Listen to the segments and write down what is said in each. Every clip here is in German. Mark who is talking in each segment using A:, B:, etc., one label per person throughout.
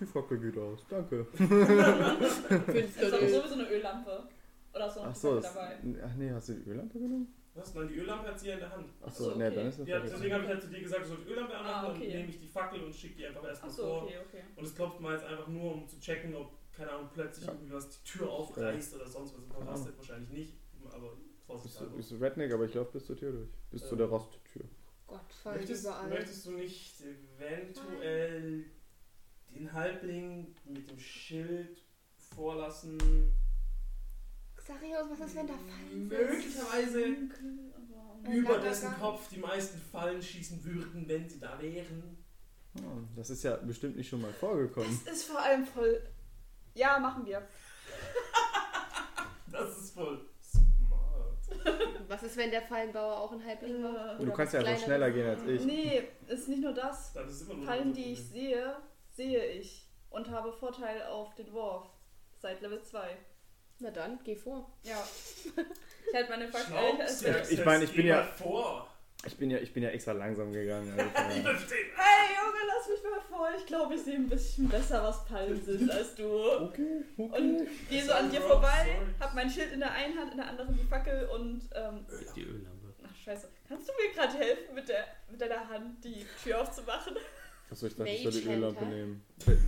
A: Die Fackel geht aus, danke.
B: Findest
C: Es
B: du
C: war doch
B: den?
C: sowieso eine Öllampe. Oder hast du noch
A: Ach so,
C: eine
A: das,
C: dabei?
A: ach nee, hast du die Öllampe genommen?
D: Was? Nein, die Öllampe hat sie ja in der Hand.
A: Ach
C: Ach
A: so,
C: so,
A: nee,
C: okay.
A: dann ist das
D: Ja,
A: Fackel.
D: deswegen habe ich halt zu dir gesagt, ich soll die Öllampe anmachen,
C: Ah, okay.
D: dann nehme ich die Fackel und schicke die einfach erstmal
C: Achso,
D: vor.
C: okay, okay.
D: Und es klopft mal jetzt einfach nur, um zu checken, ob, keine Ahnung, plötzlich
A: Ja.
D: irgendwie was die Tür aufreißt oder sonst was. Man rastet wahrscheinlich nicht, aber
A: Bist
D: vorsichtshalber.
A: du, bist du Redneck, aber ich laufe bis zur Tür durch. Bis zu
D: Ähm.
A: der Rosttür.
B: Gott, voll
D: Möchtest,
B: überall.
D: möchtest du nicht eventuell den Halbling mit dem Schild vorlassen?
B: Xarios, was ist, wenn da Fallen sind?
D: Möglicherweise
C: Dunkel, aber-
B: Ein
D: über
B: langer
D: dessen
B: Gang.
D: Kopf die meisten Fallen schießen würden, wenn sie da wären.
A: Ah, das ist ja bestimmt nicht schon mal vorgekommen.
C: Das ist vor allem voll. Ja, machen wir.
D: Das ist voll smart.
B: Was ist, wenn der Fallenbauer auch ein Halbling war?
A: Und du
B: Oder
A: kannst ja
B: was
A: einfach schneller gehen als
B: Kleineres.
A: ich. Oh,
C: Nee, ist nicht nur das.
D: Das ist immer nur
C: Fallen,
D: unser
C: die ich
D: Problem.
C: sehe, sehe ich. Und habe Vorteil auf den Wurf. Seit Level 2.
B: Na dann, geh vor.
C: Ja. Ich halte meine Fackel.
D: Schnaub's
C: Äh,
D: jetzt,
A: Ich- ich meine, ich
D: geh
A: bin ja-
D: mal vor.
A: Ich bin ja, ich bin ja extra langsam gegangen. Also von
D: Ich
A: daher-
D: verstehe.
C: Hey Junge, lass mich mal vor. Ich glaube, ich sehe ein bisschen besser, was Palmen sind als du.
A: okay,
C: Und
A: okay.
C: gehe so an dir
D: Sorry,
C: vorbei,
D: sorry.
C: hab mein Schild in der einen Hand, in der anderen die Fackel und ähm,
E: Die Öllampe.
C: ach scheiße. Kannst du mir gerade helfen, mit, der, mit deiner Hand die Tür aufzumachen?
A: Achso, ich dachte, ich soll die
B: Mage
A: Öllampe
B: Hunter.
A: nehmen.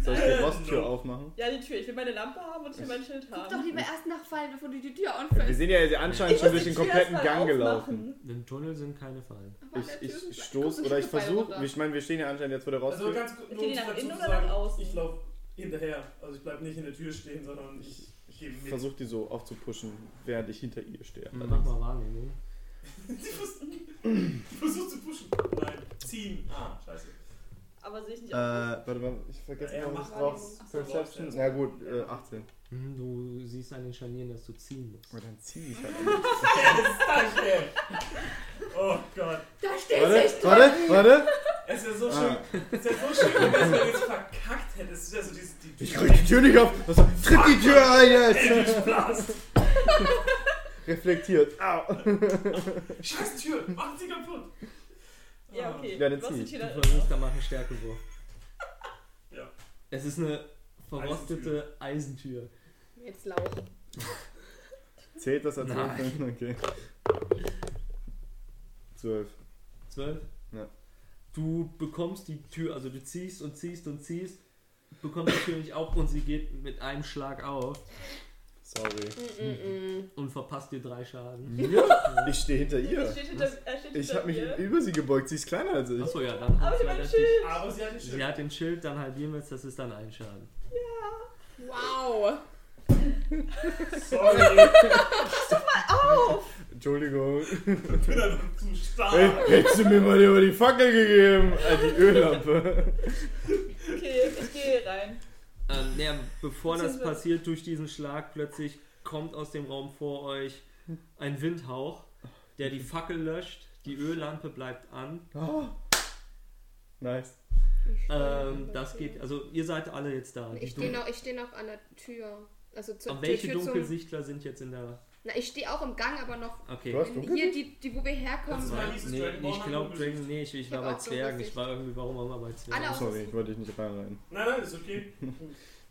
A: Soll ich die
D: Äh,
A: Rosttür
D: no.
A: aufmachen?
C: Ja, die Tür. Ich will meine Lampe haben und ich will mein Schild
B: Guck doch
C: haben.
B: lieber erst nach Fallen, bevor du die Tür
A: Ja, wir
B: anfällst.
A: sind ja jetzt anscheinend
C: Ich
A: schon durch
C: muss die
A: den
C: Tür
A: kompletten
C: erst mal
A: Gang gelaufen.
C: aufmachen.
E: Im Tunnel sind keine Fallen.
B: Aber an der
A: Ich,
B: Tür sind-
A: ich stoß
B: guck
A: oder ich
B: nicht mit Pfeil
A: versuche,
B: runter.
A: ich meine, wir stehen ja anscheinend jetzt vor der
D: Also
A: Rosttür.
D: ganz kurz, nur
C: Geht
D: um
C: die
D: es
C: nach
D: dazu
C: innen
D: zu
C: oder nach
D: sagen,
C: außen?
D: ich laufe hinterher. Also ich bleibe nicht in der Tür stehen, sondern ich, ich gehe mit.
A: Versuche die so aufzupushen, während ich hinter ihr stehe.
E: Mach mal Wahrnehmung.
D: Ich versuch zu pushen. Nein, ziehen. Ah, scheiße.
C: Aber sehe ich nicht
A: Äh, warte mal, ich vergesse
D: Ja,
A: noch,
D: mach
A: was drauf.
B: Wahrnehmung.
A: Perception?
D: Ach so.
A: Na gut, äh, 18.
E: Hm, Du siehst an den Scharnieren, dass du ziehen musst.
A: Aber dann zieh ich halt an.
D: Yes, danke. Oh Gott.
B: Da steht
A: Warte,
B: nicht drin.
A: warte, warte.
D: Es wäre so schön,
A: Ah,
D: es wäre so schön, gewesen, wenn du jetzt verkackt hättest. Es wäre so dieses, die
A: ich krieg die Tür nicht auf. Was soll- Tritt die Tür ein jetzt!
D: Blast.
A: Reflektiert. Au.
D: Scheiß Tür, mach sie kaputt.
C: Ja, okay.
A: Ja, dann
C: Du hast
A: zieh
C: die
A: ich.
C: Tür da-
E: Du versuchst, da mach einen Stärkewurf.
D: Ja.
E: Es ist eine verrostete Eisentür.
B: Jetzt Lauch.
A: Zählt das als
E: Nein.
A: Würfeln? Okay. 12.
E: Zwölf?
A: Ja.
E: Du bekommst die Tür, also du ziehst und ziehst und ziehst, bekommst die Tür nicht auf und sie geht mit einem Schlag auf
A: Sorry.
E: und verpasst dir
A: Hm.
E: drei Schaden.
A: Ich stehe hinter
C: Er
A: ihr.
C: steht hinter, er steht
A: Ich
C: hinter
A: habe mich
C: mir.
A: über sie gebeugt. Sie ist kleiner als ich.
E: Achso, ja, dann
C: Aber
E: hat's
C: ich mein
E: relativ-
C: Schild.
D: Ah, Aber sie hat den Schild.
E: Sie hat den Schild, dann halbieren wir es, das ist dann ein Schaden.
B: Wow.
D: Sorry, ich
A: Entschuldigung.
D: bin halt einfach zu stark.
A: Hey, hättest du mir mal über die Fackel gegeben? Äh, die Öllampe.
C: Okay, ich gehe rein.
E: Ähm, naja, bevor das
C: Beziehungsweise-
E: passiert, durch diesen Schlag plötzlich kommt aus dem Raum vor euch ein Windhauch, der die Fackel löscht, die Öllampe bleibt an.
A: Oh. Nice.
E: Ähm, das geht, also ihr seid alle jetzt da. Die
B: Ich stehe
E: Dun-
B: noch, ich steh noch an der Tür. Also zur
E: Aber welche
B: zur Tür zum,
E: Dunkelsichtler sind jetzt in der.
B: Na, ich stehe auch im Gang, aber noch
E: Okay.
A: Was? Dunkel?
B: hier, die, die, wo wir herkommen.
D: Das war- hieß es
E: Nee,
D: Dragon
E: nee, ich
D: Ball
E: glaube,
D: Dunkelsicht?
E: Dragon, nee, ich, ich
B: Ich
E: war
B: hab
E: bei
B: auch
E: Zwergen. Ich
B: Dunkelsicht.
E: war irgendwie, warum auch mal bei Zwergen.
B: Alle auf
A: Sorry, ich wollte dich nicht reinrein.
D: Nein, nein, ist okay.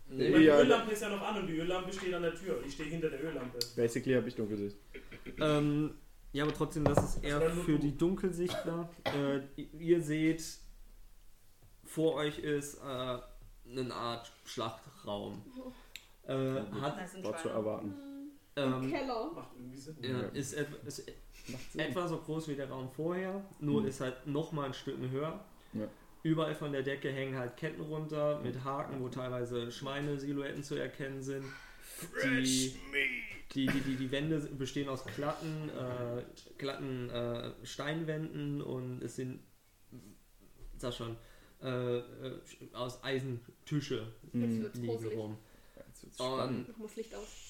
E: Nee,
D: Weil die
A: ja.
D: Öllampe ist ja noch an und die Öllampe steht an der Tür. Ich stehe hinter der Öllampe.
A: Basically habe ich Dunkelsicht.
E: Ähm, ja, aber trotzdem, das ist eher
D: war nur
E: für
D: du.
E: die Dunkelsichtler. Äh, ihr seht, vor euch ist äh, eine Art Schlachtraum. Äh, hat,
C: Nice und
A: War um zu
C: schwein.
A: erwarten.
B: Im
E: ähm,
B: Keller.
D: Macht irgendwie Sinn.
E: ja, ist, et- ist
A: Macht Sinn.
E: etwa so groß wie der Raum vorher, nur
A: Mhm.
E: ist halt nochmal ein Stück höher.
A: Ja.
E: Überall von der Decke hängen halt Ketten runter mit Haken, wo teilweise Schweinesilhouetten zu erkennen sind. Die, die, die, die, die Wände bestehen aus glatten, äh, glatten äh, Steinwänden und es sind, sag schon, äh, äh, aus Eisentische
B: Jetzt
A: Mhm.
B: wird's
E: liegen
B: gruselig.
E: rum.
A: Jetzt wird's spannend.
E: Und
B: Noch muss Licht aus.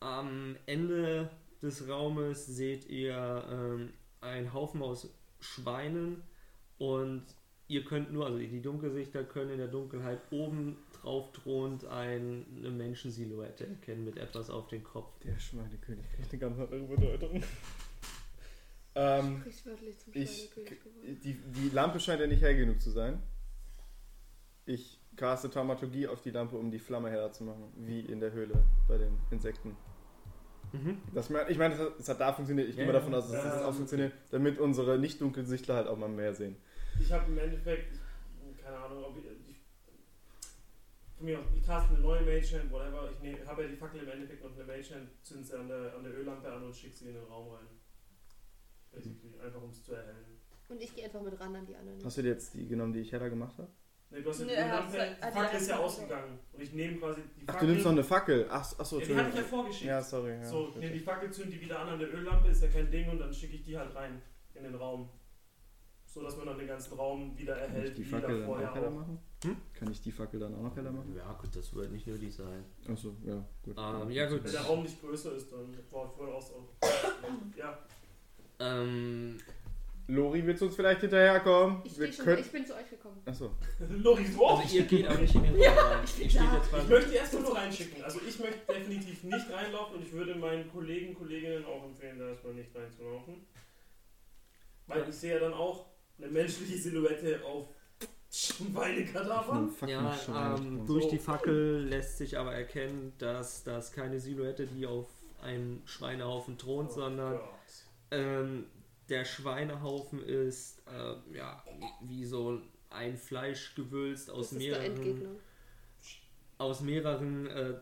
E: am Ende des Raumes seht ihr ähm, einen Haufen aus Schweinen und ihr könnt nur, also die Dunkelsichter können in der Dunkelheit oben drauf drohend ein, eine Menschensilhouette erkennen mit etwas auf dem Kopf.
A: Der Schweinekönig kriegt eine ganz andere Bedeutung. ähm,
B: Sprichwörtlich zum
A: ich,
B: Schweinekönig geworden.
A: die, die Lampe scheint ja nicht hell genug zu sein. Ich caste Taumaturgie auf die Lampe, um die Flamme heller zu machen, wie in der Höhle bei den Insekten.
E: Mhm.
A: Das, mer- ich meine, das, hat- das hat da funktioniert. Ich
E: Ja,
A: gehe mal
E: ja.
A: davon aus, dass
D: Ja,
A: das
D: ja,
A: auch funktioniert, damit unsere Nicht-Dunkelsichtler halt auch mal mehr sehen.
D: Ich habe im Endeffekt, ich, keine Ahnung, ob ich, ich. Von mir aus, ich taste eine neue Magehand, whatever. Ich habe ja die Fackel im Endeffekt noch eine Magehand, zünd sie an der, an der Öllampe an und schick sie in den Raum rein. Basically, einfach um es zu erhellen.
B: Und ich gehe einfach mit ran an die anderen.
A: Hast du dir jetzt die genommen, die ich heller gemacht habe?
D: Ne, du hast ja die
C: Nee, er hat's- halt-
D: Öllampe,
C: hat
D: die
C: er
D: Fackel ist ja
C: einfach-
D: ausgegangen. Und ich nehme quasi die Fackel.
A: Ach, du nimmst noch eine Fackel. Ach, ach so,
D: ja, die hatte ich ja
A: Entschuldigung.
D: vorgeschickt.
A: Ja, sorry. Ja.
D: so, nehme die Fackel, zünd die wieder an an der Öllampe, ist ja kein Ding und dann schicke ich die halt rein in den Raum. So dass man dann den ganzen Raum wieder
A: Kann ich
D: erhält,
A: die
D: wie da
A: Fackel dann
D: vorher
A: auch heller
D: auch.
A: machen?
E: Hm?
A: Kann ich die Fackel dann auch noch heller machen?
E: Ja, gut, das wird nicht nötig sein.
A: Ach so, ja, gut.
E: Ähm, ja, gut.
D: Wenn der Raum nicht größer ist, dann war vorher auch so. Ja,
E: Ähm,
A: Lori, willst du uns vielleicht hinterherkommen?
B: Ich,
A: Wir
B: steh schon,
A: können.
B: ich bin zu euch gekommen.
A: Ach so.
D: Lori, so auch.
E: also ihr geht aber nicht in den Raum rein. Ich, steht
B: da.
E: jetzt
A: Also
D: Ich
E: quasi.
D: möchte erstmal nur reinschicken. Also ich möchte definitiv nicht reinlaufen und ich würde meinen Kollegen, Kolleginnen auch empfehlen, da erstmal nicht reinzulaufen. Weil ich sehe ja dann auch eine menschliche Silhouette auf Schweinekadavern.
A: Fuck,
E: Ja,
A: ich schon angesprochen.
E: ähm, durch
D: So.
E: die Fackel lässt sich aber erkennen, dass das keine Silhouette, die auf einem Schweinehaufen
B: Oh.
E: thront, sondern
D: Oh
E: Ähm, der Schweinehaufen ist äh, ja wie so ein Fleisch gewülzt aus
B: das ist der
E: mehreren,
B: Endgegner.
E: aus mehreren äh,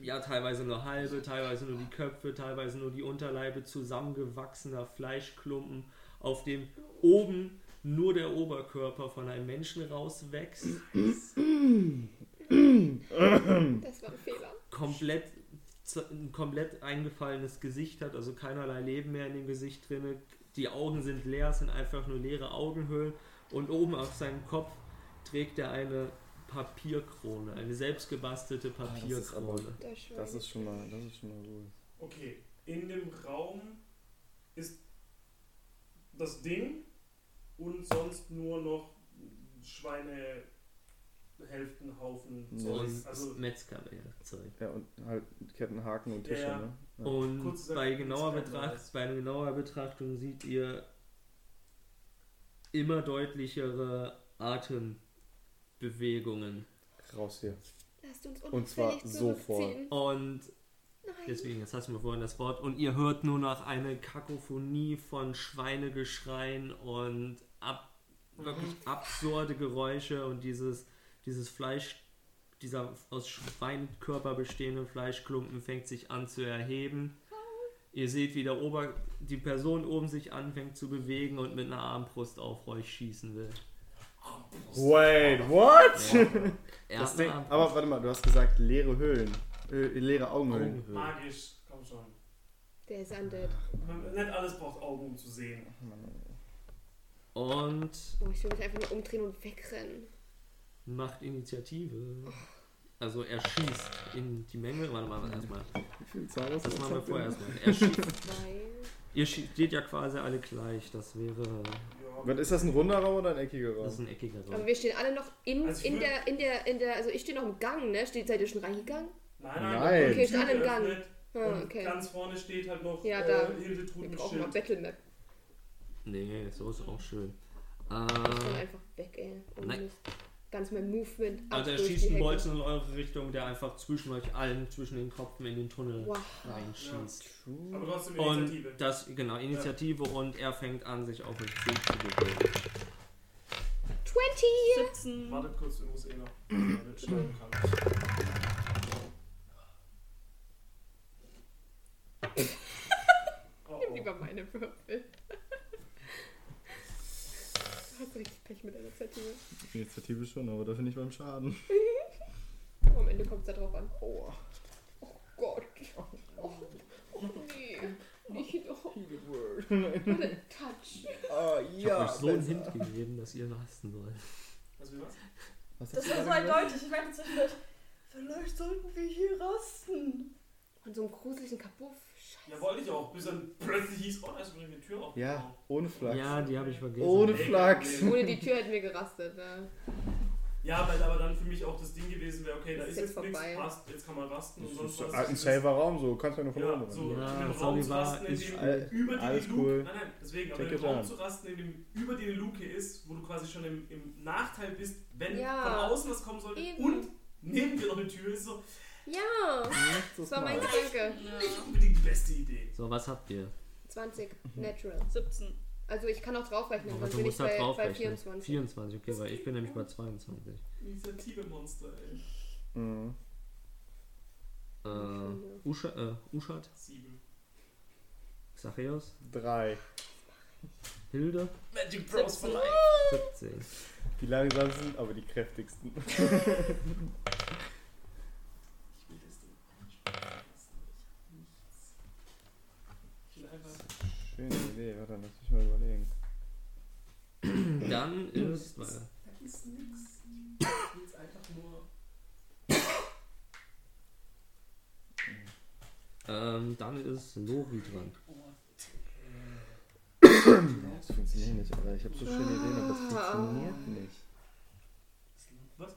E: ja teilweise nur halbe, teilweise nur die Köpfe, teilweise nur die Unterleibe zusammengewachsener Fleischklumpen, auf dem oben nur der Oberkörper von einem Menschen rauswächst,
A: Hm.
B: Das war ein Fehler.
E: komplett z- ein komplett eingefallenes Gesicht hat, also keinerlei Leben mehr in dem Gesicht drinne. Die Augen sind leer, es sind einfach nur leere Augenhöhlen und oben auf seinem Kopf trägt er eine Papierkrone, eine selbstgebastelte
A: Ah, das ist aber-
E: Papierkrone.
B: Der Schwein.
A: Das ist schon mal, das ist schon mal wohl.
D: Okay, in dem Raum ist das Ding und sonst nur noch Schweinehälftenhaufen. Zeugs.
E: Und
D: Also
E: Metzgerwerkzeug.
A: Ja, und halt Kettenhaken und
D: Ja,
A: Tische,
D: ja.
A: ne? Ja.
E: Und
D: Kurz gesagt,
E: bei genauer,
D: Metzger-
E: Betracht, bei genauer Betrachtung seht ihr immer deutlichere Atembewegungen.
A: Raus hier.
B: Lasst uns
A: Und zwar
B: unauffällig
A: sofort.
B: zurückziehen.
E: Und
B: Nein.
E: Deswegen, jetzt hast du mir vorhin das Wort. Und ihr hört nur noch eine Kakophonie von Schweinegeschreien und ab, wirklich
A: Mhm.
E: absurde Geräusche und dieses, dieses Fleisch, dieser aus Schweinekörper bestehende Fleischklumpen fängt sich an zu erheben. Ihr seht, wie der Ober, die Person oben sich anfängt zu bewegen und mit einer Armbrust auf euch schießen will.
A: Wait, what?
E: Er
A: Das
E: hat
A: Ding,
E: eine Armbrust.
A: aber warte mal, du hast gesagt leere Höhlen. Äh, leere Augenhöhlen.
E: Augenhöhe.
D: magisch, komm schon.
B: Der ist undead.
D: Man- Nicht alles braucht Augen, um zu sehen.
E: Und
B: Oh, ich will mich einfach nur umdrehen und wegrennen.
E: macht Initiative. Also er schießt in die Menge. Warte mal, erstmal.
A: Wie viel Zahlen hast du
E: Das machen wir
A: gesagt?
E: vorher erstmal. Er schießt.
B: Weil.
E: Ihr schie- steht ja quasi alle gleich. Das wäre.
D: Ja.
A: Was, ist das ein runder Raum oder ein eckiger Raum?
E: Das ist ein eckiger
B: Aber
E: Raum.
B: wir stehen alle noch in,
D: Also ich
B: in
D: würd-
B: der, in der, in der, also ich stehe noch im Gang, ne? Steht, seid ihr schon reingegangen?
D: Nein,
A: Nein.
D: die
B: Okay, steht alle im
D: Tür
B: Gang.
D: öffnet
B: Ah,
D: und
B: okay.
D: Ganz vorne steht halt noch
B: Ja, da.
D: äh, Hildetrud
B: Wir
D: mit
B: brauchen mal
D: Schild.
B: Battlemap.
E: Nee, so ist auch schön.
B: Ich bin
E: Äh,
B: einfach weg, ey. Und
E: Nein.
B: Mist. Ganz mein Movement. ab
E: also er
B: durch die
E: schießt einen
B: Hecke.
E: Bolzen in eure Richtung, der einfach zwischen euch allen, zwischen den Köpfen in den Tunnel
B: Wow.
E: reinschießt.
D: Aber
A: True.
D: trotzdem
E: Und
D: Initiative.
E: das, genau, Initiative und er fängt an, sich auf euch zuzubewegen.
B: 20!
C: 17.
D: Wartet kurz, ich muss eh noch damit schneiden kann. Oh,
B: Nimm
D: oh.
B: lieber meine Würfel. Du hast richtig Pech mit deiner Zettel.
A: Initiative schon, aber dafür nicht beim Schaden.
B: Am Ende kommt es da drauf an.
A: Aua.
B: Gott. Oh, oh nee. Nicht doch. Warte, Touch.
A: Oh,
E: Ich hab
A: ja.
E: euch so einen Hint gegeben, dass ihr lassen sollt.
D: Also, wie war's?
A: Was
C: Das
A: hast
C: war
A: du
C: so
A: gerade gesagt?
C: eindeutig. Ich meinte zwischendurch, vielleicht sollten wir hier rasten.
B: An so einem gruseligen Kapuff. Scheiße.
D: Ja, wollte ich auch, bis dann plötzlich hieß, oh, da ist übrigens eine Tür auf.
A: Ja, ohne Flachs.
E: Ja, die habe ich vergessen.
A: Ohne
D: Nee,
A: Flachs.
D: nee.
B: Ohne die Tür hätten wir gerastet. Ne?
D: Ja, weil aber dann für mich auch das Ding gewesen wäre, okay, okay, da
B: Ist
D: ist
B: jetzt
D: jetzt nichts,
B: vorbei.
D: rast, jetzt kann man rasten und
A: Das ist
D: sonst
A: ein
D: was.
A: alten safer Raum, so kannst du ja nur von
D: Ja,
A: oben
D: so
A: rein.
E: Ja,
D: in dem Raum
E: sorry,
D: zu
E: war-
D: rasten, in
E: ist
D: dem
A: all-
D: über
A: alles
D: die Luke.
A: cool.
D: Nein, nein, deswegen, aber
A: Check
D: in dem
A: it
D: Raum
A: out.
D: zu rasten, in dem über die Luke ist, wo du quasi schon im, im Nachteil bist, wenn
B: Ja.
D: von außen was kommen sollte
B: Eben.
D: und neben dir noch eine Tür ist, so
B: Ja,
E: Macht
B: das
E: es
B: war mein
E: mal.
B: Gedanke.
D: nicht
C: Genau.
D: unbedingt die beste Idee.
E: So, was habt ihr?
B: 20,
A: Mhm.
B: natural.
C: 17.
B: Also ich kann auch draufrechnen,
E: Aber
B: sonst
E: du
B: bin ich
E: musst da
A: halt
B: bei,
E: drauf
B: bei
E: rechnen.
B: 24.
E: 24, okay, weil ich bin nämlich bei 22.
D: Initiative-Monster, ey.
A: Mhm.
E: Äh, Usha, äh, Uschat,
D: Sieben.
E: Zachäus,
A: Drei.
E: Hilde,
D: Magic Bros for life.
A: äh,
E: 17.
A: Die langsamsten, aber die kräftigsten.
D: Ich will das Ding einspielen lassen. Ich hab nichts. Ich will einfach.
A: Schöne Idee, warte, lass mich mal überlegen.
E: Dann ist. Warte.
D: Da ist nix. Ich will's einfach nur.
E: Ähm, dann ist Lori dran.
A: Das funktioniert nicht, Alter. Ich habe so schöne Ideen, aber das funktioniert nicht.
D: Was?
A: Ich habe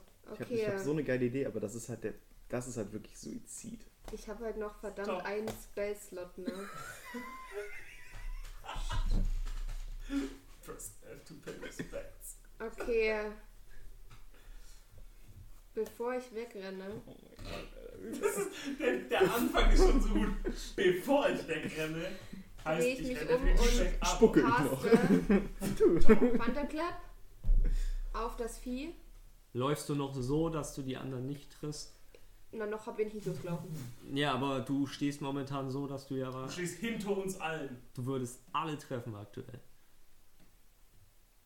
A: ich hab
B: Okay,
A: so eine geile Idee, aber das ist halt der. Das ist halt wirklich Suizid.
B: ich habe halt noch verdammt
D: Doch.
B: einen Spell-Slot, ne?
D: First, I have to pay respects.
B: Okay. Bevor ich wegrenne.
D: Der, der Anfang ist schon so gut. Bevor ich wegrenne, heißt
B: Dreh
D: ich,
B: ich mich
D: renne
B: um
D: den
B: und-
D: Check ab.
A: Spucke. Guck ich
B: Caste. Thunderclap. Auf das Vieh.
E: Läufst du noch so, dass du die anderen nicht triffst?
B: Na, noch hab ich nicht losgelaufen.
E: Ja, aber du stehst momentan so, dass du ja
D: Du
E: warst.
D: stehst hinter uns allen.
E: Du würdest alle treffen aktuell.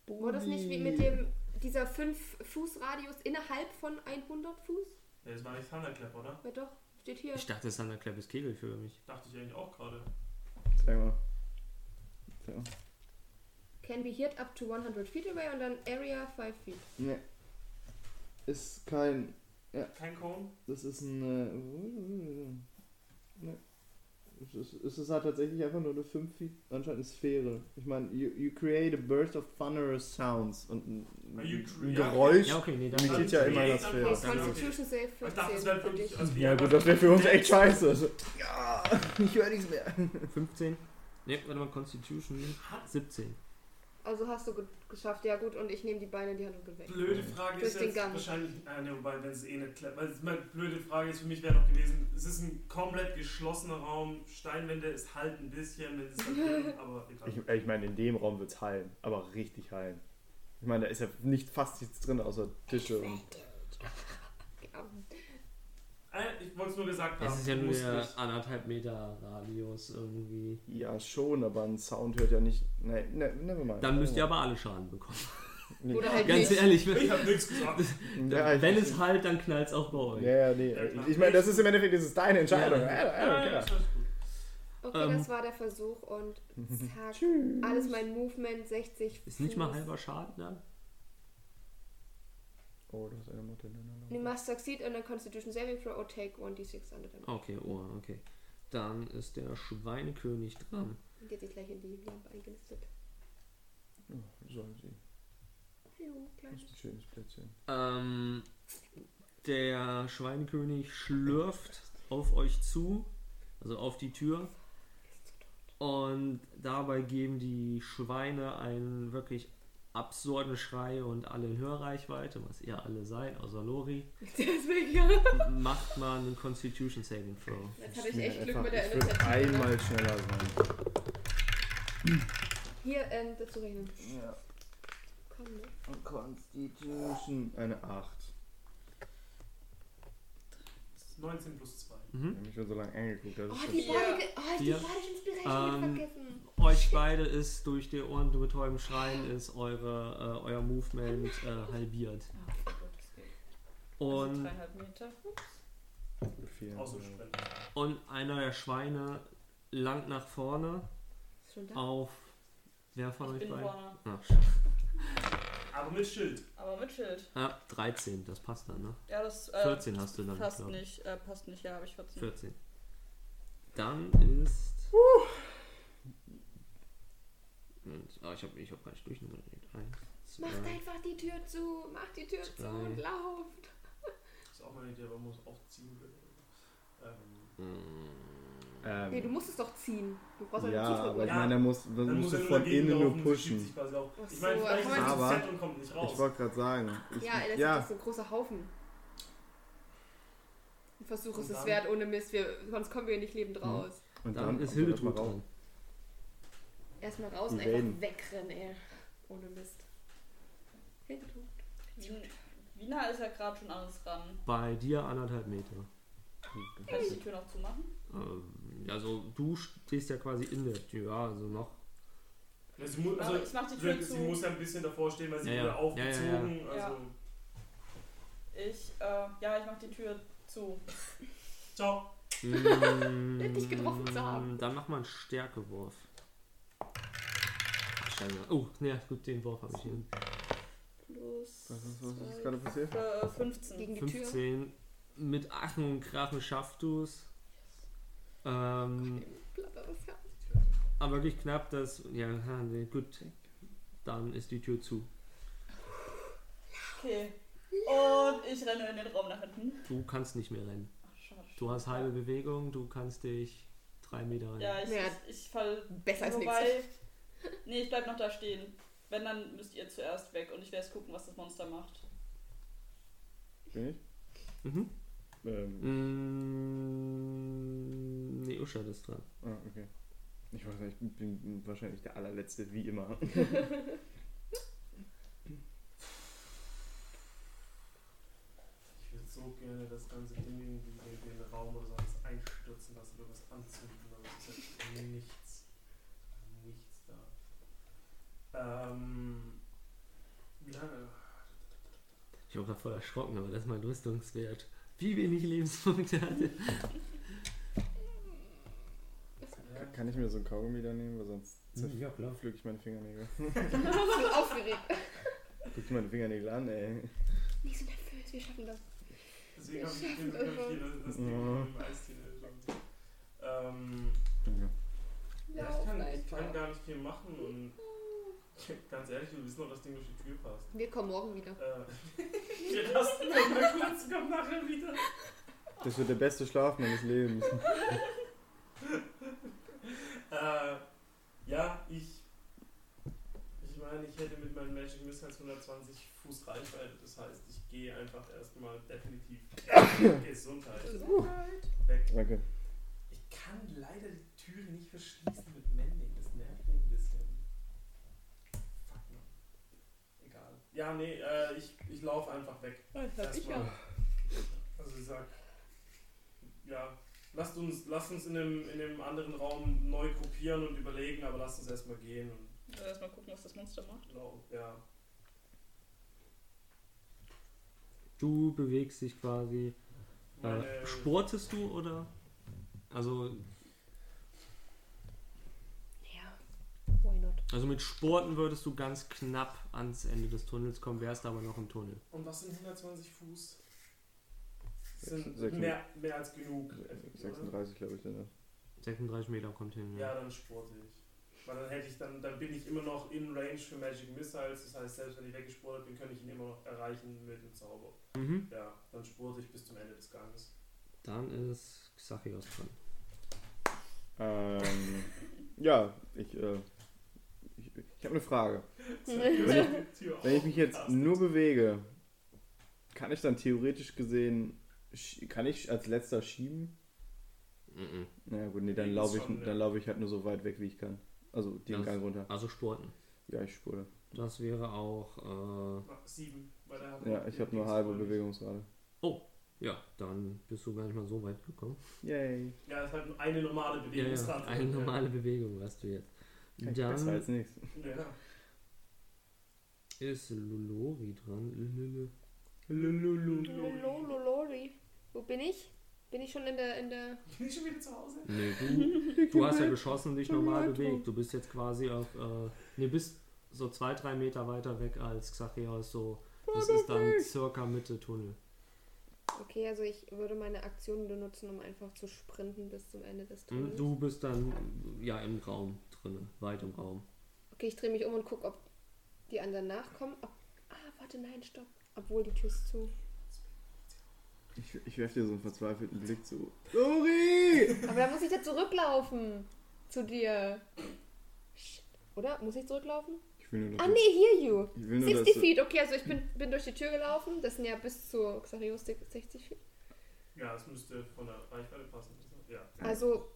B: War das nicht wie mit dem, dieser 5-Fuß-Radius innerhalb von 100 Fuß?
D: Ja, Das war nicht Thunderclap, oder?
B: Ja doch, steht hier.
E: Ich dachte, es ist ein kleines Kegel für mich.
D: Dachte ich eigentlich auch gerade.
A: Sag mal. So.
B: Can be hit up to 100 feet away und dann Area 5 feet.
A: Ne. Ist kein.
D: Kein Cone?
A: Das ist ein. Äh, ne. Es ist, es ist halt tatsächlich einfach nur eine 5 Feet, anscheinend eine Sphäre. Ich meine, you, you create a burst of thunderous sounds und ein,
D: Ah, you
A: ein
D: create-
A: Geräusch.
E: Ja, okay, nee, dann.
D: Also
A: Mich geht ja immer in der
D: Okay,
A: Sphäre.
B: Okay,
D: das kann
B: Constitution Save
D: Ich dachte, es
B: 14
D: wäre
B: für
D: wirklich.
B: dich.
D: Also
A: Ja gut, das wäre für uns echt scheiße. Also, ja, ich höre nichts mehr.
E: 15. Ne, warte mal, Constitution. 17.
B: Also hast du ge- geschafft, ja gut, und ich nehme die Beine in die Hand und bin weg.
D: Blöde Frage
B: Durch
D: ist
B: den
D: jetzt
B: Gang.
D: wahrscheinlich, äh, ne, wobei, wenn es eh nicht klappt, weil es- meine blöde Frage ist für mich wäre noch gewesen, es ist ein komplett geschlossener Raum, Steinwände, es halt ein bisschen, wenn es dann geht, aber egal.
A: Ich, ich meine, in dem Raum wird's heilen, aber richtig heilen. Ich meine, da ist ja nicht fast nichts drin außer Tische und.
B: Ja.
D: Äh, ich wollte es nur gesagt haben.
E: Es ist ja
D: du
E: nur
D: musst
E: der
D: nicht-
E: anderthalb Meter Radius irgendwie.
A: Ja, schon, aber ein Sound hört ja nicht. Nein, ne, nevermind.
E: Dann müsst ihr aber alle Schaden bekommen.
A: Nee.
B: Oder halt
E: Ganz
B: nicht.
E: ehrlich,
D: Ich
E: wenn,
D: habe nichts gesagt.
A: Ja, ich-
E: wenn es halt, dann knallt es auch bei euch.
A: Ja, ja, nee.
D: Ja, klar.
A: ich meine, das ist im Endeffekt das ist deine Entscheidung.
E: Ja.
A: I don't- I don't
D: ja,
A: care.
D: ist alles gut.
B: Okay,
E: Ähm.
B: das war der Versuch und zack. Alles mein Movement, 60
E: Ist nicht mal
B: Fuß.
E: halber Schaden dann?
A: Oh, du hast eine Mutter.
B: You must succeed in a Constitution Saving Throw or take 1d6 under damage.
E: Okay, oh, okay. Dann ist der Schweinekönig dran.
B: Und jetzt ist gleich in die Lampe eingenistet.
A: Oh, Sollen sie.
B: Hallo,
A: Das
B: kleines
A: ist ein schönes Plätzchen.
E: Ähm, der Schweinekönig schlürft auf euch zu, also auf die Tür. Und dabei geben die Schweine einen wirklich absurden Schrei und alle in Hörreichweite, was ihr alle seid, außer Lori.
B: Deswegen, ja.
E: macht mal einen Constitution Saving Throw.
B: Jetzt hatte ich echt Glück mit der
A: ich würde
B: Initiative. ne?
A: einmal schneller sein.
B: Hier, ähm, dazu rechnen.
A: Ja.
B: Komm, ne?
A: Constitution. Eine 8.
D: 19 plus 2.
A: Ich habe mich schon so lange angeguckt. Das
B: Oh,
A: ist
B: die
A: schon-
B: Body, oh, die
E: Ja.
B: Body Inspiration
E: Ähm,
B: ähm, vergessen.
E: Euch beide ist durch die Ohren mit eurem Schreien ist eure, äh, euer Movement äh, halbiert.
C: Oh, Also
E: Und,
C: dreieinhalb Meter.
A: viel.
D: Außensprengen.
E: und einer der Schweine langt nach vorne
B: Ist schon da?
E: auf. Wer von
C: Ich
E: euch
C: bin
E: beiden?
C: vorne.
E: Ach, Sch-
D: Aber mit Schild.
C: Aber mit Schild.
E: ah, 13, das passt dann, ne?
C: Ja, das. Äh,
E: 14 hast du dann,
C: Passt
E: glaub ich.
C: nicht. Äh, passt nicht, ja, habe ich 14.
E: 14. Dann ist. Und, ah, ich habe ich hab gar nicht durchnummeriert. Eins,
B: Macht
E: zwei,
B: einfach die Tür zu, macht die Tür zu
E: Drei.
B: und lauft.
D: Das ist auch meine nee, der muss auch ziehen. Ähm,
E: hm,
B: Nee, du
A: Ähm,
B: musst es doch ziehen. Du brauchst halt
A: ja,
B: doch eine
A: aber ich
B: tiefe
D: Ja.
A: meine, er muss, dann musst du von
D: dagegen
A: innen
D: laufen,
A: nur
D: sie
A: pushen.
D: schiebt sich quasi auch.
B: Ach
D: Ich meine,
B: so, kann
D: vielleicht ist
B: man
D: es
A: Aber-
D: das Set und kommt nicht raus.
A: Ich wollte gerade sagen. Ich,
B: Ja, das
A: ja.
B: ist doch so ein großer Haufen. Ein Versuch ist
D: Und
B: es
D: dann- Mhm.
B: wert, ohne Mist. Wir, sonst kommen wir hier nicht lebend raus.
A: Und
E: Dann, ist
A: kommt er
E: Hildetrud
A: mal raus.
E: dran.
B: Erstmal raus und
A: Die
B: einfach
A: Wellen.
B: wegrennen, ey. Ohne Mist. Hildetrud.
C: Wie nah ist er gerade schon alles ran?
E: Bei dir anderthalb Meter.
C: Kann ich die Tür noch zumachen?
E: Ähm, also du stehst ja quasi in der Tür, ja, also noch.
D: Ja, Sie, mu
C: Also,
D: also,
C: ich mach die Tür
D: sie,
C: zu.
D: sie muss ja ein bisschen davor stehen, weil sie
E: Ja, ja.
D: wurde aufgezogen.
E: Ja, ja,
C: ja.
D: Also,
C: Ich, äh, ja, ich mach die Tür zu.
D: ciao.
E: Mm,
B: Dich getroffen zu haben.
E: Dann mach mal einen Stärkewurf. Ach, Scheiße. Oh, ne, gut, den Wurf habe ich hin.
C: Plus
A: Was ist, was ist
C: zwei,
A: gerade passiert?
C: äh, 15.
B: Gegen die Tür.
E: 15. Mit Achen und Krachen schaffst du es. Ähm,
B: Blatteres Herz.
E: aber wirklich knapp, dass. Ja, ha, nee, gut. Dann ist die Tür zu.
C: Okay. Und ich renne in den Raum nach hinten.
E: Du kannst nicht mehr rennen.
C: Ach, schade.
E: Du hast halbe Bewegung, du kannst dich drei Meter rennen.
C: Ja, ich,
B: Ja.
C: ich, ich fall.
B: Besser als nichts.
C: Wobei. Nee, ich bleib noch da stehen. Wenn, dann müsst ihr zuerst weg und ich werde gucken, was das Monster macht.
A: Bin ich?
E: Mhm.
A: Ähm,
E: Mm, nee, Usha ist dran.
A: ah, okay. Ich weiß nicht, ich bin wahrscheinlich der allerletzte, wie immer.
D: Ich würde so gerne das ganze Ding irgendwie in den Raum oder sonst einstürzen lassen, irgendwas anzünden, aber es ist ja eh nichts. Nichts da. Ähm. Wie lange?
E: Ich war gerade voll erschrocken, aber das ist mein Rüstungswert. Wie wenig Lebenspunkte hatte.
D: Ja.
A: Kann ich mir so ein Kaugummi da nehmen, weil sonst
E: Ja, klar.
A: zerpflück ich meine Fingernägel.
B: Ich bin aufgeregt.
A: Guck dir meine Fingernägel an, ey.
B: Nicht so nervös, wir schaffen das.
D: Deswegen habe ich hab ich hier das, das Ding
A: Ja.
D: mit dem Eistee schon. Ähm.
A: Danke.
D: Ja, ich kann, ich
B: einfach.
D: kann gar nicht viel machen und. Ganz ehrlich, wir wissen doch, dass das Ding durch die Tür passt.
B: Wir kommen morgen wieder.
D: Äh, wir lassen den mal kurz, kommt nachher wieder.
A: Das wird der beste Schlaf meines Lebens.
D: Äh, ja, ich. Ich meine, ich hätte mit meinem Magic Missiles 120 Fuß Reichweite. Das heißt, ich gehe einfach erstmal definitiv Gesundheit
B: Uh.
D: weg.
A: Danke.
D: Ich kann leider die Türe nicht verschließen mit Mending. Das nervt mich ein bisschen. Fuck man. Egal. Ja, nee, äh, ich, ich laufe einfach weg.
C: Das
D: ich ja. Also ich sag, ja, lasst uns, lasst uns in dem, in dem anderen Raum neu gruppieren und überlegen, aber lasst uns erstmal gehen und
C: Erstmal gucken, was das Monster macht.
D: lau- ja.
E: Du bewegst dich quasi.
D: Meine,
E: Äh, sportest du oder? Also,
B: Ja. Why not?
E: also mit Sporten würdest du ganz knapp ans Ende des Tunnels kommen, wärst aber noch im Tunnel.
D: und was sind 120 Fuß? Das
A: Sechs-
D: Sind
A: sechs-
D: mehr, mehr als genug. effektiv, oder?
A: 36, glaube ich, sind das.
E: 36 Meter kommt hin.
D: Ja, dann sporte ich. Weil dann hätte ich dann, dann bin ich immer noch in Range für Magic Missiles, das heißt, selbst wenn ich weggesportet bin, könnte ich ihn immer noch erreichen mit dem Zauber.
E: Mhm.
D: Ja, dann sporte ich bis zum Ende des Ganges.
E: Dann ist Xachios dran.
A: Ähm, ja, ich, äh, ich, ich habe eine Frage.
D: Wenn ich,
A: Wenn ich mich jetzt nur bewege, kann ich dann theoretisch gesehen, sch- kann ich als letzter schieben? Naja gut, nee, dann
D: Nee,
A: laufe
D: ist
A: ich,
D: schon, ne.
A: dann laufe ich halt nur so weit weg, wie ich kann. Also den
E: Das-
A: Gang runter.
E: Also Sporten.
A: Ja, ich spule.
E: Das wäre auch. Äh,
D: Sieben, weil er hat
A: Ja, ich habe nur halbe Bewegungsrate.
E: äh, ja, dann bist du gar nicht mal so weit gekommen.
A: Yay.
D: Ja, das ist halt eine normale
E: Ja, ja,
D: Bewegungsrate.
E: eine normale Bewegung hast du jetzt.
A: Kann ich besser
E: Dann
A: als nichts.
D: Ja.
E: ist Lulori dran. Lululu.
B: Lolololori. Wo bin ich? Bin ich schon in der. In der
D: Bin ich schon wieder zu Hause?
E: Nee, du, du hast ja geschossen und dich normal bewegt. Du bist jetzt quasi auf. Äh, nee, bist so zwei, drei Meter weiter weg als Xachios. So, das ist dann circa Mitte Tunnel.
B: okay, also ich würde meine Aktion benutzen, um einfach zu sprinten bis zum Ende des
E: Hm,
B: Tunnels.
E: Du bist dann ja im Raum drinne, weit im Raum.
B: Okay, ich drehe mich um und gucke, ob die anderen nachkommen. Ob, ah, warte, nein, stopp. Obwohl die Tür ist zu.
A: Ich Ich, ich werfe dir so einen verzweifelten Blick zu. Lori!
B: Aber dann muss ich ja zurücklaufen zu dir. Shit. Oder? Muss ich zurücklaufen?
A: Ich will nur, dass
B: Ah,
A: du-
B: nee, hear you.
A: ich will nur, dass
B: 60
A: du,
B: feet, okay, also ich bin, bin durch die Tür gelaufen. Das sind ja bis zu Xarios 60 feet.
D: Ja, das müsste von der Reichweite passen. Ja.
B: Also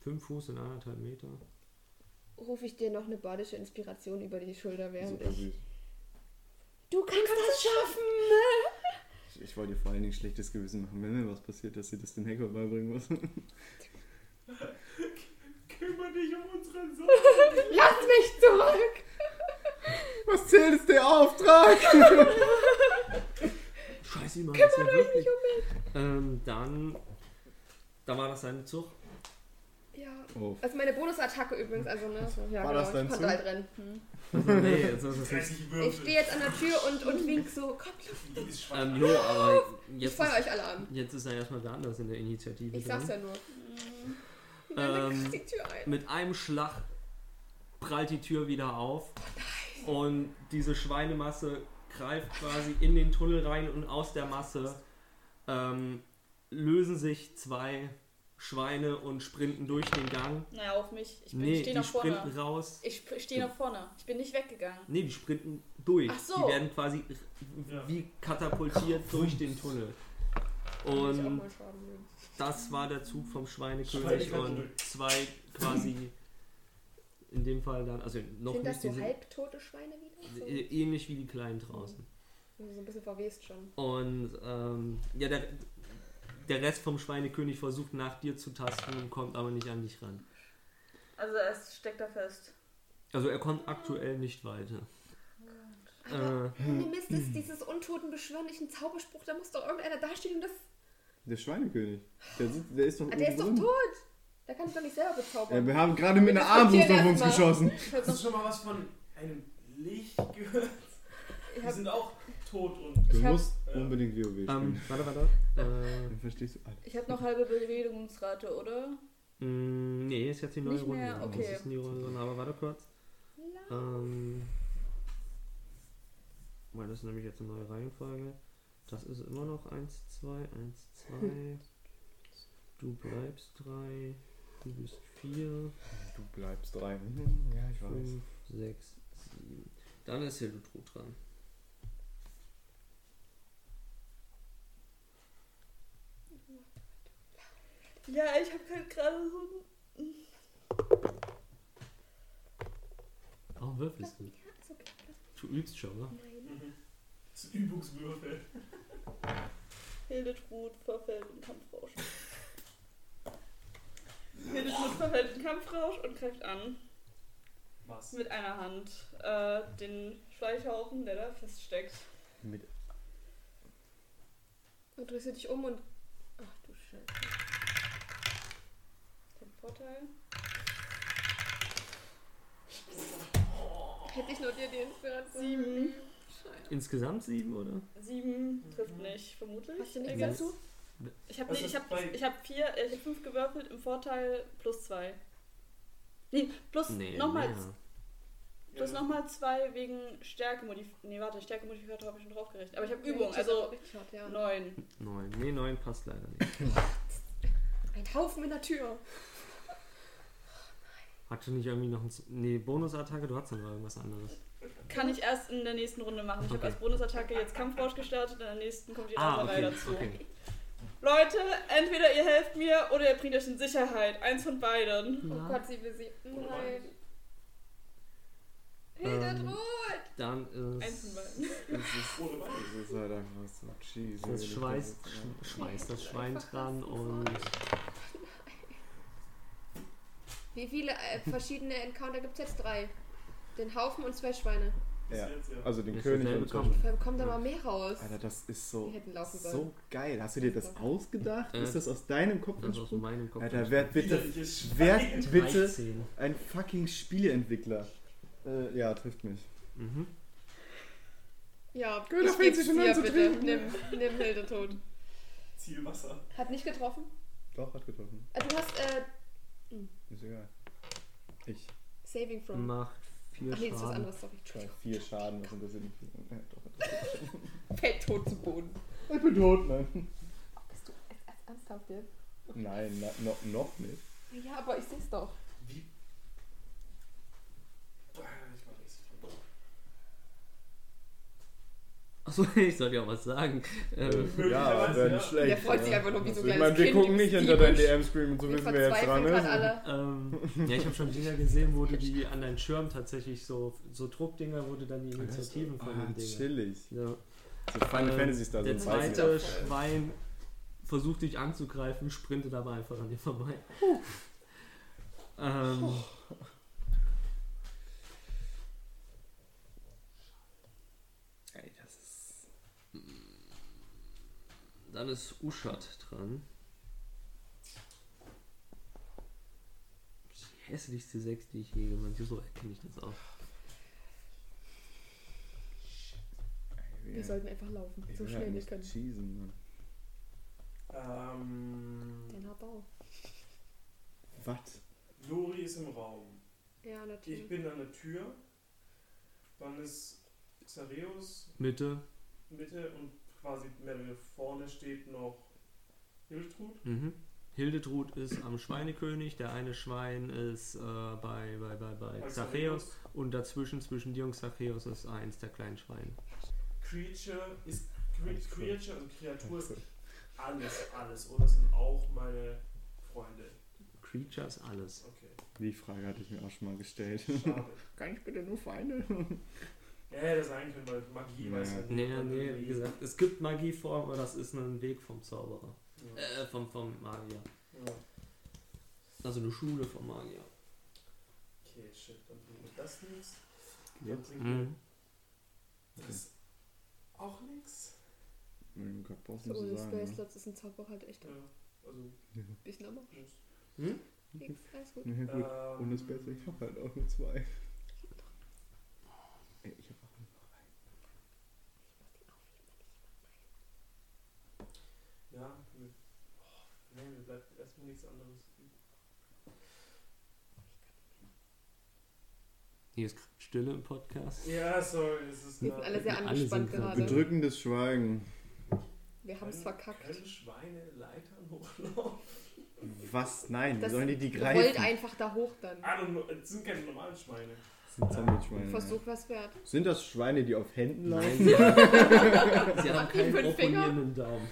E: Fünf Fuß in anderthalb Meter.
B: rufe ich dir noch eine badische Inspiration über die Schulter, während
A: Super
B: ich.
A: süß.
B: Du kannst, das schaffen!
A: Ich, ich wollte dir vor allen Dingen schlechtes Gewissen machen, wenn mir was passiert, dass sie das den Hacker beibringen muss.
D: Kümmere dich um unseren Sohn.
B: Lass mich zurück!
A: Was zählt ist der Auftrag?
E: Scheiße, Mann, das ist ja wirklich.
B: um
E: Ähm, dann. Dann war das sein Zug.
B: Ja.
A: Oh,
B: Also meine Bonusattacke übrigens, also ne? so, Ja,
A: War
B: genau,
A: das dein
B: ich konnte
A: Zug?
B: halt rennen.
E: Also, nee, jetzt ist es nicht.
D: Dreißig
B: Ich
D: Würfel.
B: stehe jetzt an der Tür und, und wink so, komm,
D: Du bist schwach.
E: Ähm, jo, aber
B: ich
E: jetzt
B: feuer
E: ist,
B: euch alle an.
E: jetzt ist ja erstmal wer anders in der Initiative.
B: Ich
E: dran.
B: sag's ja nur. Und
E: Ähm,
B: dann kriegst du die Tür ein.
E: Mit einem Schlag prallt die Tür wieder auf.
C: Oh
E: Und diese Schweinemasse greift quasi in den Tunnel rein und aus der Masse ähm, lösen sich zwei Schweine und sprinten durch den Gang.
C: Naja, auf mich. Ich, bin, ich
E: Nee,
C: stehe
E: die
C: noch vorne.
E: sprinten raus.
C: Ich sp- stehe noch vorne. Ich bin nicht weggegangen.
E: Nee, die sprinten durch.
C: Ach so.
E: Die werden quasi
D: Ja.
E: wie katapultiert durch den Tunnel.
B: Muss ich auch
E: Und
B: mal schaden nehmen.
E: das war der Zug vom Schweinekönig
D: Schweinekönig.
E: und zwei quasi in dem Fall dann, also noch
B: Sind
E: nicht
B: das so
E: diese-
B: halbtote Schweine wieder? So,
E: Ä- ähnlich wie die Kleinen draußen.
B: Also so ein bisschen verwest schon.
E: Und ähm, ja, der, der Rest vom Schweinekönig versucht nach dir zu tasten und kommt aber nicht an dich ran.
C: Also er ist- steckt da fest.
E: Also er kommt aktuell nicht weiter.
B: Aber
E: Äh,
B: ohne Mist ist dieses untoten beschwörlichen Zauberspruch, da muss doch irgendeiner dastehen und das.
A: der Schweinekönig. Der, sitzt, der ist doch
B: Ah, der ist doch
A: oben drin.
B: tot! Da kann ich doch nicht selber
A: Ja,
B: bezaubern.
A: wir haben gerade mit einer
B: Wir
A: Armbrust
B: diskutieren
A: auf uns
B: erst mal.
A: geschossen.
D: Hast du schon mal was von einem Licht gehört?
B: ich
D: Die
B: hab,
D: sind auch tot und.
A: Du
B: Ich hab-
A: musst
D: Ja.
A: unbedingt WoW spielen.
E: ähm, warte, warte. Äh,
A: Dann verstehst du Ah, alles.
C: Ich habe noch halbe Bewegungsrate, oder?
E: mh, mm, nee, ist jetzt die neue
C: Nicht
E: Runde.
C: mehr, okay.
E: Das ist die neue Runde, aber warte kurz. Ähm, weil das ist nämlich jetzt eine neue Reihenfolge. Das ist immer noch 1, 2, 1, 2. Du bleibst 3, du bist 4.
A: Du bleibst drei. Ja, ich weiß.
E: 5, 6, 7. Dann ist Hildetrud dran.
C: Ja, ich habe halt gerade so ein
E: Warum würfelst du?
B: ja, ist okay.
E: Du übst schon, oder?
B: Nein.
D: Mhm. Das sind Übungswürfel.
C: Hildetrud verfällt in Kampfrausch. Hildetrud verfällt in Kampfrausch und greift an
D: Was?
C: mit einer Hand äh, den Schleichhaufen, der da feststeckt.
A: Mit
B: Und drehst du dich um und. Ach du Scheiße.
C: Den Vorteil.
B: Hätte ich nur dir die Inspiration.
C: Sieben.
B: Scheiße.
E: Insgesamt 7, oder?
C: Sieben trifft nicht, vermutlich.
B: Hast du nichts
E: Ja.
B: dazu?
C: Ich habe
D: Was
C: nee, ich
D: ist
C: hab,
D: bei-
C: ich hab vier, äh, ich hab fünf gewürfelt, im Vorteil plus zwei. Nee, plus nochmal
E: mehr.
C: plus
D: Ja. ne.
C: nochmal zwei wegen Stärkemodifikator. Nee, warte, Stärkemodifikator habe ich schon draufgerechnet. Aber ich habe Übung, also
B: Richard, ja.
C: neun.
E: 9. Nee, 9 passt leider nicht.
B: Ein Haufen in der Tür.
E: Hattest du nicht irgendwie noch ein. Z- Nee, Bonusattacke? Du hattest ja noch irgendwas anderes.
C: Kann ich erst in der nächsten Runde machen. Ich
E: Okay.
C: habe als Bonusattacke jetzt Kampfrausch gestartet, in der nächsten kommt die
E: Ah,
C: Raserei
E: okay.
C: dazu.
E: okay.
C: Leute, entweder ihr helft mir oder ihr bringt euch in Sicherheit. Eins von beiden.
B: Oh Gott, sie will sie. Nein.
A: Ähm.
B: Hildetrud!
E: Dann
C: Eins von
E: ist.
C: beiden.
A: Das ist,
D: Ohne Beine.
A: das ist halt einfach so cheesy.
E: Das schweißt, sch- schweißt das Schwein dran und.
B: Wie viele äh, verschiedene Encounter gibt's jetzt? Drei. Den Haufen und zwei Schweine.
D: Bis
A: Ja.
D: jetzt, ja.
A: Also den
E: Ist
A: König
E: derselbe
A: und
E: Kampf.
B: Vor allem kommen da mal mehr raus.
A: Alter, das ist
B: Die
A: so,
B: hätten laufen sollen.
A: so geil. Hast du dir das ausgedacht?
E: Äh.
A: Ist das aus deinem Kopf
E: Das ist aus
A: entsprungen?
E: meinem Kopf.
A: Alter, wer bitte,
D: Widerliches Sch-
A: wer bitte
E: 13.
A: ein fucking Spieleentwickler? Äh, ja, trifft mich.
E: Mhm.
B: Ja,
A: Gut, da
B: ich
A: fängt
B: geb's
A: sie schon an
B: dir,
A: zu
B: bitte.
A: trinken.
B: Nimm, nimm Hildetrud.
D: Zielwasser.
B: Hat nicht getroffen?
A: Doch, hat getroffen.
B: Äh, Du hast äh,
A: Ist egal. Ich
B: Saving from.
E: Macht 4
B: Ach nee, das ist was
E: Schaden.
B: anderes, sorry.
A: zwei,
B: Entschuldigung.
A: vier Schaden. Was sind das denn? Ja, doch, hat getroffen.
B: Fällt tot zu Boden.
A: ich bin tot, nein.
F: Habt ihr?
A: Nein, na, no, noch nicht.
F: Ja, aber ich sehe es doch.
D: Wie. Ah, Ich mach nichts.
E: Achso, ich soll ja auch was sagen.
B: Äh,
E: Ähm,
D: Möglicherweise,
A: wenn
D: ja.
A: schlecht.
B: Der freut sich
A: ja. Also
B: einfach nur wie so ein
A: ich
B: kleines
A: meine, wir
B: Kind,
A: gucken
B: die
A: nicht
B: ist
A: hinter E deinen
B: diebisch.
A: DM-Stream, so wissen wir jetzt dran ne?
B: verzweifeln
A: ist.
B: gerade alle.
E: ähm, ja, ich habe schon Dinger gesehen, wo du die an deinen Schirm tatsächlich so, so Druckdinger, wo du dann die Initiativen von
A: Ah,
E: den Dingen.
A: chillig.
E: Ja.
A: So Final
E: Ähm,
A: Fantasy ist da so
E: Der
A: ein Zeichen.
E: zweite Schwein versucht dich anzugreifen, sprintet aber einfach an dir vorbei. Ähm,
A: Ey, das ist.
E: dann ist Uschat dran. Die hässlichste Sechs, die ich je gemacht habe. So erkenne ich das auch.
B: Wir sollten einfach laufen, so schnell wir können.
A: Cheesen, Mann.
D: Ähm.
B: Den hat auch.
A: Was?
D: Lori ist im Raum.
B: Ja,
D: Ich
B: natürlich.
D: bin an der Tür. Dann ist Xareus
E: Mitte.
D: Mitte und quasi mehr oder weniger vorne steht noch Hiltrud.
E: Mhm. Hildetrud ist am Schweinekönig, der eine Schwein ist äh, bei, bei, bei, bei
D: Also
E: Xacheos
D: Xareus.
E: und dazwischen zwischen dir und Xacheos ist eins der kleinen Schweine.
D: Creature ist Cre Creature, also Kreatur ist alles, alles. Oder sind auch meine Freunde.
E: Creatures alles.
D: Okay,
A: Die Frage hatte ich mir auch schon mal gestellt.
D: schade.
A: Kann ich bitte nur Feinde?
D: ja, hätte sein können, weil Magie
A: Ja.
D: weiß man
E: Nee,
D: nicht.
E: nee, wie gesagt, es gibt Magieformen, aber das ist ein Weg vom Zauberer.
D: Ja.
E: Äh, vom, vom Magier.
D: Ja.
E: Also eine Schule vom Magier.
D: Okay, shit, dann bringt mir das nichts.
A: Ja.
D: Dann bringt mir
E: Mhm.
D: das auch nichts.
A: Mit dem muss
B: So,
A: ich
B: ohne
A: sagen.
B: Space
A: ne?
B: Slots ist ein Zauber halt echt
D: Ja,
B: ein
D: also.
B: bisschen aber.
D: nix.
B: Nix, alles gut.
A: Na gut,
D: Ähm,
A: ohne Space, ich hab halt auch nur zwei. Ey, Ich hab auch nur noch einen.
D: Ja, wir, oh, nee, mir bleibt erstmal nichts anderes. übrig.
E: Hier ist Stille im Podcast.
D: Ja, sorry, es ist
B: Wir sind alle sehr
E: alle
B: angespannt
E: sind gerade-
B: gerade.
A: Bedrückendes Schweigen.
B: Wir haben es verkackt.
D: Können Schweine Leitern hochlaufen?
A: Was? Nein, wie
B: Das
A: sollen die die
B: Rollt
A: greifen?
B: einfach da hoch dann.
D: I don't know, es sind keine normalen Schweine.
A: Das sind Zombie-Schweine.
B: Versuch was wert.
A: ja. Sind das Schweine, die auf Händen
E: Nein,
A: laufen?
E: sie, sie haben
B: Hat die
E: keinen
B: fünf Finger?
E: proponierenden Daumen.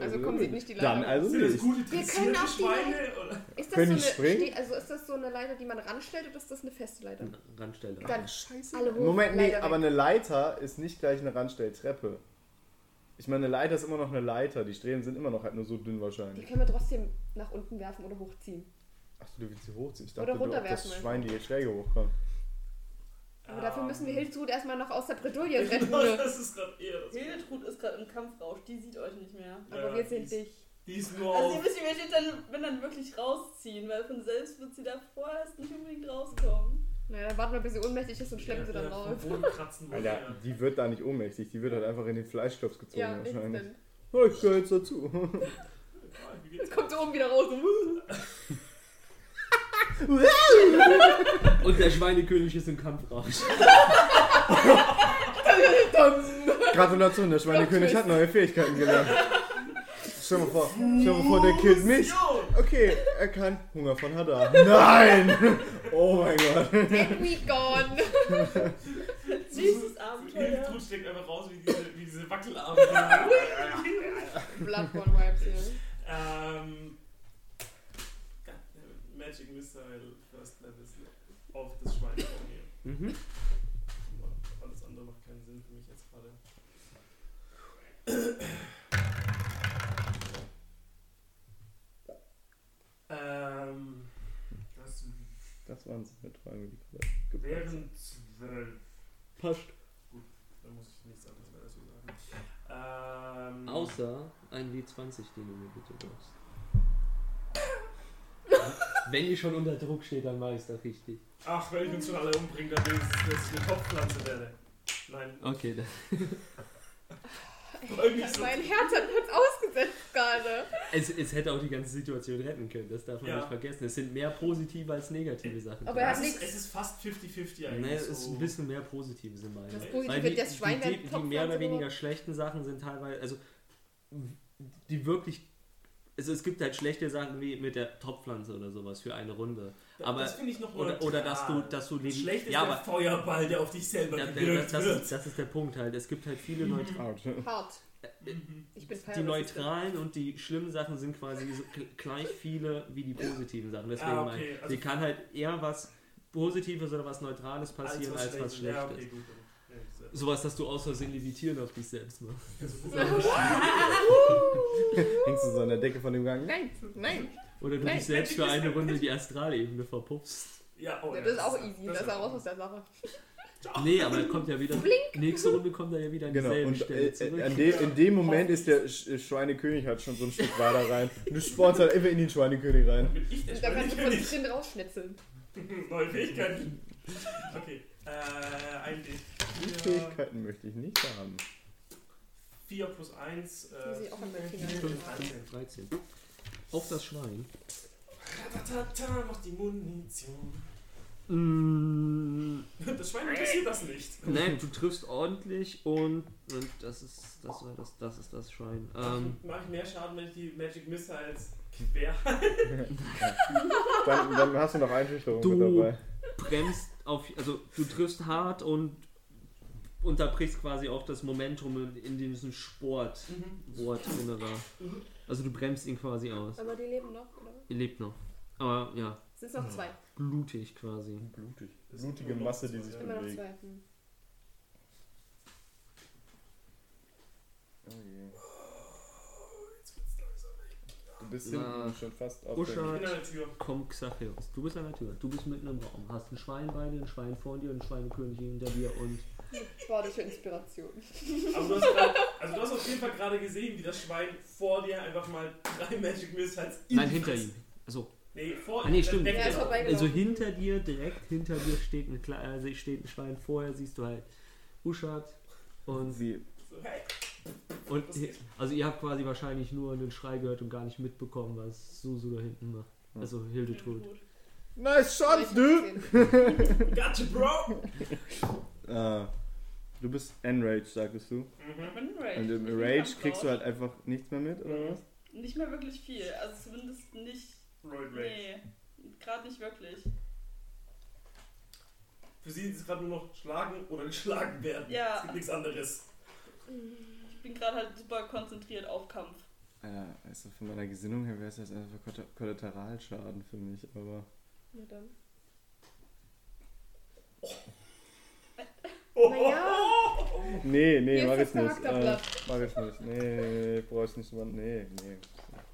B: Also kommen sie nicht die Leiter
A: Dann
B: hoch.
A: also
D: Sind das
A: nicht.
D: gute
B: können auch
D: dressierte
B: die
D: Schweine? Oder?
B: Ist das, so
A: Können
B: eine,
A: die springen?
B: Ste- also ist das so eine Leiter, die man ranstellt oder ist das eine feste Leiter?
E: Randstelle.
B: Dann
A: Scheiße.
B: alle hoch.
A: Moment, nee,
B: Leiter weg.
A: aber eine Leiter ist nicht gleich eine Randstelltreppe. Ich meine, eine Leiter ist immer noch eine Leiter. Die Streben sind immer noch halt nur so dünn
B: Die
A: wahrscheinlich.
B: können wir trotzdem nach unten werfen oder hochziehen.
A: Achso, du willst sie hochziehen. Ich
B: Oder
A: dachte, du, ob
B: runterwerfen
A: das
B: einfach.
A: Schwein die Schläge hochkommt. Ah.
B: Aber dafür müssen wir
D: Ähm,
B: Hiltrud erstmal noch aus der Bredouille retten.
D: Genau,
B: ne?
D: das ist gerade eher das.
C: Hildetrud ist gerade im Kampfrausch, die sieht euch nicht mehr.
B: Aber
D: Ja,
B: wir
D: die
B: sehen
D: ist-
B: dich.
D: Die ist nur
C: Also ihr
D: auf.
C: müsst ihr jetzt dann, wenn dann wirklich rausziehen, weil von selbst wird sie da vorerst nicht unbedingt rauskommen.
B: Na, dann warten wir, bis sie ohnmächtig ist und schleppen sie dann
D: Ja,
B: raus.
D: vom Boden kratzen wollen.
A: Alter, die wird da nicht ohnmächtig. Die wird halt einfach in den Fleischklops gezogen
B: Ja,
A: wahrscheinlich.
B: instant.
A: Oh, ich gehöre jetzt dazu.
D: Wie
B: Jetzt
D: geht's?
B: kommt sie oben wieder raus.
E: Und der Schweinekönig ist im Kampfrausch.
A: Gratulation, der Schweinekönig hat neue Fähigkeiten gelernt. Stell mal vor, stell mal vor, der killt mich.
D: Jo!
A: Okay, er kann Hunger von Hadar. Nein! Oh mein Gott.
B: And we gone.
C: Süßes Abenteuer.
D: Hildetrud steckt einfach raus wie diese, wie diese Wackelarme.
B: Bloodborne Vibes hier.
D: Ähm. Goddammit, Magic Missile First Level ist auf das Schwein von mir.
E: Mhm.
D: Alles andere macht keinen Sinn für mich jetzt gerade. ähm. Das
A: Das waren so mit Träume, die gerade geplatzt
D: wären zwölf.
E: Passt.
D: Da muss ich nichts anderes mehr dazu sagen. Ähm.
E: Außer ein W20, den du mir bitte brauchst. Wenn die schon unter Druck steht, dann mache ich es doch richtig.
D: Ach, wenn ich uns schon alle umbringe, dann wenigstens, dass ich eine Kopfpflanze werde. Nein,
E: Okay, dann.
D: irgendwie so.
B: Mein Herz hat kurz ausgesetzt gerade.
E: Es, es hätte auch die ganze Situation retten können, das darf man
D: Ja.
E: nicht vergessen. Es sind mehr positive als negative Sachen.
B: Aber
E: drin.
B: er
D: Es
B: hat
D: ist,
B: nichts.
D: es ist fast 50-50 eigentlich.
E: Nee, es ist
D: so.
E: ein bisschen mehr positive sind meine.
B: Das
E: Weil
B: Positive,
E: die,
B: das Schwein
E: die,
B: wäre
E: die, die
B: Topfpflanze
E: mehr oder weniger
B: geworden.
E: schlechten Sachen sind teilweise, also die wirklich Also es gibt halt schlechte Sachen wie mit der Topfpflanze oder sowas für eine Runde. Aber-
D: das finde ich noch
E: Oder,
D: neutral.
E: oder dass du, dass du
D: Das
E: neben-
D: Schlecht ist
E: ja,
D: der
E: aber
D: Feuerball, der auf dich selber
E: da- da-
D: geblökt
E: das,
D: wird.
E: ist, das ist der Punkt halt. Es gibt halt viele
B: Mhm.
E: neutral,
A: Out.
B: Hart. Ich bin
E: die
B: feierlich.
E: neutralen und die schlimmen Sachen sind quasi so gl- gleich viele wie die positiven Sachen. Deswegen
D: Ah,
E: meine
D: okay.
E: ich,
D: Also-
E: sie kann halt eher was Positives oder was Neutrales passieren als was, Schlechtes.
D: Ja, okay, gut. dann- ja, sehr.
E: Sowas, dass du aus Versehen levitieren auf dich selbst machst.
A: Hängst du so an der Decke von dem Gang?
B: Nein, nein.
E: Oder du
B: Nein,
E: dich selbst für eine Runde die Astralebene verpuppst.
D: Ja, oh, ja,
B: Das ist auch easy. Das ist auch raus aus
D: was.
B: der Sache.
E: Nee, aber kommt ja wieder.
B: Blink.
E: Nächste Runde kommt er ja wieder an
A: Genau,
E: dieselbe
A: und äh,
E: Stelle
A: äh,
E: zurück.
A: an dem- in dem Moment ist der Sch Schweinekönig halt schon so ein Stück weiter rein. Du sportst halt immer in den Schweinekönig rein.
D: Bin ich der
B: Und dann kannst du von
D: Schweinekönig?
B: drin rausschnitzeln.
D: Neue Fähigkeiten. Okay, äh, ein D.
A: Die
D: vier-
A: Fähigkeiten möchte ich nicht haben.
D: 4 plus 1. Äh,
B: Muss ich auch an meinen Finger
E: Fünf,
B: halten.
E: 13. Auf das Schwein.
D: Ratatata macht die Munition.
E: Mm,
D: Das Schwein interessiert das nicht.
E: nein, du triffst ordentlich und, und das ist das war das das ist das Schwein. Ähm,
D: Mache ich mehr Schaden, wenn ich die Magic Missiles quer
A: Dann, dann hast du noch Einschüchterung
E: Du-
A: mit dabei.
E: bremst auf also du triffst hart und unterbrichst quasi auch das Momentum in, in diesem Sport Wort drin war. Also du bremst ihn quasi aus.
B: Aber die leben noch, oder?
E: Er lebt noch. Aber ja,
B: Es sind noch zwei.
E: Hm. blutig quasi.
A: Blutig.
D: Das
A: Blutige
D: ist
A: Masse, die
D: nur
A: sich
D: noch
B: Immer noch
A: bewegt.
B: zwei. Hm.
A: Oh je. Du bist
E: Na,
A: hinten schon fast auf
D: Ich
E: Usha.
D: bin an der Tür.
E: Komm, Xachios, du bist an der Tür. Du bist mitten im Raum. Hast ein Schwein bei dir, ein Schwein vor dir, ein Schweinekönig hinter dir und
B: Sportliche Inspiration.
D: Aber du hast, grad, also du hast auf jeden Fall gerade gesehen, wie das Schwein vor dir einfach mal drei Magic Missiles in
E: nein
D: die
E: hinter
D: Fresse-
E: ihm. Also,
D: Nee, vor
E: Ah, nee, stimmt.
D: Weg-
B: Ja, ist
E: also
A: Genau.
B: vorbeigelaufen.
E: hinter dir, direkt hinter dir steht ein, Kle- also steht ein Schwein. Vorher siehst du halt Uschat und
A: Sie
D: Hey,
E: Und
D: Was
E: ihr,
D: geht?
E: also ihr habt quasi wahrscheinlich nur einen Schrei gehört und gar nicht mitbekommen, was Susu da hinten macht.
A: Hm.
E: Also Hildetrud.
A: Nice shot,
B: Ich
A: dude!
B: hab's gesehen.
D: gotcha, bro!
A: Ah, du bist enraged, sagtest du.
D: Mhm.
C: Ich bin Rage.
A: Und im
C: Ich bin
A: Rage
C: kampflaut.
A: kriegst du halt einfach nichts mehr mit,
B: Mhm.
A: oder was?
C: Nicht mehr wirklich viel. Also zumindest nicht.
D: Roll Rage.
C: Nee. Gerade nicht wirklich.
D: Für sie ist es gerade nur noch schlagen oder geschlagen werden.
C: Ja.
D: Es gibt nichts anderes.
C: Ich bin gerade halt super konzentriert auf Kampf.
A: Ja, also von meiner Gesinnung her wäre es jetzt einfach Kollater- Kollateralschaden für mich, aber.
B: Na dann.
D: Oh,
B: Naja.
A: Nee, nee,
B: Hier
A: mach ich
B: ist das
A: nicht. Äh,
B: Charakterblatt.
A: mach ich nicht. Nee, nee, nee, brauch ich nicht. machen. Nee, nee, Äh.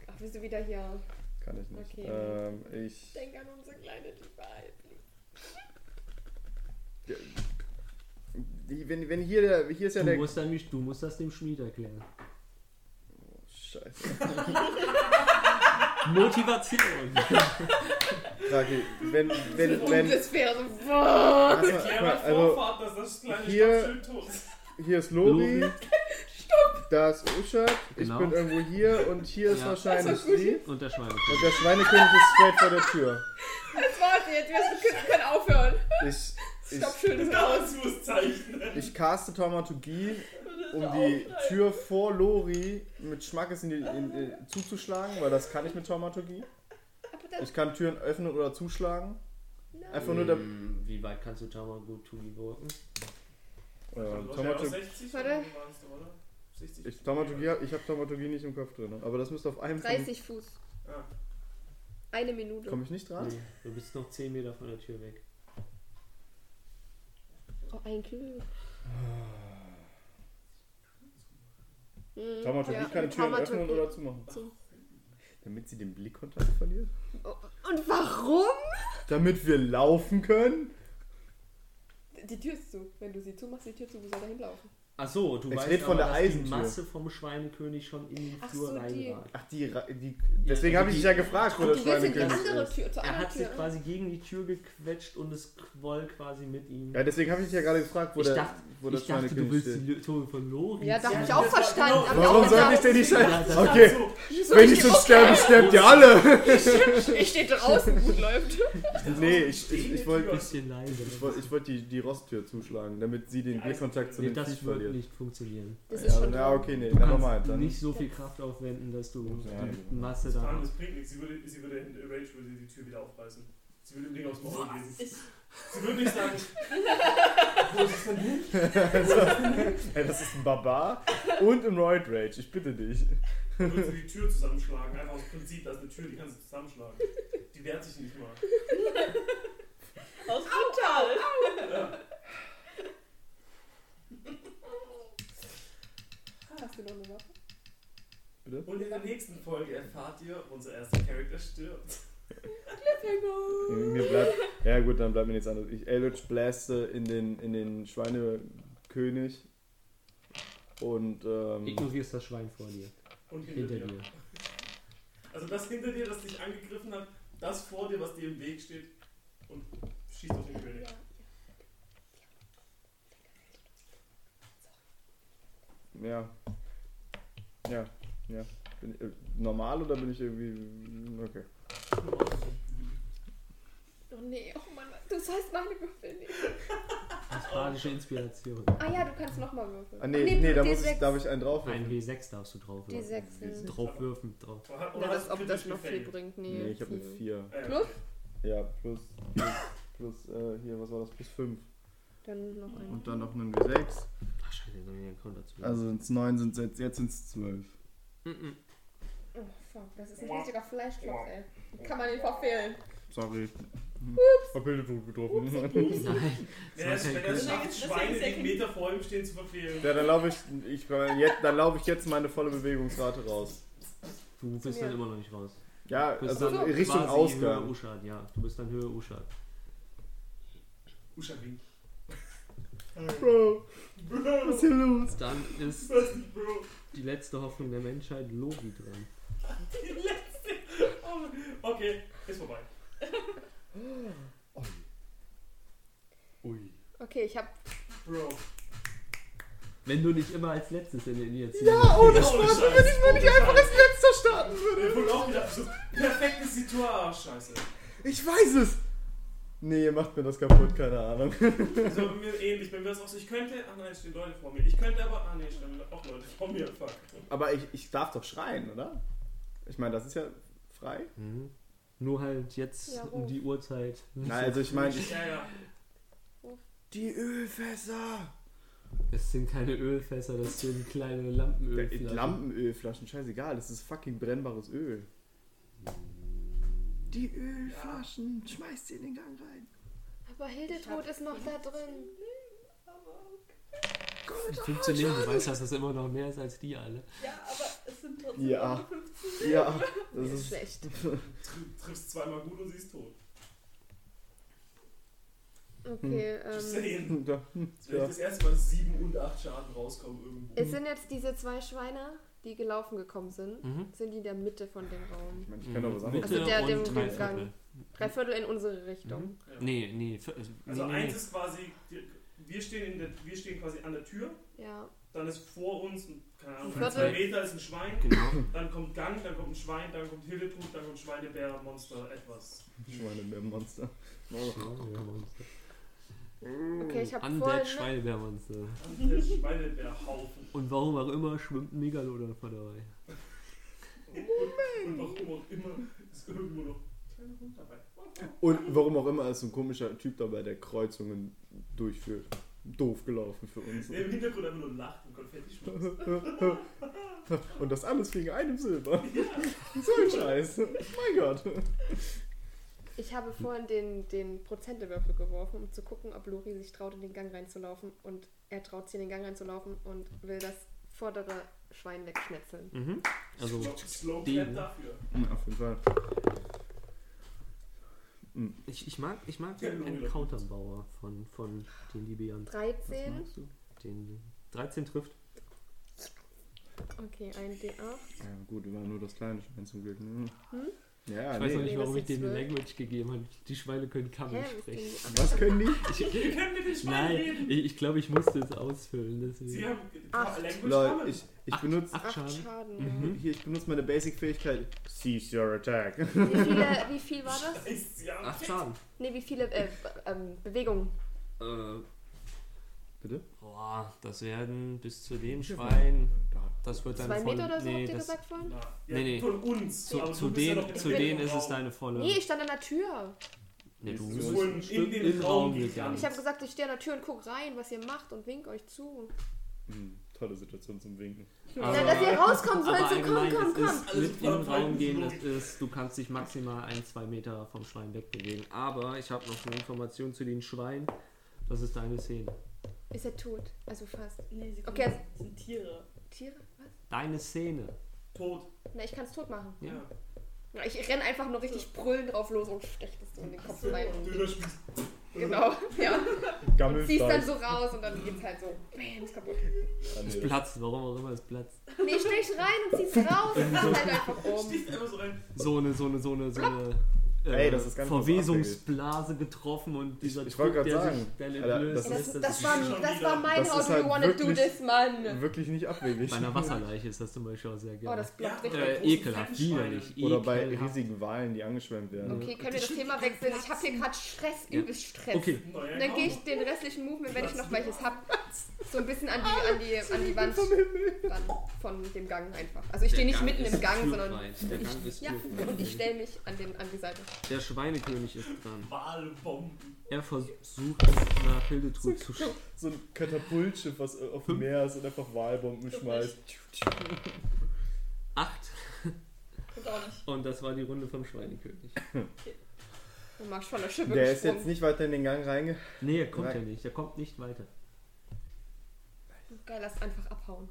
B: Ach, wir sind wieder hier.
A: kann ich nicht.
B: Okay.
A: Ähm, ich.
B: Denk an unsere kleine liebe Halbling.
A: Die- Wenn, wenn hier der. Hier ist ja
E: Du
A: der.
E: musst, dann, nicht- du musst das dem Schmied erklären.
A: Scheiße.
E: Motivation.
A: Raki, wenn. wenn,
B: Und
A: wenn
B: das wäre so. Wow.
A: Warte mal, guck
D: Erklär
A: mal,
D: mal
A: also,
D: Vorfahrt, dass das kleine
A: hier-
D: Stadtschild tot ist.
A: hier ist Lori.
E: Lori.
A: Da ist Ushat.
E: Genau.
A: Ich bin irgendwo hier und hier ist
E: Ja.
A: wahrscheinlich sie.
E: und der
A: Und
E: Schweinekönig.
A: der Schweinekönig ist straight vor der Tür.
B: Jetzt warte, jetzt wir können, können aufhören.
A: Ich. Ich,
B: Stopp, schönes Haus.
D: Das muss zeichnen.
A: ich caste Taumaturgie
C: Das ist
A: um
C: der
A: die
C: Aufschrei.
A: Tür vor Lori mit Schmackes in die, in, in, zuzuschlagen, weil das kann ich mit Taumaturgie.
B: Aber dann.
A: Ich kann Türen öffnen oder zuschlagen.
B: Nein.
A: Einfach nur der.
E: Ähm, Wie weit kannst du Tama gut wirken?
A: Ähm,
D: Leute, aber
A: Taumaturgie,
D: 60
B: Warte.
D: waren es doch, oder? 60.
A: ich Taumaturgie, hab- ich habe Taumaturgie nicht im Kopf drin, aber das müsste auf einem. von-
B: 30 Fuß.
D: Ah.
B: Eine Minute.
A: Komm ich nicht dran?
E: Nee, du bist noch 10 Meter von der Tür weg.
B: Oh, ein Kühl. Mhm,
A: Taumaturgie
B: ja.
A: kann Türen öffnen
B: Taumaturgie.
A: oder zumachen.
B: Zu.
A: Damit sie den Blickkontakt verliert?
B: Oh, Und warum?
A: Damit wir laufen können?
B: Die Tür ist zu. Wenn du sie zumachst, die Tür zu, wo soll da hinlaufen?
E: Ach so, du
A: Ich
E: weißt
A: red von
E: aber,
A: der
E: dass die
A: Eisentür.
E: Masse vom Schweinekönig schon in den
B: Ach
E: Flur
B: so, die-
E: rein war.
A: Ach, die. Ra- die deswegen
E: also
A: habe ich
E: die-
A: dich ja gefragt, wo
B: Du
A: der
B: willst in die
A: Schweinekönig
B: andere
A: ist.
B: Tür, zur
E: Er
B: anderen
E: hat sich
B: Tür. rein.
E: quasi gegen die Tür gequetscht und es quoll quasi mit ihm.
A: Ja, deswegen habe ich dich ja gerade gefragt, wo
E: Ich
A: der,
E: dachte-
A: wo der
E: ich dachte, du
A: Schweinekönig
E: willst
A: ist.
E: die Tore von Lori.
B: Ja, da
E: ziehen.
B: habe ich auch verstanden.
D: Genau.
B: Hab ich auch
A: Warum sollte ich
B: gedacht.
A: denn nicht
E: Ja,
A: scheiße?
E: das-
A: Okay,
D: So,
B: Wieso
A: wenn ich
B: steht-
A: so sterbe, sterbt ihr alle!
B: Ich stehe draußen, gut läuft.
A: Nee, ich, ich, ich wollte.
E: bisschen leiser.
A: Ich wollte ich wollt die, die Rosttür zuschlagen, damit sie den
D: Die
A: Blickkontakt zu
E: Nee,
A: dem
E: das
A: Viech
E: wird
A: funktioniert.
E: nicht funktionieren.
B: Das
A: ja,
B: ist schon
A: ja,
B: dran.
A: okay, nee,
E: Du
A: dann
E: kannst
A: nochmal. Dann
E: nicht so viel Kraft aufwenden, dass du
A: Ja,
E: die
A: genau.
E: Masse
D: Vor
E: da
D: allem, das bringt nichts. Sie würde, sie würde in Rage würde sie die Tür wieder aufreißen. Sie würde dem Ding aufs Maul gehen.
C: Was? Ich,
D: Sie würde nicht sagen, wo ist es denn hin?
A: Ey, das ist ein Barbar und ein Roid Rage, ich bitte dich.
D: Dann würde sie die Tür zusammenschlagen. Einfach aus Prinzip, da ist eine Tür, die kannst du zusammenschlagen. Die wehrt sich nicht mal.
C: aus Brutal.
B: Hast du noch eine Waffe?
D: Und in der nächsten Folge erfahrt ihr, unser erster Charakter stirbt.
A: Mir bleibt. Ja gut, dann bleibt mir nichts anderes. Ich Eldritch blaste in den, in den Schweinekönig. Und ähm,
E: ignorierst das Schwein vor dir,
D: Und hinter,
E: hinter
D: dir.
E: dir.
D: Also das hinter dir, das dich angegriffen hat, das vor dir, was dir im Weg steht. Und schießt auf den König.
A: ja. Ja, ja. Bin ich, äh, normal oder bin ich irgendwie. Okay.
B: Oh nee, oh Mann, das heißt meine Würfel nicht.
E: Das badische Inspiration.
B: Ah ja, du kannst nochmal würfeln.
A: Ah nee, nee, da muss ich,
B: D6.
A: darf ich einen drauf
E: Ein W6 darfst du drauf
B: Die
E: werfen.
B: sechs, ja.
E: Draufwürfen, drauf.
B: Oder Oh, das,
D: hast du
B: ob das
D: kritisch
B: noch viel
D: gefailt?
B: bringt. Nee,
A: Nee, ich habe eine
B: viel.
A: 4.
D: Ah, ja.
B: Plus?
A: Ja, plus, plus, plus äh, hier, was war das? Plus 5.
B: Dann noch ein.
A: Und dann noch einen W6.
E: Ach scheiße, dann den Counter zu.
A: Also sind's 9, sind's jetzt, jetzt sind's 12.
E: Mhm.
B: Oh fuck, das ist ein richtiger Fleischklopf, ey. Kann man ihn verfehlen.
A: Sorry. Ups. Verbildet getroffen.
E: Nein.
D: Wenn er
E: Das war kein
D: es
E: Glück.
D: schafft,
C: Deswegen-
D: Schweine, die
C: deswegen-
D: einen Meter vor ihm stehen, zu verfehlen.
A: Ja, dann laufe ich, ich, jetzt- dann laufe ich jetzt meine volle Bewegungsrate raus.
E: Du bist
B: Ja.
E: dann immer noch nicht raus.
A: Ja,
E: Du bist
A: also
E: dann
A: Richtung
E: quasi Höhe
A: Ausgang.
E: Uschad, ja. Du bist dann Höhe Uschad.
D: Usha winkt.
A: Bro,
D: Bro,
A: hier los?
E: Dann ist
D: was ist Bro?
E: die letzte Hoffnung der Menschheit Logi dran.
D: Die letzte. Oh, Mann. Okay, ist vorbei.
A: Ui.
B: Okay, ich hab.
D: Bro.
E: Wenn du nicht immer als letztes in den Initiativen.
B: oh.
A: Ja, ohne Spaß,
D: Scheiß,
A: wenn ich, wenn ich
D: ohne
A: einfach als letzter starten
D: Ich
A: würde.
D: wurde auch gedacht, so, perfektes Situar. Scheiße.
A: Ich weiß es. Nee, ihr macht mir das kaputt, keine Ahnung.
D: So, bei mir ähnlich. Bei mir ist auch so, ich könnte. Ach nein, stehen Leute vor mir. Ich könnte aber. Ah nee, stehen auch Leute vor mir. Fuck.
A: Aber ich, ich darf doch schreien, oder? Ich meine, das ist ja frei.
E: Mhm. Nur halt jetzt
B: Ja, oh.
E: um die Uhrzeit.
A: Nein, also ich meine, ich,
D: Ja, ja.
A: die Ölfässer.
E: Das sind keine Ölfässer, das sind kleine Lampenölflaschen.
A: Lampenölflaschen, scheißegal, das ist fucking brennbares Öl. Die Ölflaschen, schmeißt sie in den Gang rein.
B: Aber Hildetrud ist noch da drin.
E: Die 15 Leben, du weißt, dass das immer noch mehr ist als die alle.
C: Ja, aber es sind trotzdem
A: Ja.
C: nur 15.
A: Ja, das
B: Das ist
A: ist.
B: schlecht.
D: Tr- Triffst zweimal gut und sie ist tot.
B: Okay,
A: Hm.
D: Just
B: ähm.
D: saying.
A: Ja,
D: Wenn ich das erste Mal 7 und 8 Schaden rauskommen irgendwo.
B: Es sind jetzt diese zwei Schweine, die gelaufen gekommen sind.
E: Mhm.
B: Sind die in der Mitte von dem Raum?
A: Ich meine, ich kann doch was
E: Mitte
A: anderes.
B: Also der-
E: und
B: dem- dem
E: drei
B: Gang.
E: Viertel.
B: Drei Viertel in unsere Richtung.
A: Mhm.
D: Ja.
E: Nee, nee. vier- äh, nee,
D: Also
E: nee,
D: eins
E: nee.
D: ist quasi, die- wir stehen, in der, wir stehen quasi an der Tür,
B: Ja.
D: dann ist vor uns, ein- keine Ahnung,
B: Viertel.
D: ein zwei Meter ist ein Schwein,
E: Genau.
D: dann kommt Gang, dann kommt ein Schwein, dann kommt Hildetrud, dann kommt Schweinebär, Monster, etwas.
A: Schweinemonster.
E: Schweinebärmonster.
B: Okay,
E: Hm,
B: ich habe
E: Undead
B: vorhin.
E: Schweinebermonster.
B: Mhm.
D: Dann der Schweinebärhaufen.
E: Und warum auch immer schwimmt ein Megalodon vor dabei.
B: Oh
D: Und warum auch immer ist irgendwo noch kleiner Hund dabei.
A: Und warum auch immer ist so ein komischer Typ dabei, der Kreuzungen durchführt. Doof gelaufen für
E: Also-
A: uns.
D: Der im Hintergrund einfach nur lacht und Konfetti schmeißt.
A: Und das alles wegen einem Silber. So ein Scheiß. Mein Gott.
B: Ich habe vorhin den, den Prozentewürfel geworfen, um zu gucken, ob Lori sich traut, in den Gang reinzulaufen. Und er traut sich, in den Gang reinzulaufen und will das vordere Schwein wegschnetzeln.
E: Mhm. Also,
D: Slow- Slow
E: den-
D: Clap dafür.
A: Ja, auf jeden Fall.
E: ich, ich mag, ich mag den Encounterbauer von, von den Libyan.
B: 13.
A: Magst du?
E: Den 13 trifft.
B: Okay, ein D8.
A: Ja, gut, war nur das kleine Schwein zum Glück. ne? Ja,
E: Ich weiß noch
A: nee.
E: nicht,
B: Nee,
E: warum
B: das
E: ich denen
B: ist
E: eine
B: zwölf.
E: Language gegeben habe. Die Schweine können Kammel
B: Hä, was
E: sprechen.
B: ist denn die
A: Was können die?
D: Wir können mit den Schweinen
E: Nein,
D: reden.
E: ich, ich glaube, ich musste es ausfüllen.
D: Sie
E: Deswegen.
D: haben
B: Acht.
D: Language
A: Leute,
D: Leute,
A: ich, ich benutze.
E: Acht
B: 8
E: Schaden.
B: Schaden.
E: Mhm.
A: Hier, ich benutze meine Basic-Fähigkeit. Cease your attack.
B: Ja. Wie, viele, wie viel war das?
D: Scheiße, ja.
E: Acht Schaden.
B: Ne, wie viele äh, ähm, Bewegungen?
E: Äh,
A: Bitte?
E: Boah, das werden bis zu dem Schwein. Das wird dann
B: Zwei
E: voll.
B: Meter oder so,
E: nee,
B: habt ihr
E: das,
B: gesagt vorhin?
D: Na,
E: Nee, nee.
D: Von uns.
E: zu,
D: aber
E: zu
D: du bist ja
E: denen,
D: noch
E: zu
D: im
E: denen ist es
D: Raum.
E: deine volle.
B: Nee, ich stand an der Tür.
E: nee, du
A: Wir
D: Wir
E: bist
A: wollen
D: wurden in
E: bestimmt
D: den Raum
E: gegangen.
B: Ich habe gesagt, ich stehe an der Tür und guck rein, was ihr macht und wink euch zu.
A: Hm, tolle Situation zum Winken.
E: Aber-
B: ja, dass ihr rauskommen
E: aber
B: sollt, so komm,
E: allgemein,
B: komm, komm.
E: es Ist,
D: Also
E: mit in den
D: Alles
E: Raum gehen, es
D: verfolgt.
E: ist, du kannst dich maximal ein, zwei Meter vom Schwein wegbewegen. Aber ich habe noch eine Information zu den Schweinen. Das ist deine Szene.
B: Ist er tot? Also fast.
C: Nee, sie
B: Okay.
C: das sind Tiere.
B: Tiere? Was?
E: Deine Szene.
D: Tot.
B: Na, ich kann es tot machen.
E: Ja.
D: Ja.
B: Na, Ich renn einfach nur richtig brüllend drauf los und stech das so in den Kopf rein.
D: Döner spielst.
B: Genau, ja. Und ziehst dann
A: Gammelfleisch.
B: so raus und dann geht's halt so. Bam, ist kaputt.
A: Ah, nee,
E: Es
A: das-
E: platzt, warum auch immer es platzt.
B: Nee, ich stech rein und zieh's raus und mach halt einfach um.
D: Stichst einfach so rein.
E: So eine, so eine, so eine, so eine äh,
A: Ey, das ist ganz kurz
E: Verwesungsblase getroffen und dieser
A: ich wollte
E: Druck,
A: grad
E: der
A: sagen,
E: sich dann
A: Alter,
E: entblößt,
A: das
B: Das,
E: lässt,
B: das,
E: ist-
B: war,
D: schon
B: das
D: wieder-
B: war mein
A: das
B: How
A: ist
B: do
A: halt
B: you wanna do
A: wirklich-
B: this, Mann.
A: Wirklich nicht abwegig.
E: Bei einer Wasserleiche ist das zum Beispiel auch sehr
B: Oh,
E: geil.
B: das bleibt
D: Ja.
B: richtig.
E: äh,
D: großen
E: ekelhaft,
D: Fettschweine.
E: widerlich.
A: Oder bei
E: ekelhaft.
A: riesigen Walen, die angeschwemmt werden.
B: Okay, können wir das Thema wechseln? Ich hab hier gerade Stress,
E: Ja.
B: übelst Stress.
E: Okay,
B: Und dann gehe ich den restlichen Movement, wenn ich noch welches hab, so ein bisschen an die, an die, an die Wand ran von dem Gang einfach. Also ich stehe nicht mitten im Gang, sondern
E: Der Gang ist
B: ja, und ich stelle mich an, den, an die Seite.
E: Der Schweinekönig ist dran.
D: Wahlbomben.
E: Er versucht es nach Hildetrud zu sch-
A: So ein Katapultschiff, was auf
E: Hm?
A: dem Meer ist und einfach Walbomben schmeißt.
E: Acht.
C: Kommt auch nicht.
E: Und das war die Runde vom Schweinekönig.
B: Du machst von der Schippe
A: Der ist
B: gesprungen.
A: jetzt nicht weiter in den Gang reinge...
E: Nee, er kommt
A: Nein.
E: ja nicht. Er kommt nicht weiter.
B: Geil, lass einfach abhauen.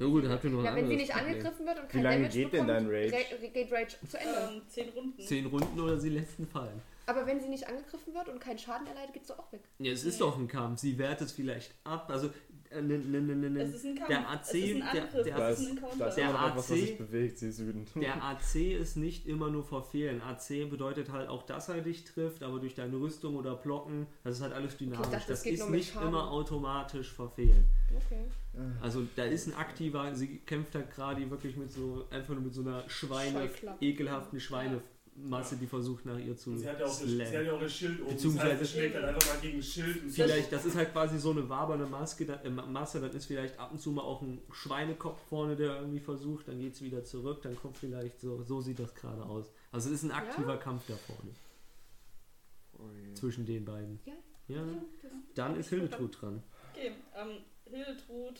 E: Na gut, dann habt ihr noch
B: Ja,
E: ein
B: wenn sie
E: anderes
B: nicht
E: Problem.
B: angegriffen wird und
A: Wie
B: kein
A: lange
B: Damage
A: geht denn
B: bekommt,
A: dein Rage?
B: Ra- geht Rage zu Ende.
C: Ähm, zehn Runden.
E: Zehn Runden oder sie lässt ihn fallen.
B: Aber wenn sie nicht angegriffen wird und keinen Schaden erleidet, geht sie auch weg.
E: Ja, es ist doch ein Kampf. Sie wertet vielleicht ab. Also, äh, ne, ne, ne, ne,
C: Es
E: ne.
C: ist ein Kampf.
E: Der AC,
C: es ist ein
E: der-
C: Angriff.
E: der-
A: Da
C: es
A: ist,
C: ist ein
A: da
C: Encounter.
A: ist
E: Der
A: immer noch was, was
E: AC?
A: sich bewegt, sie ist wütend.
E: Der AC ist nicht immer nur verfehlen. AC bedeutet halt auch, dass er dich trifft, aber durch deine Rüstung oder Blocken, das ist halt alles dynamisch.
B: dachte, es
E: das
B: geht
E: ist
B: nur mit
E: nicht
B: Schaden.
E: immer automatisch verfehlen.
B: Okay.
A: Ah.
E: Also da ist ein aktiver, sie kämpft da gerade wirklich mit so, einfach nur mit so einer Schweine,
B: Scheuklappen.
E: ekelhaften Schweinemasse, die versucht nach ihr zu
D: Sie hat ja auch das, sie hat
E: slammen.
D: ja auch das Schild oben.
E: Beziehungsweise-
D: das heißt, sie schlägt halt einfach mal gegen das Schild. Und
E: Vielleicht, das ist halt quasi so eine wabernde Maske, da, äh, Masse, dann ist vielleicht ab und zu mal auch ein Schweinekopf vorne, der irgendwie versucht, dann geht es wieder zurück, dann kommt vielleicht so, so sieht das gerade aus. Also es ist ein aktiver Kampf da vorne, zwischen den beiden.
B: Ja.
E: Ja. ne? Dann ist Hildetrud dran.
C: Okay, ähm, Hildetrud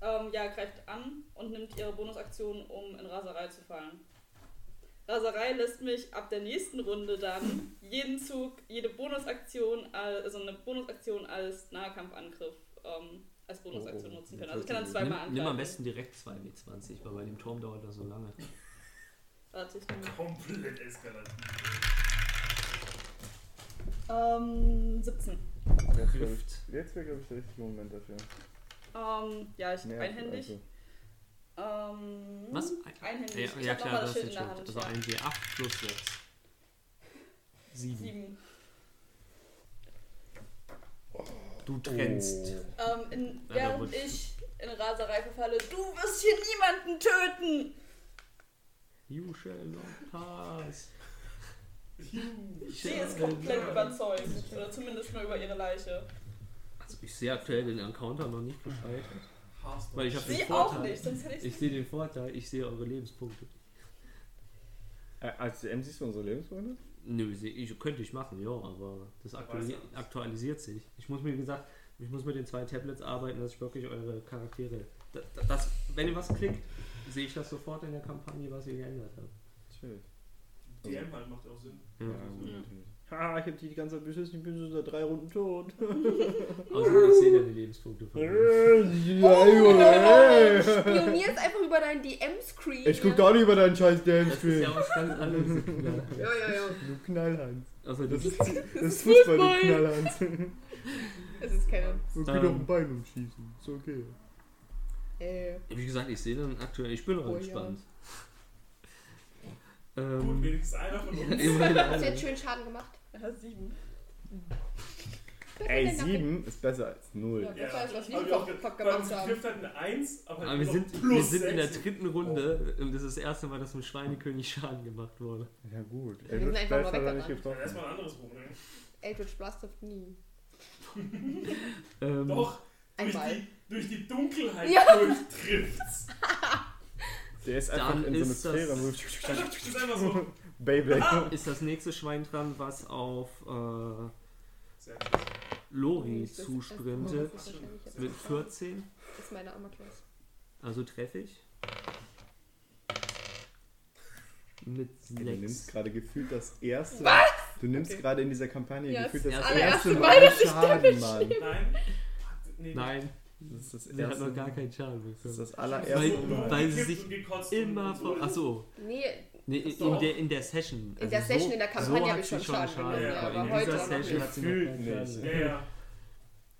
C: ähm, ja, greift an und nimmt ihre Bonusaktion, um in Raserei zu fallen. Raserei lässt mich ab der nächsten Runde dann jeden Zug, jede Bonusaktion, al- also eine Bonusaktion als Nahkampfangriff ähm, als Bonusaktion
A: Oh, oh.
C: nutzen können. Also ich kann dann zweimal
E: Nimm,
C: angreifen.
E: nimm am besten direkt 2W20, weil bei dem Turm dauert das so lange.
C: Warte, ich nehme.
D: komplett eskalativ.
C: Ähm, 17.
E: Trifft.
A: Jetzt wäre, glaube ich, der richtige Moment dafür.
C: Ähm, ja, ich
A: Nerven,
C: einhändig.
A: also.
C: Ähm,
E: Was?
C: Einhändig.
E: Ja,
C: ich
E: ja
C: hab
E: klar,
C: nochmal das
E: das
C: Schild
E: ist
C: in der
E: schon.
C: Hand.
E: Also
C: ja.
E: ein W8 plus 6. 7.
C: Sieben.
E: Du trennst.
A: Oh.
C: Ähm, in,
E: Ja,
C: während
E: gut.
C: ich in Raserei verfalle, du wirst hier niemanden töten!
E: You shall not pass.
C: Ich sehe es komplett überzeugt. Oder zumindest mal über ihre Leiche.
E: Also ich sehe aktuell den Encounter noch nicht gescheitert.
D: Hast du-
E: Weil ich habe den
C: Sie auch
E: Vorteil.
C: nicht, sonst hätte ich.
E: Ich sehe den Vorteil, ich sehe eure Lebenspunkte.
A: Äh, als DM siehst du unsere Lebensfreunde?
E: Nö, sehe ich, könnte ich machen, ja, aber das aktuali
D: Weißt du.
E: aktualisiert sich. Ich muss mir, wie gesagt, ich muss mit den zwei Tablets arbeiten, dass ich wirklich eure Charaktere. Da- da- Das, wenn ihr was klickt, sehe ich das sofort in der Kampagne, was ihr geändert habt.
A: Natürlich. also,
D: DM halt macht auch Sinn.
E: Ja.
A: Ha, ich hab die die ganze Zeit beschissen, ich bin schon seit drei Runden tot.
E: Also ich sehe da die Lebenspunkte von mir.
B: Oh, spionierst einfach über deinen DM-Screen.
A: Ich guck da nicht über deinen scheiß
E: Das ist ja
A: Damn-Stream.
E: was ganz anderes. Klar.
B: Ja, ja, ja.
A: Du Knallhans.
E: Also
A: Das
E: das
A: ist, das ist Fußball, du
B: Fußball.
A: Knallhans.
B: Es ist keine.
A: Man
E: Ähm.
A: kann auch ein Bein umschießen. Ist okay.
B: Äh,
E: wie gesagt, ich sehe dann aktuell, ich bin noch
B: Oh, ja.
E: gespannt.
D: Gut,
E: Ähm,
D: wenigstens einer von uns.
E: immerhin
B: hast du
E: einer.
B: jetzt schön Schaden gemacht?
C: Ja, sieben.
A: Ey, 7 ist besser als 0.
B: Ja, das war das, was wir
D: Hab ich auch
B: vom Kopf
D: ge-
B: gemacht
D: weil uns
B: haben.
D: trifft halt eine 1, aber,
E: aber wir
D: noch
E: sind, wir
D: plus
E: sind in der
D: sechs.
E: dritten Runde und das ist das erste Mal, dass dem Schweinekönig Schaden gemacht wurde.
A: Ja gut.
B: Wir sind einfach mal
A: hat er
B: weggerannt.
A: nicht
D: Dann
A: getroffen.
D: erstmal ein anderes Problem. ne?
B: Eldritch Blast trifft nie.
E: Ähm,
D: Doch, durch
B: Einmal.
D: die, durch die Dunkelheit
B: Ja.
D: durchtrifft's.
A: Der ist
E: Dann
A: einfach in
E: ist
A: so eine Sphäre.
E: das-
D: Das ist einfach so.
A: Beyblade.
E: Ist das nächste Schwein dran, was auf äh,
D: Sehr gut.
E: Lori
B: Das- das-
E: zusprintet
B: das ist wahrscheinlich jetzt
E: mit
B: nicht.
E: 14.
B: Ist meine Armaklaus.
E: Also treffe ich. Mit
A: Ey, Du nimmst
E: 6.
A: gerade gefühlt das erste. Du nimmst
B: Okay.
A: gerade in dieser Kampagne
B: Ja,
A: gefühlt
B: das
A: das
B: allererste
A: erste Mal,
B: Mal, dass ich
A: Schaden, Mann.
D: Nein. Nee,
E: Nein,
A: Das ist das
E: sie hat
A: erste.
E: noch gar keinen Schaden
A: Das ist
E: bekommen.
A: das
D: Ja,
A: allererste
E: Weil-
A: Mal.
E: weil
D: gekippt
E: sie
D: und
E: sich
D: gekotzt und-
E: Immer
D: und so.
E: vor. Achso,
B: Nee,
E: nee,
C: Das
E: in,
C: doch.
E: der, in der Session. Also
B: In der Session, in der Kampagne
E: so
B: habe
E: hat
B: ich
E: sie
B: schon Schaden
D: genommen,
E: aber
D: aber
E: in
D: heute
E: dieser
D: auch noch
E: Session
D: nicht.
E: hat sie noch keinen
A: Gefühlt
E: Schaden. Ähm,
D: Ja, ja.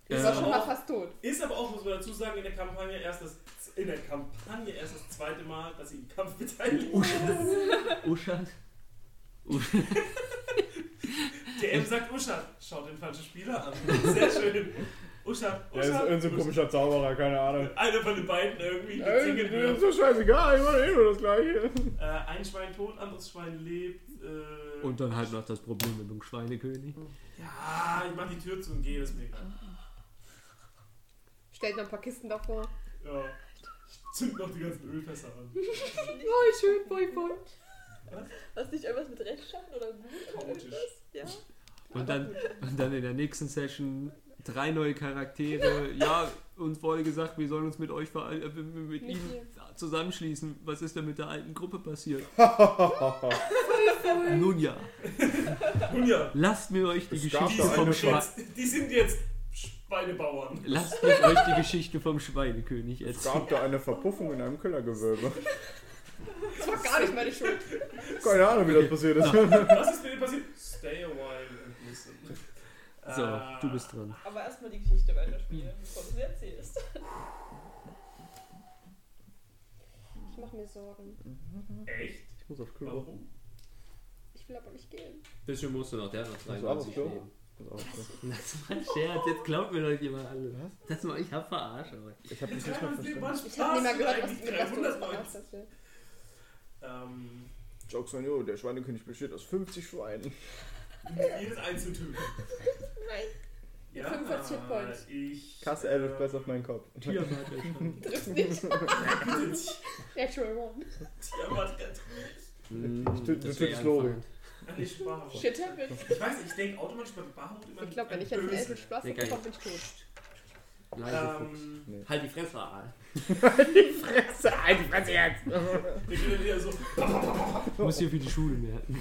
B: ich war schon mal fast tot.
D: Ist aber auch, muss man dazu sagen, in der Kampagne erst das, in der Kampagne erst das zweite Mal, dass sie im Kampf beteiligt ist.
E: Uschat.
D: DM sagt Uschat, schaut den falschen Spieler an. Sehr schön. Uschat,
A: Ja, das ist
D: Uschat.
A: irgend so ein komischer Zauberer, keine Ahnung.
D: Einer von den beiden irgendwie. mit
A: Ey,
D: Zähnen.
A: ist doch scheißegal, ich meine eh nur das gleiche.
D: Äh, ein Schwein tot, anderes Schwein lebt. Äh,
E: Und dann halt noch das Problem mit dem Schweinekönig.
D: ja, ich mach die Tür zu und gehe, das ist mir egal.
B: Stellt noch ein paar Kisten davor.
D: Ja. Zünd noch die ganzen Ölfässer an.
B: Oh, schön, boi, boi.
C: Hast du nicht irgendwas mit Recht schaffen oder gut? oder
D: Chaotisch.
C: irgendwas? Ja.
E: Und dann, und dann in der nächsten Session drei neue Charaktere. Ja, uns wurde gesagt, wir sollen uns mit euch ver- äh, mit
B: Mit
E: ihm
B: dir.
E: zusammenschließen. Was ist denn mit der alten Gruppe passiert?
B: Voll.
E: Nun ja,
D: Und ja,
E: lasst mir euch die
A: Es gab
E: Geschichte
A: da
E: vom
A: eine
E: Schwein.
D: jetzt, die sind jetzt Schweinebauern.
E: Lasst mir euch die Geschichte vom Schweinekönig
A: Es
E: erzählen.
A: gab da eine Verpuffung in einem Kellergewölbe.
B: Das war gar nicht meine Schuld.
A: Keine Ahnung, wie das passiert ist.
D: Was ist mit dem passiert? Stay a while and listen.
E: So,
D: Äh,
E: du bist dran.
C: Aber erstmal die Geschichte
E: Hm.
C: weiterspielen, bevor du sie erzählst.
B: Ich mache mir Sorgen.
D: Echt?
A: Ich muss auf Klo.
D: Warum?
B: Ich will aber nicht gehen.
E: Deswegen musst du noch der noch
A: Hast du auch was Klo? Ich muss auch auf Klo.
E: Das war ein Scherz, jetzt glaubt mir doch jemand alle.
A: Was?
E: Das war, ich hab verarscht euch.
A: Ich hab das
D: Ich
A: nicht mehr
D: kann nicht
A: verstanden.
D: mal
B: Ich habe nicht mal gehört, was, mit was du das
D: 390.
B: gemacht hast.
D: Ähm,
A: Jokes on you, der Schweinekönig besteht aus 50 Schweinen.
D: Ähm, jedes Einzeltyp.
B: Nein. 45 Points.
D: Ich. äh,
A: Kasse 11 besser auf meinen Kopf.
E: Tierwart erscheint.
B: Triffst nicht.
D: Ich
B: Natural one.
D: erwarte ganz
A: tü-
E: Mm, das
A: du
E: wär
A: tötest
E: ja
A: Lori.
E: ein Feind.
D: an die Sprache.
B: Shit happens.
D: Ich weiß, ich denke automatisch bei Barmut immer.
B: Ich glaube, wenn ich jetzt einen Elfen Spaß
E: Nee, geil.
B: bekomme, bin ich tot.
E: Leise Fuchs.
D: Ähm,
E: Halt die Fresse, Aal.
A: Fresse, halt die Fresse jetzt!
D: wir gehen dann wieder so.
E: Du musst hier für die Schule merken.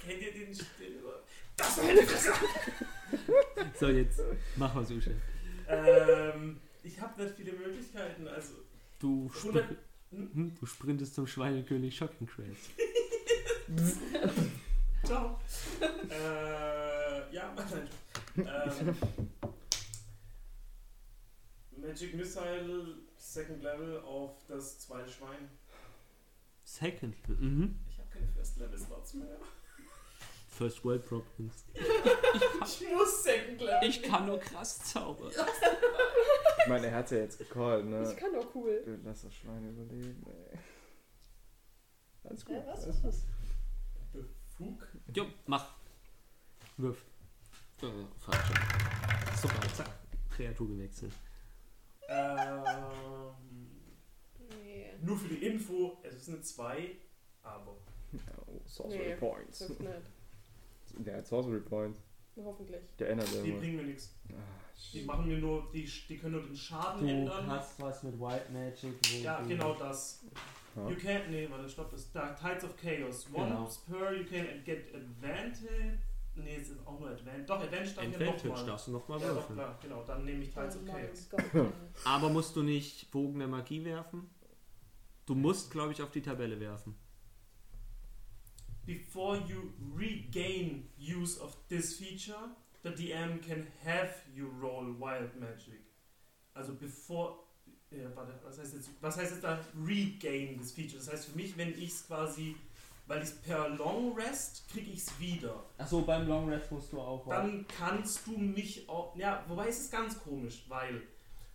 D: Kennt ihr den Stimme?
E: So, jetzt mach mal so schnell.
D: Ähm, ich habe nicht viele Möglichkeiten. Also,
E: Du, spr
D: 100.
E: hm, du sprintest zum Schweinekönig Shocking Crash.
D: Ciao. äh, ja, nein. Ähm, Magic Missile, Second Level auf das zweite Schwein.
E: Second. Mhm.
D: Ich habe keine First Level Slots mehr.
E: First World Problems.
D: Ich muss Second Level.
E: Ich kann nur krass zaubern.
A: Ich meine, er hat's ja jetzt gecallt,
B: Ich
A: ne?
B: kann doch cool.
A: Lass das Schwein überleben, ey. Alles gut.
C: Hä, was?
A: alles gut.
D: Befug.
E: Jo, mach. Wirf. Äh, falsch. Super, zack. Kreatur gewechselt.
D: Ähm,
B: Nee.
D: nur für die Info, es ist eine 2, aber.
A: Oh, Sorcery
B: Nee. Das
A: Points.
B: ist nicht.
A: Der hat Sorcery Points.
B: Hoffentlich.
A: Der ändert
D: Die
A: immer.
D: bringen mir nichts.
A: Ah,
D: Die
A: shit.
D: machen mir nur, die, die können nur den Schaden ändern.
E: was mit White Magic.
D: Ja,
E: Mhm.
D: genau das.
A: Ja.
D: You can. Nee, warte, stopp das. Dark Tides of Chaos. One
E: Genau.
D: per you can get advantage. Nee, es ist auch nur Advantage. Doch, Advantage darf ich ja
E: Advantage
D: nochmal.
E: darfst du nochmal
D: Ja, doch,
E: werfen.
D: klar, genau. Dann nehme ich Tides of
C: Oh
D: Chaos.
E: Aber musst du nicht Bogen der Magie werfen? Du musst, glaube ich, auf die Tabelle werfen.
D: Before you regain use of this feature, the DM can have you roll Wild Magic. Also bevor. Ja, warte, was heißt jetzt, was heißt jetzt da regain this feature? Das heißt für mich, wenn ich es quasi, weil ich es per Long Rest, kriege ich es wieder.
E: Achso, beim Long Rest musst du auch.
D: dann kannst du mich auch. Ja, wobei es ist ganz komisch, weil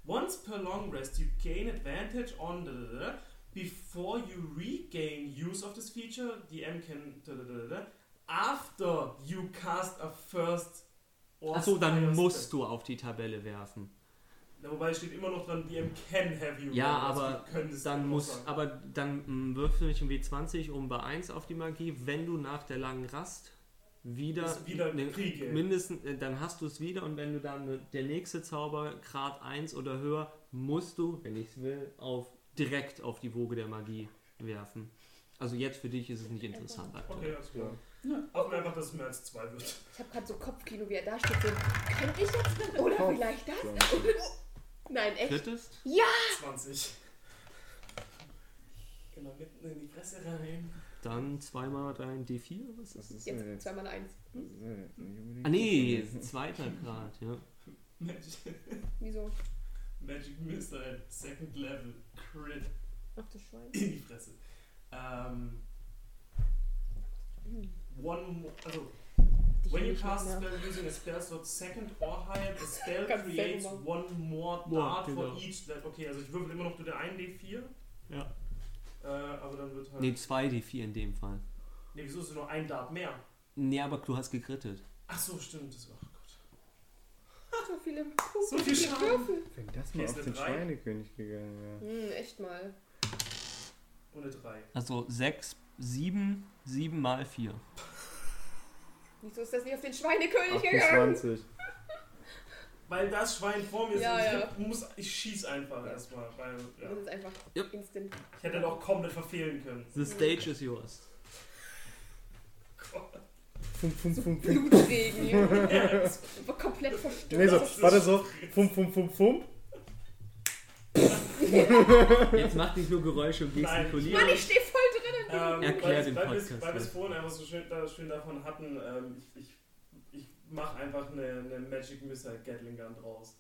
D: once per long rest you gain advantage on da, da, da, da, before you regain use of this feature, DM can da, da, da, da, da, after you cast a first Ohr-
E: Achso, dann
D: Ohr-
E: musst du auf die Tabelle werfen.
D: Na, wobei steht immer noch dran, DM can have you.
E: Ja,
D: Also,
E: aber
D: du könntest
E: dann
D: immer
E: muss,
D: sagen.
E: aber dann mh, wirf mich um W20 um bei 1 auf die Magie. Wenn du nach der langen Rast wieder,
D: Ist wieder
E: ne,
D: Krieg, ey.
E: mindestens, äh, dann hast du es wieder und wenn du dann ne- der nächste Zauber Grad 1 oder höher, musst du, wenn ich es will, auf direkt auf die Woge der Magie werfen. Also jetzt für dich ist es nicht interessant.
D: Okay,
E: aktuell.
D: alles klar.
C: Ja.
D: Hoffen wir einfach, dass es mehr als zwei wird.
B: Ich habe gerade so Kopfkino, wie er da steht. So, kann ich jetzt? Oder
A: Kopf.
B: vielleicht das?
A: So.
B: Nein, echt.
E: Drittest?
D: 20. Genau, mitten in die Fresse rein.
E: Dann zweimal dein D4, was ist?
A: Was ist denn
B: Jetzt
A: jetzt?
B: zweimal eins.
A: Das ist ja jetzt nicht unbedingt-
E: Ah nee, zweiter Grad, ja.
D: Magic,
B: Wieso?
D: Magic Missile, at Second Level, Crit,
B: Ach, das Schwein.
D: in die Fresse. Ähm.
B: Hm,
D: One more, also,
B: Die
D: when you
B: nicht
D: cast a
B: mehr.
D: spell using a spell slot second or higher, the spell
B: Kannst du
D: creates
B: selber machen.
D: one more
E: Ja,
D: dart
E: genau.
D: for each. That, okay, also ich würfel immer noch nur den einen D4.
E: Ja.
D: Äh, aber dann wird halt.
E: Nee,
D: Nee.
E: zwei D4 in dem Fall.
D: wieso ist denn nur ein Dart mehr?
E: Nee, aber du hast gegrittet.
D: Ach so, stimmt, das war. Ach Gott.
B: So viele
D: So viel Schaden.
A: Wenn das
D: Okay,
A: mal
D: ist
A: auf
D: eine
A: den
D: drei.
A: Schweinekönig gegangen wäre.
B: Hm, echt mal.
D: Ohne drei.
E: Also 6, 7, 7 mal 4.
B: Wieso ist das nicht auf den Schweinekönig gegangen?
A: 28.
D: Weil das Schwein vor mir
B: Ja,
D: ist. und
B: ja.
D: Ich, hab- muss, ich schieß einfach erstmal. Weil, ja.
B: Das ist einfach
E: Yep.
B: instant.
D: Ich hätte doch komplett verfehlen können.
E: The stage is yours.
D: Gott.
A: Fum, fum, fum, fum.
B: Blutregen. hier. Ich war komplett verstört.
A: Nee, so, warte so. Fum, fum, fum, fum.
E: Jetzt mach nicht nur Geräusche und
D: Nein.
B: Mann,
E: gestikuliere.
B: ich stehe voll drin.
D: Ähm,
E: Erklär
D: weil-
E: den
D: weil wir-
E: Podcast,
D: Weil wir es
E: ja.
D: vorhin einfach so schön, da, schön davon hatten, ähm, ich, ich, ich mache einfach eine, eine Magic Missile Gatling Gun draus.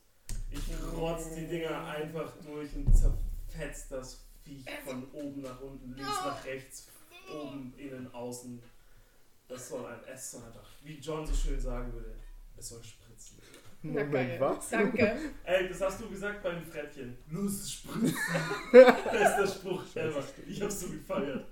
D: Ich rotz die Dinger einfach durch und zerfetzt das Viech von oben nach unten, links nach rechts, oben, innen, außen. Das soll ein, es soll einfach, wie John so schön sagen würde, es soll spritzen.
B: Na geil.
A: Moment, was?
B: Danke.
D: Ey, das hast du gesagt beim Frettchen. Los, es spritzt. Bester Spruch ever. Ich hab's so gefeiert.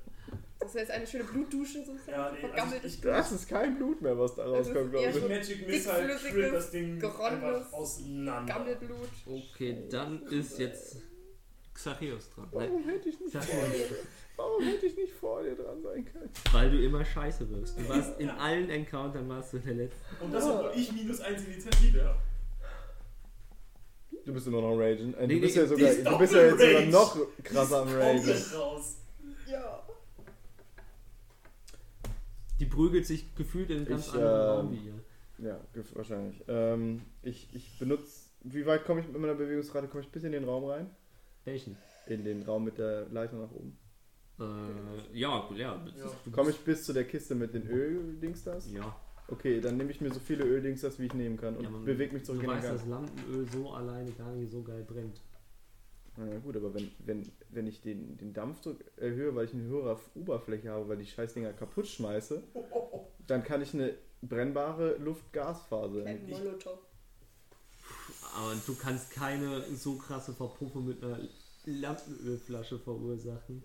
B: Das wäre jetzt eine schöne Blutdusche. So
D: Ja, nee, also
B: vergammelt.
D: ich, ich,
A: Das ist kein Blut mehr, was da
B: Das ist
A: rauskommt,
B: eher
A: glaube
D: Die
B: so-
A: ich.
D: Magic Missile
B: dickflüssiges,
D: tritt das Ding
B: geronnenes
D: einfach auseinander.
B: Gammelblut.
D: Oh,
E: Okay, dann ist jetzt Xachios dran. ne? Nein,
A: Warum hätte ich nicht vor
E: Xachios.
A: dir, warum hätte ich nicht vor dir dran sein können?
E: Weil du immer scheiße wirst. Du warst in allen Encountern warst du der Letzte.
D: Und das, obwohl ich minus 1 Initiative habe.
A: Du bist immer noch am Ragen. Äh,
E: Nee,
A: Du bist
E: nee,
A: ja sogar,
D: die ist
A: du bist ja jetzt sogar
D: doppelt
A: noch krasser am Ragen.
D: Komplett raus.
B: Ja.
E: Die prügelt sich gefühlt in einem ganz
A: Ich,
E: anderen
A: ähm,
E: Raum wie ihr.
A: Ja, gef- wahrscheinlich. Ähm, ich, ich benutze. Wie weit komme ich mit meiner Bewegungsrate? Komme ich bis in den Raum rein?
E: Welchen?
A: In den Raum mit der Leiter nach oben.
E: Äh, ja, gut, ja. das
D: Ja.
E: ist- du
A: Komme
E: bist-
A: ich bis zu der Kiste mit den Öldings das?
E: Ja,
A: Okay, dann nehme ich mir so viele Öldings das, wie ich nehmen kann und
E: Ja, man-
A: bewege mich
E: du
A: zurück in den
E: weißt,
A: Gang.
E: dass Lampenöl so alleine gar nicht so geil brennt.
A: Na ja, gut, aber wenn, wenn, wenn ich den, den Dampfdruck erhöhe, weil ich eine höhere Oberfläche habe, weil ich die Scheißdinger kaputt schmeiße, dann kann ich eine brennbare Luft-Gas-Phase.
B: Ein
A: Ich-
B: Molotow.
E: Aber du kannst keine so krasse Verpuffung mit einer Lampenölflasche verursachen.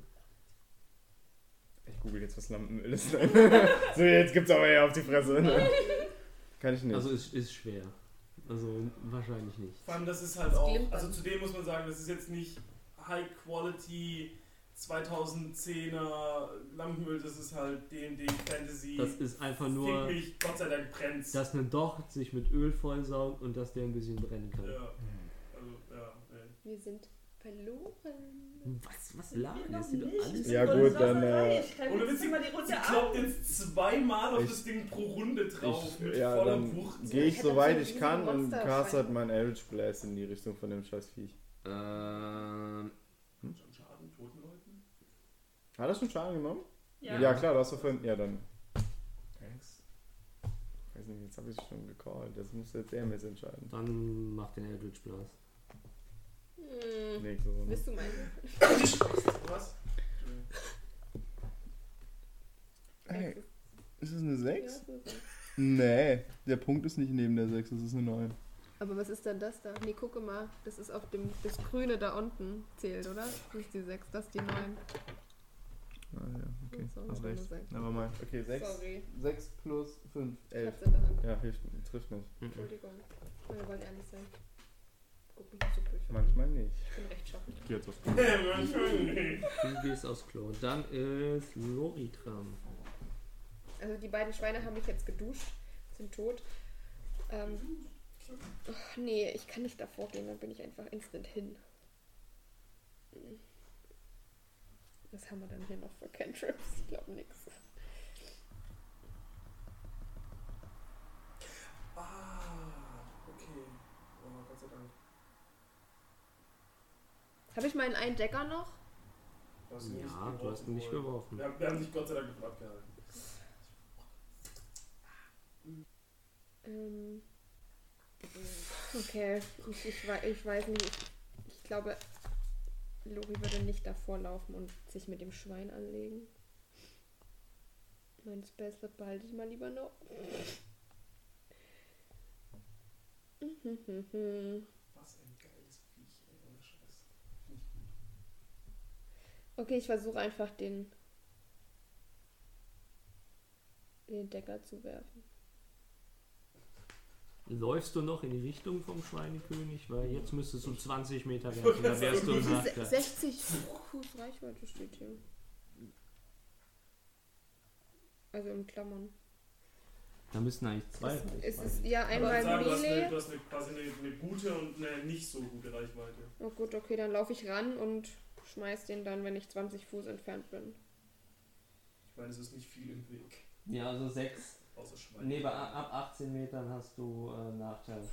A: Ich google jetzt, was Lampenöl ist. so, jetzt gibt's aber ja auf die Fresse. Kann ich nicht.
E: Also es ist schwer. Also wahrscheinlich nicht.
D: Vor allem, das ist halt
B: Das
D: auch.
B: glimpert.
D: Also zudem muss man sagen, das ist jetzt nicht High Quality 2010er Lampenöl, das ist halt DD Fantasy.
E: Das ist einfach
D: Fick
E: nur,
D: mich, Gott sei Dank brennt's.
E: dass ein Docht sich mit Öl vollsaugt und dass der ein bisschen brennen
D: ja.
E: kann.
D: Also, ja, nee.
B: Wir sind verloren.
E: Was, was lagen das? Sieht doch alles
A: Ja, gut, dann, äh,
D: Ohne Witz,
C: Witz,
D: sie,
C: mal die
D: sie
C: Runde ab.
D: kloppt jetzt zweimal auf
A: Ich-
D: das Ding pro Runde drauf. mit
A: ich, ja,
D: voller
A: dann
D: Wucht.
A: gehe ich
B: Ich hätte
A: soweit
B: so
A: ich
B: einen
A: kann
B: riesen
A: und
B: Monster
A: cast halt
B: sein.
A: meinen Average Blast in die Richtung von dem scheiß Viech.
E: Ähm,
D: Schon Schaden, toten Leuten?
A: Hat das schon Schaden genommen?
C: Ja.
A: klar, du hast doch vorhin. Ja, dann. Thanks. Ich weiß nicht, jetzt habe ich es schon gecallt. Das muss jetzt er mir jetzt entscheiden.
E: dann mach den Eldritch Blast.
B: Hm.
A: Nächste Runde.
B: Bist du mein?
D: Was?
A: Ey, ist das eine
B: Ja,
A: 6?
B: so ist es.
A: Nee, der Punkt ist nicht neben der 6, das ist eine 9.
B: Aber was ist denn das da? Nee, gucke mal. Das ist auf dem. Das Grüne da unten zählt, oder? Das ist die 6, das ist die 9.
A: Ah, ja, Okay,
B: So,
A: hast
B: kann
A: recht.
B: das sein.
A: Nevermind. Okay, 6,
C: Sorry.
A: 6 plus 5,
B: Ich
A: 11.
B: hab's in der Hand.
A: Ja, hilft, trifft nicht.
E: Mhm.
B: Entschuldigung. Wir wollen ehrlich sein. Guck mich nicht so blöd. an.
A: Manchmal nicht.
B: Ich bin recht schockend.
A: Ich gehe jetzt aufs
E: Du gehst aufs Klo. Dann ist Lori dran.
B: Also die beiden Schweine haben mich jetzt geduscht, sind tot. Ähm, ach, nee, ich kann nicht davor gehen, dann bin ich einfach instant hin. Was haben wir dann hier noch für Cantrips? Ich glaube nix.
D: Ah, okay. Oh, Gott sei Dank.
B: Habe ich meinen einen Decker noch?
D: Du hast ihn
E: Ja, du hast
D: geworfen,
E: ihn nicht
D: wohl.
E: geworfen.
D: Wir haben, wir haben sich Gott sei Dank gefragt gehalten.
B: Ähm, okay, ich, ich, wei- ich weiß nicht. Ich, ich glaube, Lori würde nicht davor laufen und sich mit dem Schwein anlegen. Mein Space Slot behalte ich mal lieber noch.
D: Was ein geiles Viech, ey, ohne Scheiß.
B: Okay, ich versuche einfach den den Decker zu werfen.
E: Läufst du noch in die Richtung vom Schweinekönig? Weil jetzt müsstest du 20 Meter werfen, da wärst du im
B: Se-
E: Nachteil.
B: 60 Fuß Reichweite steht hier. Also in Klammern.
E: Da müssen eigentlich zwei.
B: Es ist ja
D: Aber
B: einmal
D: sagen, du hast,
B: Melee.
D: eine, du hast eine, quasi eine, eine gute und eine nicht so gute Reichweite.
B: Oh gut, okay, dann laufe ich ran und schmeiß den dann, wenn ich 20 Fuß entfernt bin.
D: Ich meine, es ist nicht viel im Weg.
E: Ja, also 6.
D: Außer Schwein.
E: Nee, bei a- ab 18 Metern hast du äh, Nachteil.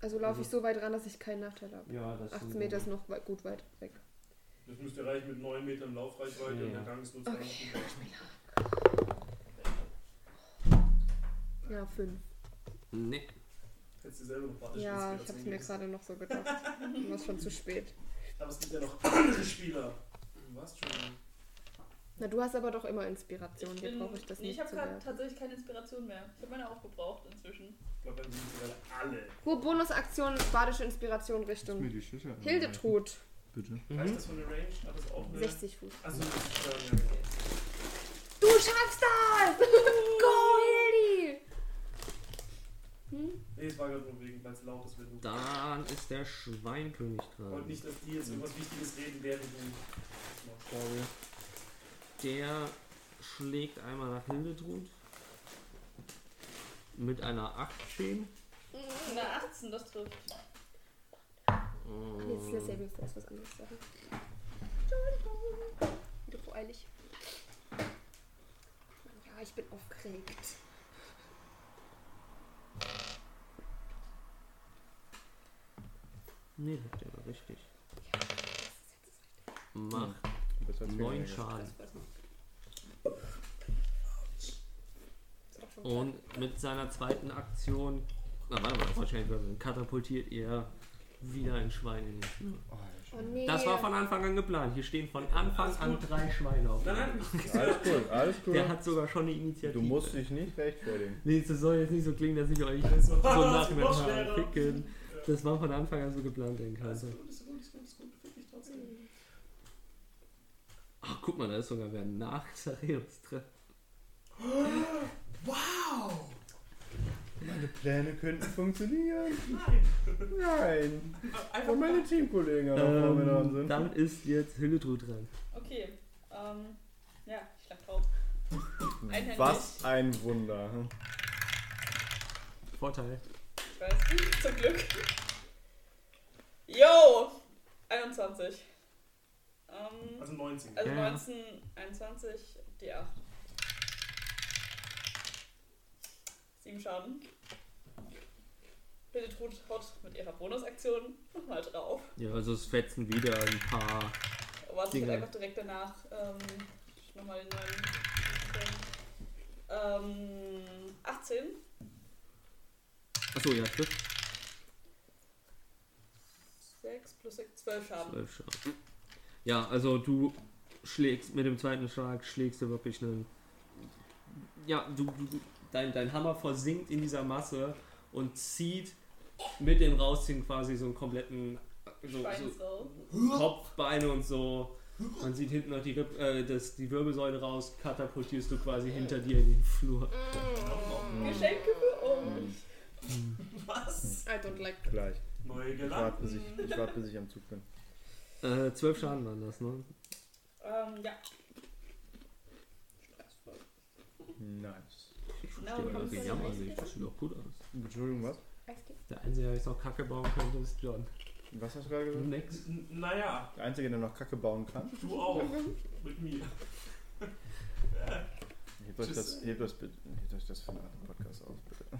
B: Also laufe
E: Mhm.
B: ich so weit ran, dass ich keinen Nachteil habe.
E: Ja, das
B: 18
E: sowieso.
B: Meter ist noch wei- gut weit weg.
D: Das müsste reichen mit 9 Metern Laufreichweite
E: Ja.
D: und der Gang ist nur 20 Meter.
B: Ja, 5.
E: Nee.
D: Hättest du selber noch
B: Ja, ich habe es
D: Warteschnitz
B: mir gerade noch so gedacht. War schon zu spät.
D: Aber es gibt ja noch andere Spieler. Hm, Was schon?
B: Na, du hast aber doch immer
C: Ich,
B: Inspiration. Hier
C: bin-
B: brauche ich das
C: nee, ich
B: nicht
C: habe
B: zu
C: gerade
B: werfen.
C: tatsächlich keine Inspiration mehr. Ich habe meine aufgebraucht inzwischen.
D: Ich glaube, dann sind sie gerade alle.
B: Wo Bonusaktion, badische Inspiration Richtung.
A: die Schüsse.
B: Hildetrud.
A: Bitte.
D: Reicht
E: Mhm.
D: das von der Range? Hat das auch eine.
B: 60 Fuß.
D: Also, das ist, äh, ja, ja.
B: Du schaffst das! Go, Hildi!
D: Nee, es war gerade nur wegen, weil es laut ist, wenn du.
E: Dann ist der Schweinkönig dran.
D: Und nicht, dass die jetzt irgendwas Wichtiges reden, während du. das machst.
A: Sorry.
E: Der schlägt einmal nach Hildetrud. Mit einer 18.
C: Na, 18, das trifft.
B: Ach, Jetzt ist das Saving Throw, ist was anderes. Sorry. Entschuldigung. Wieder so eilig. Ja, ich bin aufgeregt.
E: Nee, das hat der war richtig. Macht
A: Das hat's
E: neun
A: weniger.
E: Schaden.
B: Das war's. Ist doch schon klar.
E: Und mit seiner zweiten Aktion. Na, warte mal, das ist wahrscheinlich Würfel. katapultiert er wieder ein Schwein in den Schnur.
A: Oh,
B: Oh nee.
E: Das war von Anfang an geplant. Hier stehen von Anfang an drei Schweine auf.
D: Nein, nein,
A: alles cool, alles cool.
E: Der hat sogar schon eine
A: du
E: Initiative.
A: musst dich nicht rechtfertigen.
E: Nee, das soll jetzt nicht so klingen, dass ich euch
D: Das
E: so
D: war-
E: nach
D: das war
E: mir
D: schwerer. Also,
E: ficken. Das war von Anfang an so geplant, denke
D: Alles
E: ich. Also,
D: gut, ist gut, ist gut, ist gut, fick dich trotzdem.
E: Ach, guck mal, da ist sogar wer nach Xareus drin.
D: Wow!
A: Meine Pläne könnten funktionieren.
D: Nein!
A: Nein.
D: Einfach
A: Und Oh, meine Teamkollegen auch noch mit dran
E: Ähm,
A: sind.
E: dann ist jetzt Hildetrud dran.
C: Okay. Ähm, ja, ich schlag drauf. einhändig.
A: Was ein Wunder. hm?
E: Vorteil.
C: Ich weiß. Zum Glück. Yo! 21. Ähm,
D: Also 19.
C: also
E: Ja.
C: 19, 21, die 8. 7 Schaden. Hildetrud haut mit ihrer Bonusaktion nochmal drauf.
E: Ja, also es fetzen wieder ein paar.
C: Aber es wird
E: Dinger.
C: einfach direkt danach ähm, nochmal den neuen. Ähm, 18.
E: Achso, ja, trifft.
C: 6 plus 6, 12 Schaden.
E: 12 Schaden. Ja, also du schlägst mit dem zweiten Schlag, schlägst du wirklich einen. Ja, du, du du- dein, dein Hammer versinkt in dieser Masse und zieht mit dem Rausziehen quasi so einen kompletten so,
C: Schwein
E: so
C: ist drauf.
E: Kopf, Beine und so Man sieht hinten noch die, Ripp, äh, das, die Wirbelsäule raus, katapultierst du quasi hinter dir in den Flur.
B: Mm.
C: Geschenke für euch.
D: Was?
E: Mm.
B: I don't like.
A: Gleich.
D: Neue
A: Ich warte, bis
D: Gedanken.
A: ich, ich warte, bis ich am Zug bin.
E: Äh, zwölf Schaden waren das, ne?
C: Ähm, ja.
A: Nice.
C: Genau, bekommst du eine nächste.
E: sieht doch gut aus.
A: Entschuldigung, was?
E: Der Einzige, der jetzt noch Kacke bauen könnte, ist John.
A: Was hast du gerade gesagt?
E: Next.
D: N- Naja,
A: Der Einzige, der noch Kacke bauen kann.
D: du auch. Mit mir.
A: Hebt euch
D: Tschüss.
A: das, hebt euch, bitte, hebt euch das für einen anderen Podcast auf, bitte.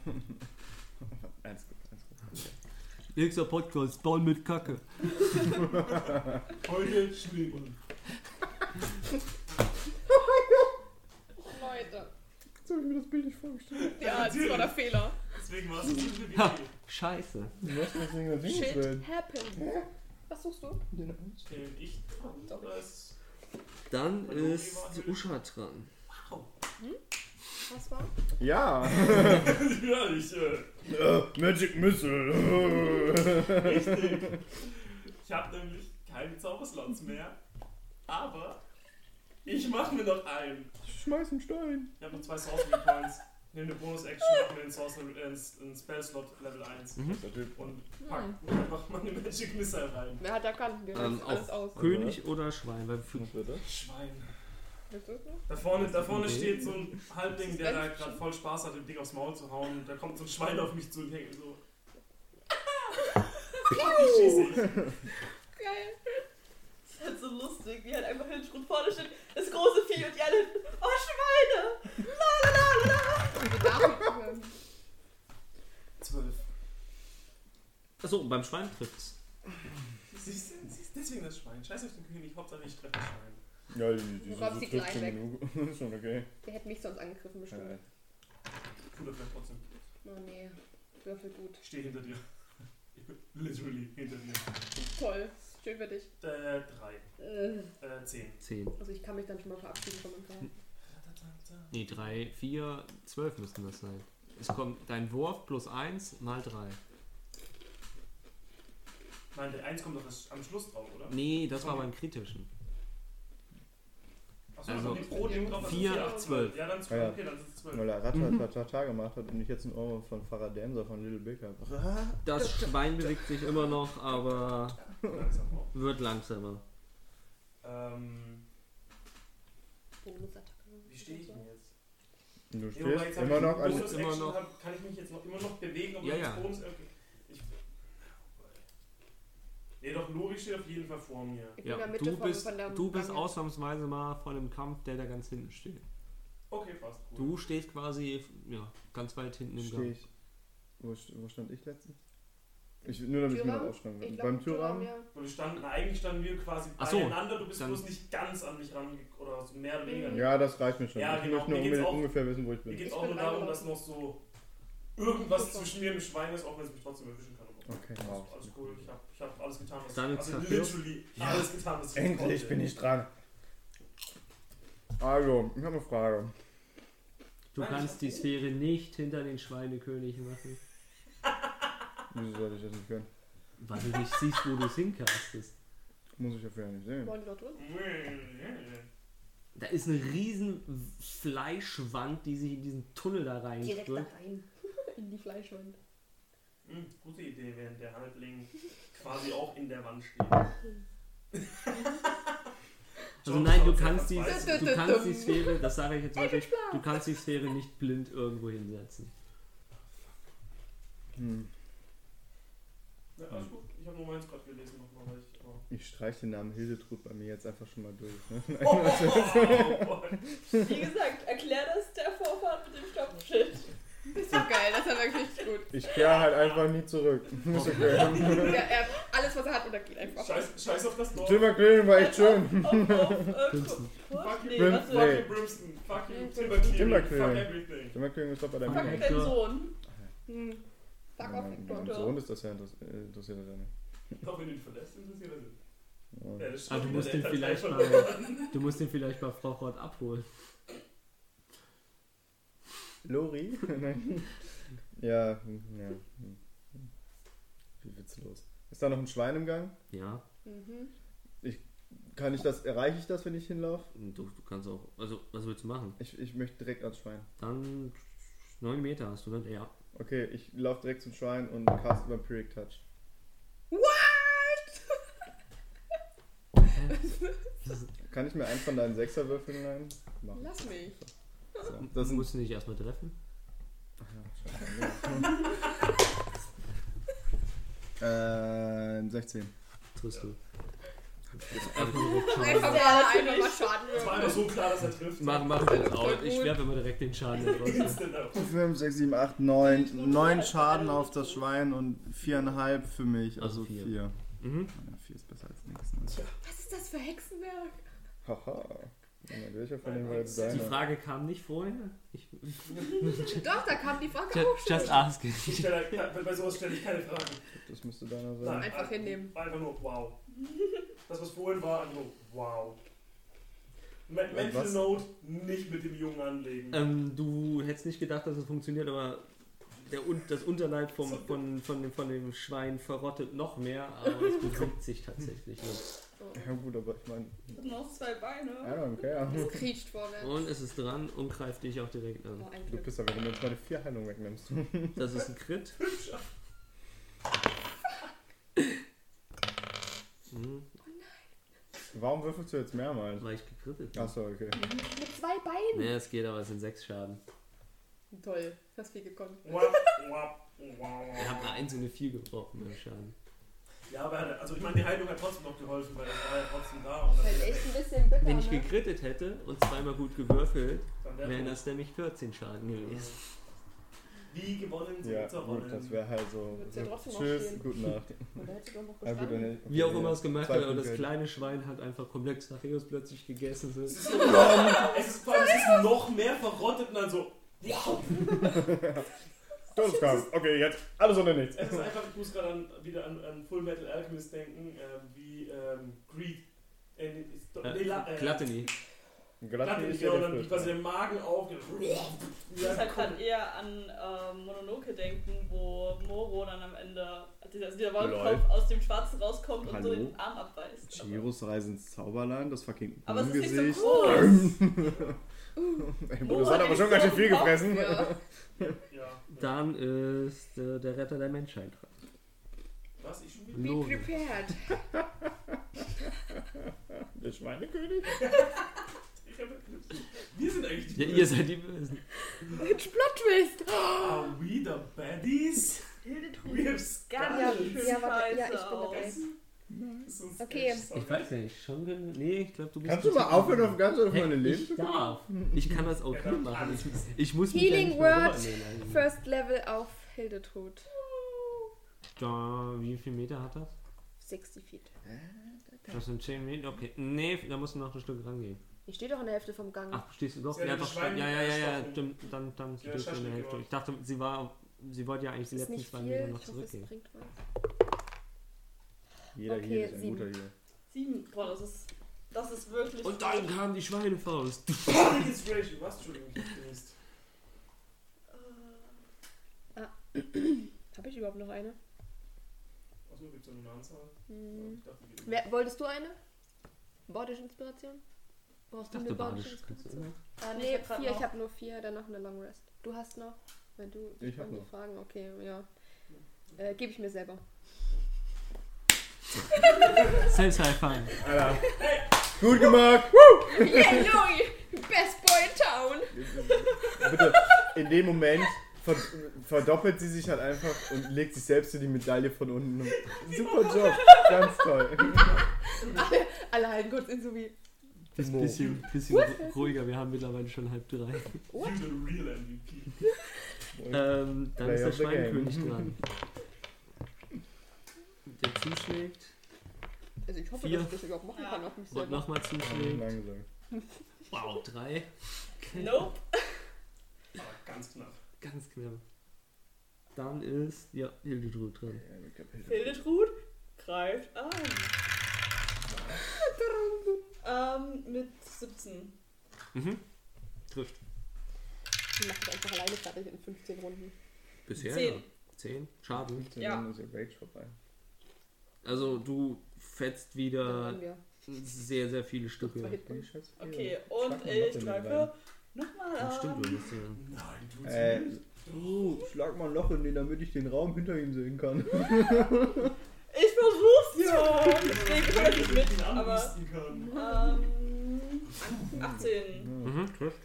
A: eins gut, eins gut.
E: Nächster Podcast, bauen mit Kacke.
D: Heute Schneemann.
B: Leute.
A: Jetzt habe ich mir das Bild nicht vorgestellt.
B: Ja, das war der Fehler.
D: Deswegen war es eine gute
E: Ha.
D: Idee.
E: Scheiße.
A: Du hast das Ding das Ding
B: Shit happens. Was suchst du?
A: Den Eins.
D: Bin ich dran? Oder ist
E: Dann
D: Hallo,
E: ist
D: Eva.
E: Usha dran.
B: Was war?
A: Ja!
D: ja, ich, äh,
A: Äh, Magic Missile!
D: richtig. Ich habe nämlich keine Zauberslots mehr. Aber ich mache mir noch einen.
A: Schmeiß einen Stein!
D: Ich habe noch zwei Sorcery Points. Nimm eine Bonus-Action, mach mir einen, Sorcery, äh, einen Spell-Slot Level 1.
A: Der Typ.
D: Und pack mir einfach meine Magic Missile rein.
B: Wer hat erkannt? Wir
E: Ähm,
B: ähm, alles aus.
E: König oder Schwein? Weil für,
A: Was wird das?
D: Schwein.
B: Willst du es noch?
D: Da vorne, da vorne
E: Okay.
D: steht so ein Halbling, der da gerade voll Spaß hat, dem Ding aufs Maul zu hauen. Und da kommt so ein Schwein auf mich zu und hängt so. Ich schieße.
B: Geil.
C: Das ist halt so lustig, wie halt einfach Hiltrud vorne steht, das große Vieh und die alle, oh Schweine! La, la, la, la, la.
B: Wir darf
D: Zwölf.
E: achso, beim Schwein trifft's.
D: Siehst du, siehst du, deswegen das Schwein. Scheiß auf den König, Hauptsache ich treffe das Schwein.
A: Ja, die, die, die,
B: Worauf sie
A: trifft
B: gleich
A: schon
B: weg.
A: genug. Ist schon okay.
B: Der hätte mich sonst angegriffen
A: Ja.
B: bestimmt.
D: Tut er vielleicht trotzdem.
B: Oh nee. Würfel gut.
D: Ich stehe hinter dir. Literally hinter dir.
B: Toll. Schön für dich.
D: Äh, drei.
B: Äh,
D: Äh, zehn.
E: Zehn.
B: Also ich kann mich dann schon mal verabschieden von meinem Kerl.
E: Nee, drei, vier, zwölf müssten das sein. Es kommt dein Wurf plus eins mal drei.
D: Nein, der eins kommt doch erst am Schluss drauf, oder?
E: Nee, das war beim kritischen.
D: Achso,
E: Also
D: die pro Ding drauf. also
E: vier,
D: vier,
E: zwölf.
D: Ja, dann
A: Ah, ja.
D: zwölf. Okay, dann sind es zwölf.
A: Weil er Ratatata gemacht hat und ich jetzt einen Ohr von Farah Dämser von Little Big habe.
E: Das Schwein bewegt sich immer noch, aber
D: Langsam auch.
E: wird langsamer.
D: Ähm,
B: Bonusattacke.
D: wie stehe ich denn jetzt?
A: Du
D: Nee, wobei,
A: stehst
D: jetzt hab
A: immer
D: ich
A: noch
D: eine
A: an.
E: Bonus-
D: Bonus-Action,
E: immer noch-
D: hab- Kann ich mich jetzt noch immer noch bewegen, ob
E: Ja,
D: ich
E: ja.
D: jetzt Bonus. Okay. Ich, nee, doch, Lori steht auf jeden Fall vor mir.
B: Ich bin
E: Ja,
B: in der Mitte
E: du
B: von,
E: bist,
B: von der
E: du bist
B: Wange.
E: ausnahmsweise mal vor dem Kampf, der da ganz hinten steht.
D: Okay, passt. Cool.
E: Du stehst quasi ja, ganz weit hinten im
A: Steh
E: Gang.
A: ich. Wo, st- wo stand ich letztens? Ich, nur damit ich mir
B: Türrahmen?
A: noch aufschreiben
B: Ich
A: kann.
B: glaub,
A: Beim Türrahmen?
B: ja.
D: Und wir standen, eigentlich standen wir quasi
E: Ach so,
D: beieinander, du bist
E: dann-
D: bloß nicht ganz an mich rangekommen, oder so mehr oder weniger.
B: Mhm.
A: Ja, das reicht mir schon.
D: Ja,
A: ich
D: genau,
A: möchte
D: mir
A: nur
D: geht's
A: unbedingt
D: auch-
A: ungefähr wissen, wo ich
D: Mir
A: bin.
D: geht es
B: Ich
D: auch
B: bin
D: nur darum, dass
B: reingelaufen.
D: noch so irgendwas
B: Super.
D: zwischen mir und dem Schwein ist, auch wenn es mich trotzdem erwischen kann. Aber
A: Okay,
D: alles-
A: wow.
D: Alles cool, ich habe ich hab alles getan, was
E: Dann
D: ich Also
E: Zapios.
D: literally
A: Ja.
D: alles getan, was ich
A: Endlich
D: konnte.
A: bin ich dran. Also, ich habe eine Frage.
E: Du kannst die Sphäre nicht hinter den Schweinekönig machen,
A: Wieso sollte ich das nicht können?
E: weil du nicht siehst, wo du es hinkastest.
A: Muss ich dafür ja nicht sehen.
B: Wollen die dort drin?
E: Da ist eine riesen Fleischwand, die sich in diesen Tunnel da
B: Direkt da
E: reindrückt.
B: rein. In die Fleischwand.
D: Hm, Gute Idee, während der Halbling quasi auch in der Wand steht.
E: Also nein, du
D: Schaut's
E: kannst, die,
D: einfach weiß.
E: du kannst die Sphäre, das sage ich jetzt wirklich,
B: Schwarz.
E: du kannst die Sphäre nicht blind irgendwo hinsetzen.
A: Hm.
D: Ja, alles gut. Ich habe nur meins gerade gelesen nochmal, weil ich. Oh,
A: Ich streiche den Namen Hildetrud bei mir jetzt einfach schon mal durch. Ne?
D: oh, oh, oh, oh.
C: Wie gesagt, erklär das der Vorfahrt mit dem Stoppschild.
B: Das ist doch geil, das war wirklich gut.
A: Ich kehre halt einfach nie zurück. Muss ich okay.
B: Ja, er, alles, was er hat, untergeht einfach.
D: Scheiß, scheiß auf das Dorf.
A: Timber Grillen war echt schön.
C: Also Auf, auf, auf,
E: Prinzen.
C: Fuck, nee,
A: Prinzen.
C: warte.
A: Nee.
D: Fucking Brimston, fucking
B: Nee.
D: Timber Clearing, fuck
A: Timberclearing.
D: everything.
A: Timber Grillen ist doch bei deinem
E: Fuck.
A: Mann.
C: Fuck den Sohn.
B: Hm. Fuck off,
A: Mein mein
B: Victor.
A: Sohn ist das ja interess- äh, interessiert. das ja nicht.
D: Doch, wenn du ihn verlässt, interessiert das nicht. Ja,
A: Ja.
D: das ist
E: Ah, du
D: schon
E: musst
D: wieder
E: den
D: der
E: vielleicht
D: Teil
E: mal, du musst den vielleicht mal Frau Roth abholen.
A: Lori? Nein. Ja, hm, ja. hm. Wie witzlos. Ist da noch ein Schwein im Gang?
E: Ja.
B: Mhm.
A: Kann ich das, erreiche ich das, wenn ich hinlaufe?
E: Du, du kannst auch. Also, was willst du machen?
A: Ich, ich möchte direkt ans Schwein.
E: Dann 9 Meter hast du, ne? Ja.
A: Okay, ich laufe direkt zum Schwein und cast Vampiric Touch. Kann ich mir einen von deinen Sechserwürfeln leihen? Mach.
B: Lass mich.
A: So.
E: Das
A: Das sind,
E: musst du nicht erstmal treffen.
A: äh, 16.
E: Triffst du.
B: Einfach
E: Mach,
B: mal
C: Ja,
B: einfach mal
C: ich-
B: Schaden
D: Es war
B: würfeln.
D: einfach so klar, dass er trifft.
E: mach das jetzt auch.
B: gut.
E: Ich werfe immer direkt den Schaden. da draußen.
D: Instant ab.
A: 5, 6, 7, 8,
C: Ich
A: 9.
C: wurde
A: 9
C: halt
A: Schaden
C: verletzt.
A: auf das Schwein und 4,5 für mich.
E: Also
A: Also
E: vier.
A: 4.
E: Mhm.
A: 4 ist besser als nichts. Ne?
B: Was ist das für Hexenwerk?
A: Haha. Moment, Welcher von
D: Nein,
A: denen war jetzt
D: nein,
E: Die
A: deiner?
E: Frage kam nicht vorher. Ich,
B: Doch, da kam die Frage auch
E: just,
B: schon.
E: just ask.
D: Ich stelle, bei, bei sowas stelle ich keine Fragen.
A: Das müsste deiner sein.
D: Nein,
B: Einfach hinnehmen.
D: Einfach nur wow. Das, was vorhin war, einfach nur wow. Me-
A: Und
D: Mental
A: was?
D: Note nicht mit dem Jungen anlegen.
E: Ähm, du hättest nicht gedacht, dass es funktioniert, aber der, Un- das Unterleib vom, von, von, dem, von dem Schwein verrottet noch mehr, aber es bewegt sich tatsächlich. noch.
A: Ja gut, aber ich meine,
C: Ich hab noch zwei
A: I
C: Beine.
A: don't care.
B: Es kriecht vorwärts.
E: Und es ist dran und greift dich auch direkt an.
B: Oh, ein
A: Du
B: Glück.
A: bist aber, wenn du jetzt meine 4 Heilung wegnimmst.
E: Das ist ein Crit. Mhm,
A: Warum würfelst du jetzt mehrmals?
E: weil ich gekrittet habe.
A: Achso, okay.
B: Mit zwei Beinen.
E: Nee, es geht, aber es sind sechs Schaden.
B: Toll, hast viel gekonnt.
D: Wap, wap, wow.
E: Ich habe eine eins und eine vier gebrochen beim Schaden.
D: Ja, aber also ich meine, die Heilung hat trotzdem noch geholfen, weil das war ja trotzdem da. Und
B: Halt
D: dann,
B: echt ein bisschen bitter,
E: Wenn ich
B: ne?
E: gekrittet hätte und zweimal gut gewürfelt,
D: dann
E: wären
D: wäre
E: das nämlich 14 Schaden gewesen.
D: wie gewonnen sind
A: Ja,
D: zerronnen.
A: gut, das wäre halt so.
B: Würdest du ja trotzdem
A: Tschüss,
B: aufstehen.
A: gute Nacht.
B: Oder Oh, hätte doch noch
A: Ja, gut,
B: gestanden.
A: dann, okay,
E: Wie auch immer
A: ja.
E: es gemerkt
A: Zwei
E: hat, aber das
A: Punkte.
E: kleine Schwein hat einfach komplett Sacheus plötzlich gegessen. So.
D: Es ist, noch, es ist vor allem es ist noch mehr verrottet und dann so, wow.
A: Das kam. Okay, jetzt alles oder nichts.
D: Es ist einfach, ich muss gerade an, wieder an, an Full Metal Alchemist denken, äh, wie ähm, Greed. Äh, ist, doch- nee, La-
E: Äh,
D: äh,
E: Glatteni.
A: Glatt
D: Glatte
A: ist
D: ist
A: ja
D: ja, und
A: der
D: dann quasi
A: Fürst.
D: der Magen auf.
C: Ich muss halt gerade eher an ähm, Mononoke denken, wo Moro dann am Ende, also dieser Wolkenkopf
A: Lol.
C: aus dem Schwarzen rauskommt und
A: Hallo?
C: so den Arm abbeißt.
A: Chiros Reise ins Zauberland, das fucking
C: Aber es ist nicht so
A: Gesicht.
C: groß.
A: Ey,
C: Wo
A: Bruder, das hat aber
C: hätte
A: schon
C: ich
A: ganz
C: so
A: schön viel
C: einen Kopf
A: gefressen.
B: Ja.
D: Ja.
E: Dann ist äh, der Retter der Menschheit dran.
D: Was? Ich schon wieder?
B: Be
E: Lori.
B: prepared.
A: Der Schweinekönig?
D: Ich hab, wir sind eigentlich die
E: Ja, ihr seid die Bösen.
B: Mit Plot Twist.
D: Are Ah, we the baddies? We have
C: Ganz
D: Skulls.
C: schön
B: Ja, warte, ja, ich
C: scheiße
B: bin dabei.
C: aus.
D: Das ist
B: Okay.
D: echt so
E: Ich
D: geil.
E: weiß nicht, schon. gen- Nee, ich glaube, du bist.
A: Kannst du mal aufhören, auf ganz auf meine Leben
E: Ich
A: zu gucken?
E: darf. Ich kann das auch
D: Ja,
E: hier
D: dann
E: machen.
D: alles.
E: Ich, ich muss mich
B: Healing
E: ja nicht mehr
B: Word
E: rübernehmen eigentlich.
B: First Level auf Hildetrud.
E: Da, wie viel Meter hat das?
B: 60 feet.
E: Das sind 10 Meter. Okay. Nee, da musst du noch ein Stück rangehen.
B: Ich stehe doch in der Hälfte vom Gang.
E: Ach, stehst du doch?
D: Sie hat
E: Ja,
D: den
E: doch.
D: Schwein
E: stimmt. Ja, ja, ja, ja.
D: erstochen.
E: Stimmt. Dann, dann
D: Sie hat
E: stehst du in der
D: Schaschlik
E: Hälfte.
D: gemacht.
E: Ich dachte, sie war. Sie wollte ja eigentlich die
B: ist
E: letzten
B: nicht
E: zwei Meter
B: viel.
E: noch
B: Ich hoffe, es
E: zurückgehen.
B: bringt was.
A: Jeder
B: Okay,
A: hier ist ein
B: sieben.
A: guter hier.
C: Sieben. Boah, das ist, das ist wirklich.
E: Und dann kam die Schweinefaust.
D: Public Inspiration. Was? Entschuldigung, ich hab genießt.
C: Äh,
B: Habe ich überhaupt noch eine?
D: Achso, gibt's da nur eine Anzahl?
B: Hm.
D: Ich dachte, die gibt-
B: Wer, wolltest du eine? Bordische Inspiration?
E: Ich
B: Brauchst du
E: dachte,
B: eine
E: badisch
B: Bordische
E: das kannst du
B: Inspiration?
E: immer.
B: Ah,
C: Ich
B: nee,
C: hab grad
B: vier.
C: noch.
B: Ich habe nur vier, dann noch eine Long Rest. Du hast noch? Wenn du
A: Ich hab
B: wollen die
A: noch.
B: Fragen, okay, ja. Äh, Gebe ich mir selber.
E: Selbst High Five.
A: Alter. Gut gemacht! Woo!
B: Yeah, Lori! Best Boy in Town!
A: Bitte, in dem Moment ver verdoppelt sie sich halt einfach und legt sich selbst so die Medaille von unten. Super Job, ganz toll.
B: Alle, alle halten kurz in so wie.
E: Das ist ein
A: Mo.
E: bisschen, bisschen ru- ruhiger. Wir haben mittlerweile schon halb drei.
D: You the real MVP.
A: Oh,
E: Ähm, dann
A: Play
E: ist der
A: of the game.
E: Schweinkönig dran. Der zuschlägt
B: Also ich hoffe,
E: Vier.
B: dass ich das überhaupt machen kann auf mich
E: und
B: selber.
E: nochmal zuschlägt.
A: Langsam.
E: Wow, drei.
C: nope.
D: Aber ganz knapp.
E: Ganz knapp. Dann ist, ja, Hildetrud dran.
C: Hildetrud greift an. ähm, mit 17.
E: Mhm. Trifft.
B: Ich mache das einfach alleine fertig in 15 Runden.
E: Bisher?
C: Zehn.
E: ja. Zehn. Schaden.
A: Ja. Ist ihr Rage vorbei.
E: Also du fetzt
B: Dann haben
E: wieder
B: wir.
E: sehr, sehr viele Stücke.
B: Zwei Hit-
C: Okay,
A: Schlag
C: und
A: mal
C: ich
A: Mathe nebenbei.
C: drücke nochmal
E: Das stimmt,
C: an.
E: du musst ja.
D: Nein, du
A: Äh,
D: nicht.
A: du, schlag mal ein Loch in den, damit ich den Raum hinter ihm sehen kann.
C: Ich versuch's ja. Deswegen höre ich nicht mit, aber.
D: anbieten kann.
C: Ähm, 18.
E: Mhm, trifft.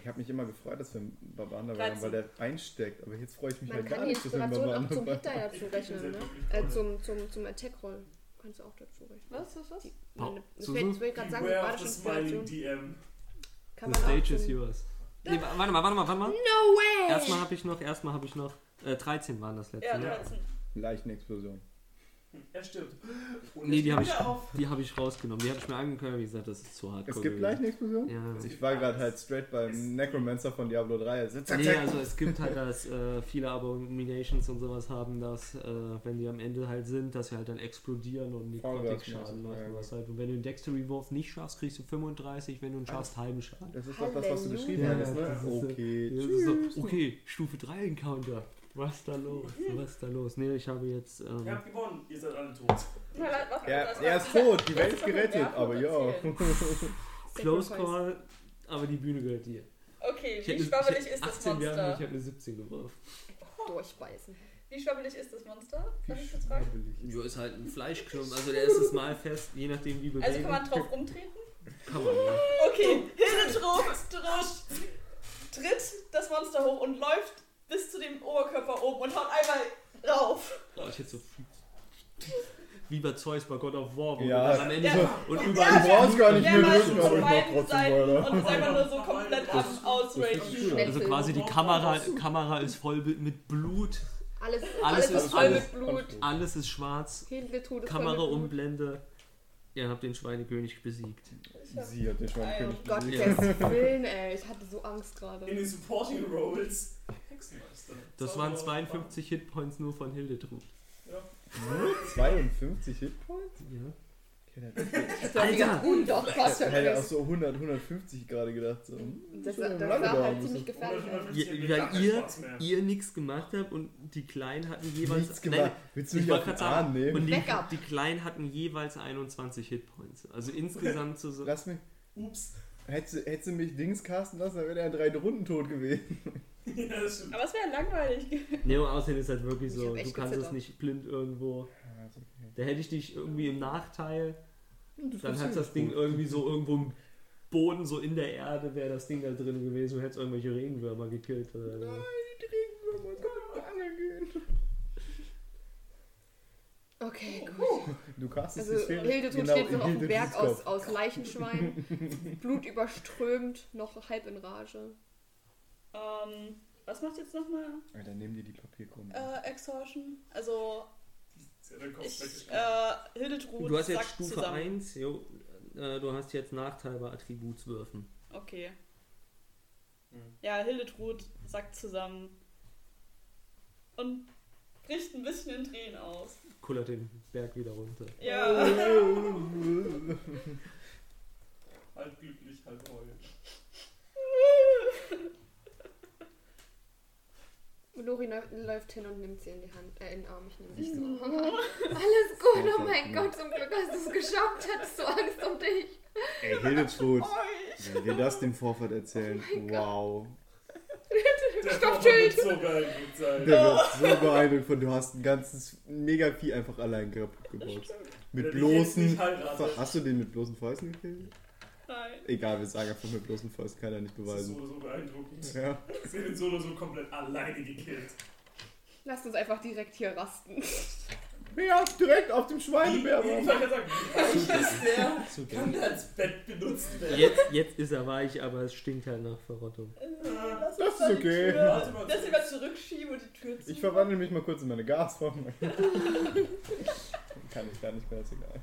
A: Ich habe mich immer gefreut, dass wir einen Barbaren dabei haben, weil der einsteckt. Aber jetzt freue ich mich
B: Man
A: halt
B: kann
A: gar
B: die
A: nicht, dass wir einen Barbaren
B: Inspiration auch zum
A: dabei
B: Hit
A: haben.
B: dazu rechnen, ne? Äh, zum, zum, zum Attack-Roll. Kannst du auch dazu rechnen.
C: Was, was, was?
B: Die-
E: Wow.
B: Meine, ich
E: Susan?
B: will, ich will gerade sagen,
D: Beware of
B: badische
D: the smiling
B: Inspiration.
D: DM.
B: Kann man
E: The
B: auch
E: stage is
B: zum-
E: yours. Nee, wa- warte mal, warte mal, warte mal.
B: No way!
E: Erstmal habe ich noch, erstmal habe ich noch. Äh, 13 waren das letzte,
C: Ja,
E: ne?
C: 13.
A: Leichenexplosion.
D: Er stirbt.
E: Nee, die habe ich,
D: Wieder auf.
E: die hab ich rausgenommen. Die hatte ich mir angekündigt, wie gesagt, das ist zu hart.
A: Es gibt Leichenexplosion?
E: Ja.
A: Ich war gerade halt straight beim Necromancer von Diablo 3. Zack, zack,
E: Nee,
A: zack.
E: also es gibt halt, dass äh, viele Abominations und sowas haben, dass, äh, wenn die am Ende halt sind, dass sie halt dann explodieren und
A: Vollgas
E: Nekrotik-Schaden
A: machen, ja, genau.
E: machen.
A: ja.
E: was halt. Und wenn du den Dexterity-Wurf nicht schaffst, kriegst du 35, wenn du ihn schaffst, halben Schaden.
A: das ist doch das, was du beschrieben
E: Ja,
A: hattest, ne?
E: das ist, äh,
A: Okay.
E: Das ist so, okay, Stufe 3 Encounter. Was da los?
A: Mhm.
E: Was da los? Nee, ich habe jetzt. Ähm,
D: Ihr habt gewonnen. Ihr seid alle tot.
C: Tut mir leid, was-
A: Er,
C: was-
A: er ist tot, die Welt ist
C: doch ein
A: gerettet,
C: Werfen
A: aber
C: und
A: ja.
C: Erzählen.
E: Close
B: Sacrifice.
E: Call, aber die Bühne gehört dir.
C: Okay,
E: Ich hätte-
C: wie
E: ich
C: schwabbelig
E: hätte
C: ist das
E: 18 Jahre und ich
C: Monster?
E: habe eine 17 geworfen.
B: Durchbeißen.
C: Wie schwabbelig ist das Monster?
A: Wie
C: Darf ich das fragen?
A: schwebelig.
E: Jo, ist halt ein Fleischklumpen, also der ist es mal fest, je nachdem wie bewegt.
C: Also kann man drauf rumtreten?
E: Kann man, ja.
C: Okay, Hildetrop Drusch, tritt das Monster hoch und läuft bis zu dem Oberkörper oben und haut einmal rauf.
E: Oh, ich hätte so viel. Wie bei Zeus bei God of War, wo
A: Ja.
E: du dann am Ende
C: Ja.
E: so, und
A: Du
E: überall.
A: brauchst gar nicht mehr
C: Mehrmals
A: drücken,
C: zu
A: aber ich mach
C: beiden
A: trotzdem
C: Seiten
A: weiter.
C: und ist einfach nur so komplett am
A: Das ist cool.
C: Ausragen.
E: Also quasi die Kamera, Kamera ist voll bi- mit Blut,
B: Alles, alles,
E: ist-
B: ist voll mit
E: alles-
B: Blut.
E: alles ist schwarz,
B: Hindle tut es voll mit
E: Kamera
B: Blut.
E: umblende. Ihr habt den Schweinekönig besiegt.
A: Sie hat den Schweinkönig
B: Gott,
A: besiegt.
B: Um Gottes Willen, ey. Ich hatte so Angst
D: In
B: gerade.
D: den Supporting Roles. Hexenmeister.
E: Das waren 52 Hitpoints nur von Hildetrud.
D: Ja.
A: 52 Hitpoints?
E: Ja.
A: Okay, der hat- der
E: Alter!
B: Gut, doch, Gott,
A: der hätte auch
B: das,
A: so 100, 150 gerade gedacht. So. hm,
B: das,
A: schon
B: das
A: lange
B: sah
A: dauern
B: halt ziemlich
A: müssen.
B: gefährlich aus.
E: Ja, weil ihr- Ihr nichts gemacht habt und die Kleinen hatten jeweils.
A: Nichts gemacht. Willst du
E: ich
A: mich auf
E: wollte
A: den
E: gerade
A: Arm
E: sagen,
A: nehmen?
E: und die,
B: Backup.
E: die Kleinen hatten jeweils 21 Hitpoints. Also insgesamt so. so
A: Lass mich.
D: Ups.
A: Hättest du, hättest du mich Dings casten lassen, dann wäre er in drei Runden tot gewesen.
D: Ja, das stimmt.
C: Aber es wäre langweilig gewesen.
E: Nee, und außerdem ist halt wirklich
B: Ich
E: so,
B: hab
E: du
B: echt
E: kannst es
B: gezittert.
E: nicht blind irgendwo.
A: Ja, ist okay.
E: Da hätte ich dich irgendwie im Nachteil.
A: Du
E: Dann
A: funktionierst
E: hätte das Ding
A: gut.
E: irgendwie so irgendwo im Boden, so in der Erde, wäre das Ding da drin gewesen und hättest irgendwelche Regenwürmer gekillt. Oder so.
A: Nein, die Regenwürmer, können angeln gehen.
B: Okay, gut.
A: Du castest
B: Also
A: die Sphäre.
B: Hilde tut
A: genau
B: steht
A: in
B: noch auf dem
A: Hildetuts
B: Berg aus,
A: Kopf.
B: aus Leichenschwein. Blut überströmt, noch halb in Rage.
C: Ähm, was macht jetzt nochmal
A: Alter, nimm dir die Papierkrone.
C: äh, Exhaustion? Also,
D: Sie hat den Kopf
C: ich,
D: weggeschlagen.
C: äh, Hildetrud
E: Du hast jetzt
C: sackt
E: Stufe
C: zusammen.
E: 1, jo, äh, du hast jetzt Nachteil bei Attributswürfen.
C: Okay.
D: Hm.
C: Ja, Hildetrud sackt zusammen und bricht ein bisschen in Tränen aus.
E: Kullert den Berg wieder runter.
C: Ja.
D: Halb Halt glücklich, halb heulend.
B: Lori lä- läuft hin und nimmt sie in die Hand, äh, in den Arm. Ich nehme dich so. Alles gut, oh mein Gott, zum Glück hast du es geschafft. Hattest du Angst um dich?
A: Ey,
B: Oh
A: Hildetrud,
C: Euch.
A: wenn wir das dem Vorfahrt erzählen, wow.
B: Oh.
D: Der
B: Stoppschild.
D: Vorhang wird So geil gut sein.
A: Der wird so beeindruckt von, du hast ein ganzes Megavieh einfach allein kaputt geboxt. Mit
D: Wenn du
A: bloßen...
D: jetzt nicht
B: halt
D: heiratest.
A: Hast du den mit bloßen Fäusten gekillt?
C: Nein.
A: Egal, wir sagen einfach mit bloßen Fäusten, kann er nicht
D: Das ist
A: beweisen.
D: so oder so beeindruckend.
A: Ja.
D: Sie hat den Solo so komplett alleine gekillt.
B: Lasst uns einfach direkt hier rasten.
A: ja, direkt auf dem
D: Ich wollte
A: Schweineberger.
D: gerade sagen, wie weich ist der?
E: Zu
D: Kann der als Bett benutzt werden?
E: Jetzt, jetzt ist er weich, aber es stinkt halt nach Verrottung.
C: Lass
A: Das
C: uns
A: ist
C: mal die
A: okay.
D: Warte
C: Tür,
D: mal.
C: dass ich mal zurückschiebe und die Tür zu.
A: Ich verwandle mich mal kurz in meine Gasform. Kann ich gar nicht mehr, ist egal.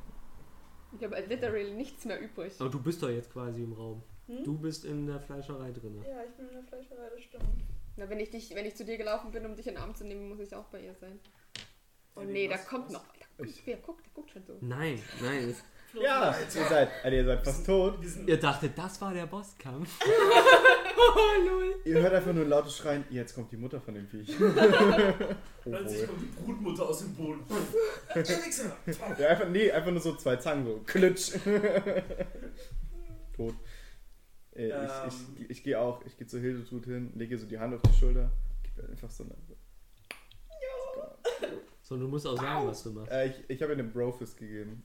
B: Ich habe halt literally nichts mehr übrig.
E: Aber du bist doch jetzt quasi im Raum.
C: Hm?
E: Du bist in der Fleischerei drin.
C: Ja, ich bin in der Fleischerei, das stimmt.
B: Na, wenn ich, dich, wenn ich zu dir gelaufen bin, um dich in den Arm zu nehmen, muss ich auch bei ihr sein. Oh nee, da kommt noch. Da
A: Ich-
B: kommt, wer guckt, der guckt schon so.
E: Nein, nein. es-
A: Ja, ihr seid, Alter, ihr seid fast tot.
D: Wir sind
E: Ihr dachtet, das war der Bosskampf.
C: lol.
A: Ihr hört einfach nur ein lautes Schreien. Jetzt kommt die Mutter von dem Viech. oh,
D: Plötzlich
A: wohl.
D: kommt die Brutmutter aus dem Boden. Elixir!
A: ja, einfach, nee, einfach nur so zwei Zangen. So. Klitsch. Tot. Äh,
D: Ähm.
A: Ich, ich, ich gehe auch. Ich gehe zu Hildetrud hin, lege ihr so die Hand auf die Schulter. Gib ihr einfach so eine. oh
E: So, du musst auch sagen, was du machst.
A: Äh, ich ich habe ihr eine Brofist gegeben.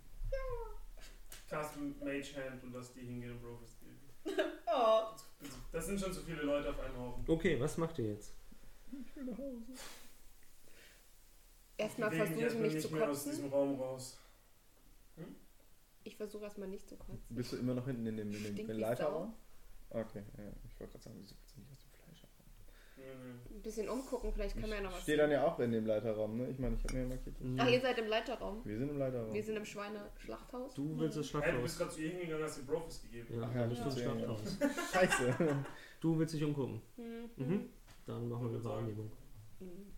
D: Carsten Mage Hand und dass die hingehen und Brofist geben. Also,
C: Oh.
D: Das sind schon zu viele Leute auf einen Haufen.
E: Okay, was macht ihr jetzt?
B: Erstmal
D: Ich bewege mich
B: versuchen,
D: erstmal
B: nicht zu
D: nicht mehr aus
B: kotzen.
D: diesem Raum raus.
B: Ich versuche erstmal nicht zu kotzen.
A: Bist du immer noch hinten in dem, in dem
B: Stinkt wie
A: Leiterraum? Okay, ja, ich wollte gerade sagen, wieso kommst du nicht aus dem Fleisch ab?
D: Mhm.
B: Ein bisschen umgucken, vielleicht können wir ja noch was.
A: Ich stehe dann ja auch in dem Leiterraum, ne? Ich meine, ich habe mir ja markiert.
E: Mhm.
B: Ach, ihr seid im Leiterraum.
A: Wir sind im Leiterraum.
B: Wir sind im Schweineschlachthaus.
E: Du willst das
D: Hey, du bist
E: Schlachthaus.
D: gerade zu ihr hingegangen und hast dir Brofist gegeben.
E: Ja,
A: Ach ja,
E: du bist das
A: ja, ja.
E: Schlachthaus.
A: Scheiße.
E: Du willst dich umgucken.
B: Mhm.
E: Mhm. Dann machen wir eine Wahrnehmung.
B: Mhm.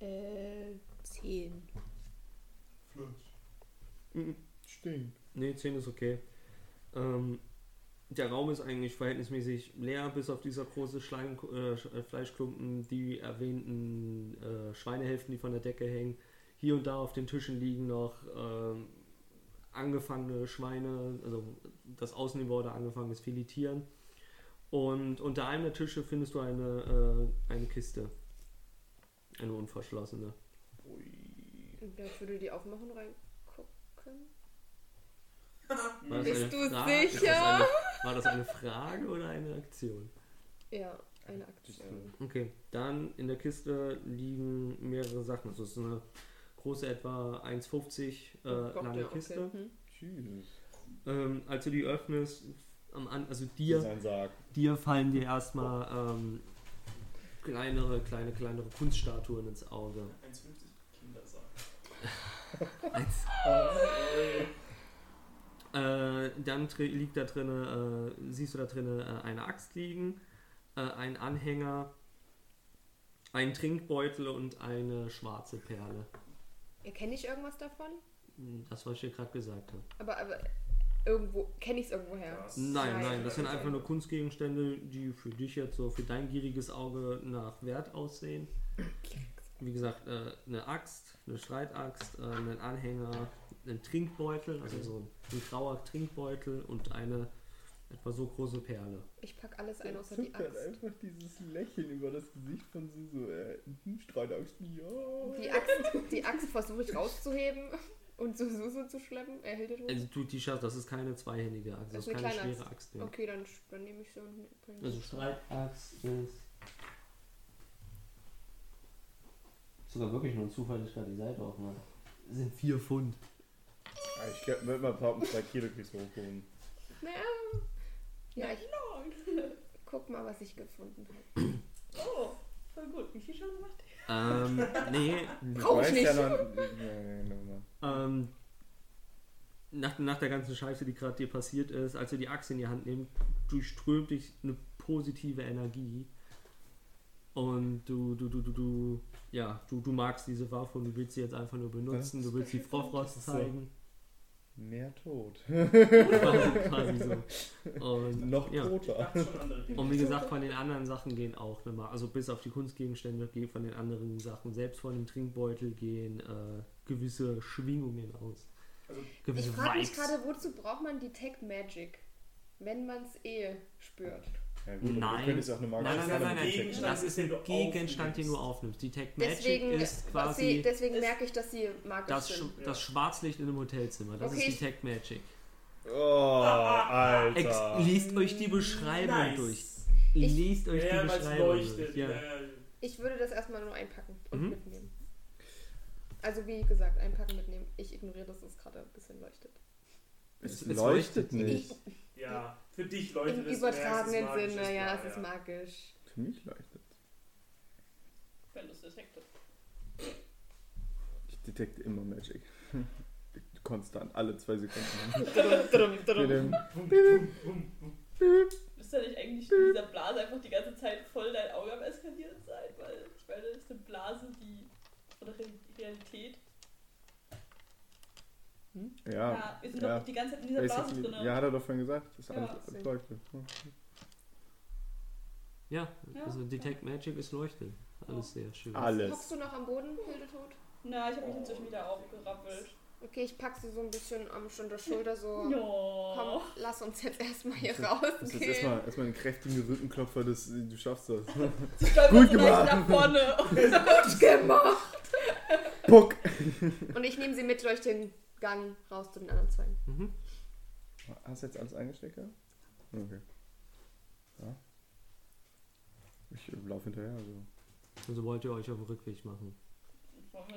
B: Äh, 10.
D: Flutsch.
A: Stinkt.
E: Nee, 10 ist okay. Ähm, der Raum ist eigentlich verhältnismäßig leer, bis auf dieser große Schleim, äh, Sch- äh, Fleischklumpen, die erwähnten äh, Schweinehälften, die von der Decke hängen. Hier und da auf den Tischen liegen noch ähm, angefangene Schweine, also das Außenniveau oder angefangenes Filetieren. Und unter einem der Tische findest du eine, äh, eine Kiste. Eine unverschlossene.
A: Ui.
B: Und da würde die aufmachen und reingucken.
E: War das
B: Bist
E: eine
B: du
E: Fra- ist das
B: sicher?
E: eine- War das eine Frage oder eine Aktion?
B: Ja, eine Aktion.
E: Okay, dann in der Kiste liegen mehrere Sachen. Also es ist eine große, etwa 1,50 äh,
B: Oh Gott,
E: lange
B: ja, okay.
E: Kiste.
B: Hm.
A: Jesus.
E: Ähm, als du die öffnest, am An also
A: Das
E: dir,
A: ist ein Sarg.
E: dir fallen dir erstmal ähm, kleinere, kleine, kleinere Kunststatuen ins Auge.
D: 1,50 Kindersack.
E: Eins.
D: Sorry.
E: Äh, dann tri- liegt da drin, äh, siehst du da drin äh, eine Axt liegen, äh, ein Anhänger, ein Trinkbeutel und eine schwarze Perle. Hm,
B: Erkenne ich irgendwas davon?
E: Das, was ich dir gerade gesagt habe.
B: Aber, aber irgendwo, kenne ich es irgendwoher.
D: Das-
E: Nein,
B: Nein.
E: nein, das sind einfach nur Kunstgegenstände, die für dich jetzt so, für dein gieriges Auge nach Wert aussehen. Wie gesagt, äh, eine Axt, eine Streitaxt, äh, einen Anhänger, einen Trinkbeutel, also so ein, ein grauer Trinkbeutel und eine etwa so große Perle.
B: Ich packe alles ein außer die
A: Zuckt halt
B: Axt.
A: einfach dieses Lächeln über das Gesicht von Sisu. Äh, hm, Streitaxt, ja.
B: Die Axt, die Axt versuche ich rauszuheben und zu Susu zu schleppen. Er hielt den
E: Also du, die Schaff, das ist keine zweihändige Axt, das
B: Das
E: ist
B: ist
E: keine
B: eine kleine
E: schwere Axt. ja.
B: Okay, dann, sch- dann nehme ich so und bringe
E: Also Streitaxt ist sogar wirklich nur ein Zufall, ich gerade die Seite aufmache. Sind vier Pfund.
A: Ah, Ich glaub, würde mal behaupten, zwei Kilo kriegst du hochgehoben.
B: Naja. Ja, ich guck mal, was ich gefunden habe.
C: Oh, voll gut. Wie viel Schaden macht der?
E: Ähm, nee,
B: Brauch ich
A: weißt Ja
B: nicht.
A: noch, nee, nee, nee, nee.
E: Ähm, nach, nach der ganzen Scheiße, die gerade dir passiert ist, als du die Axt in die Hand nimmst, durchströmt dich eine positive Energie. Und du, du, du, du, du, ja, du, du magst diese Waffe und du willst sie jetzt einfach nur benutzen, du willst sie Frofrost
A: Das ist so.
E: zeigen.
A: Mehr tot.
E: Quasi, quasi so. Und,
A: Noch
E: ja.
A: toter.
D: Macht schon andere Dinge.
E: Und wie gesagt, von den anderen Sachen gehen auch nochmal, also bis auf die Kunstgegenstände gehen von den anderen Sachen, selbst von dem Trinkbeutel gehen äh, gewisse Schwingungen aus.
D: Also-
E: gewisse
B: Ich frage mich
E: Vibes.
B: gerade, wozu braucht man Detect Magic, wenn man es eh spürt?
A: Ja, gut, aber
E: Nein.
A: Du könntest auch eine magische
E: Nein, nein, nein, nein,
A: Formel
E: nein.
A: entdecken.
E: Das ist
D: den
E: ein
D: du
E: Gegenstand, den du
D: aufnimmst.
E: aufnimmst. Detect Magic
B: Deswegen, äh,
E: ist
B: sie-
E: quasi
B: deswegen
C: ist-
B: merke ich, dass sie magisch
E: das, Sch
B: sind.
E: das Schwarzlicht in einem Hotelzimmer. Das
B: Okay,
E: ist
B: ich-
E: Detect Magic.
A: Oh,
E: Ex
A: Alter.
E: liest euch die Beschreibung
D: Nice.
E: durch.
B: Ich-
E: Liest euch
D: Ja,
E: die
D: weil es
E: Beschreibung
D: leuchtet. ne?
E: durch.
D: Ja.
E: Ja.
D: Ja.
B: Ich würde das erstmal nur einpacken und
E: Mhm.
B: mitnehmen. Also wie gesagt, einpacken, mitnehmen. Ich ignoriere, dass es gerade ein bisschen leuchtet.
A: Es,
E: Es- es
A: leuchtet
E: leuchtet
A: nicht.
D: ja, für dich
B: Im
D: leuchtet es.
B: übertragenen
D: ja, es ist magisch,
B: Sinne, ja,
D: klar,
B: es ist magisch.
A: Für mich leuchtet.
C: Wenn du es detektest.
A: Ich detekte immer Magic. Konstant, alle zwei Sekunden.
B: Drum, drum, drum.
A: Tadam.
D: Bum, bum, bum, bum.
C: Bist du nicht eigentlich in
A: Hm.
C: dieser Blase einfach die ganze Zeit voll dein Auge am eskalieren sein? Weil ich meine, das ist eine Blase, die. oder Re- Realität.
A: Ja.
C: Ja, wir sind
A: ja.
C: doch die ganze Zeit in dieser Blase
A: Basically,
C: drin.
A: ja, hat er doch schon gesagt. Das ist
C: Ja,
A: alles
B: deswegen.
A: leuchtet. Hm.
E: Ja,
C: Ja.
E: also Detect Magic ist Leuchten. Alles sehr schön.
D: Ah.
B: Hockst
A: Alles.
B: du noch am Boden, Hilde tot?
C: Na, ich habe mich inzwischen wieder aufgerappelt.
B: Okay, ich pack sie so ein bisschen am schon der Schulter so. Komm,
C: Ja.
B: lass uns jetzt erstmal hier
A: Das Das ist jetzt
B: rausgehen.
A: erstmal, erstmal einen kräftigen Rückenklopfer, das, du schaffst das.
C: Sie stolpert
A: Gut
C: so leicht
A: gemacht.
C: nach vorne.
B: Gut gemacht!
A: Puck!
B: Und ich nehme sie mit durch den Gang raus zu den anderen zwei.
E: Mhm.
A: Hast du jetzt alles eingesteckt? Ja? Okay. Ja. Ich äh, laufe hinterher. Also.
E: Also wollt ihr euch auf den Rückweg machen.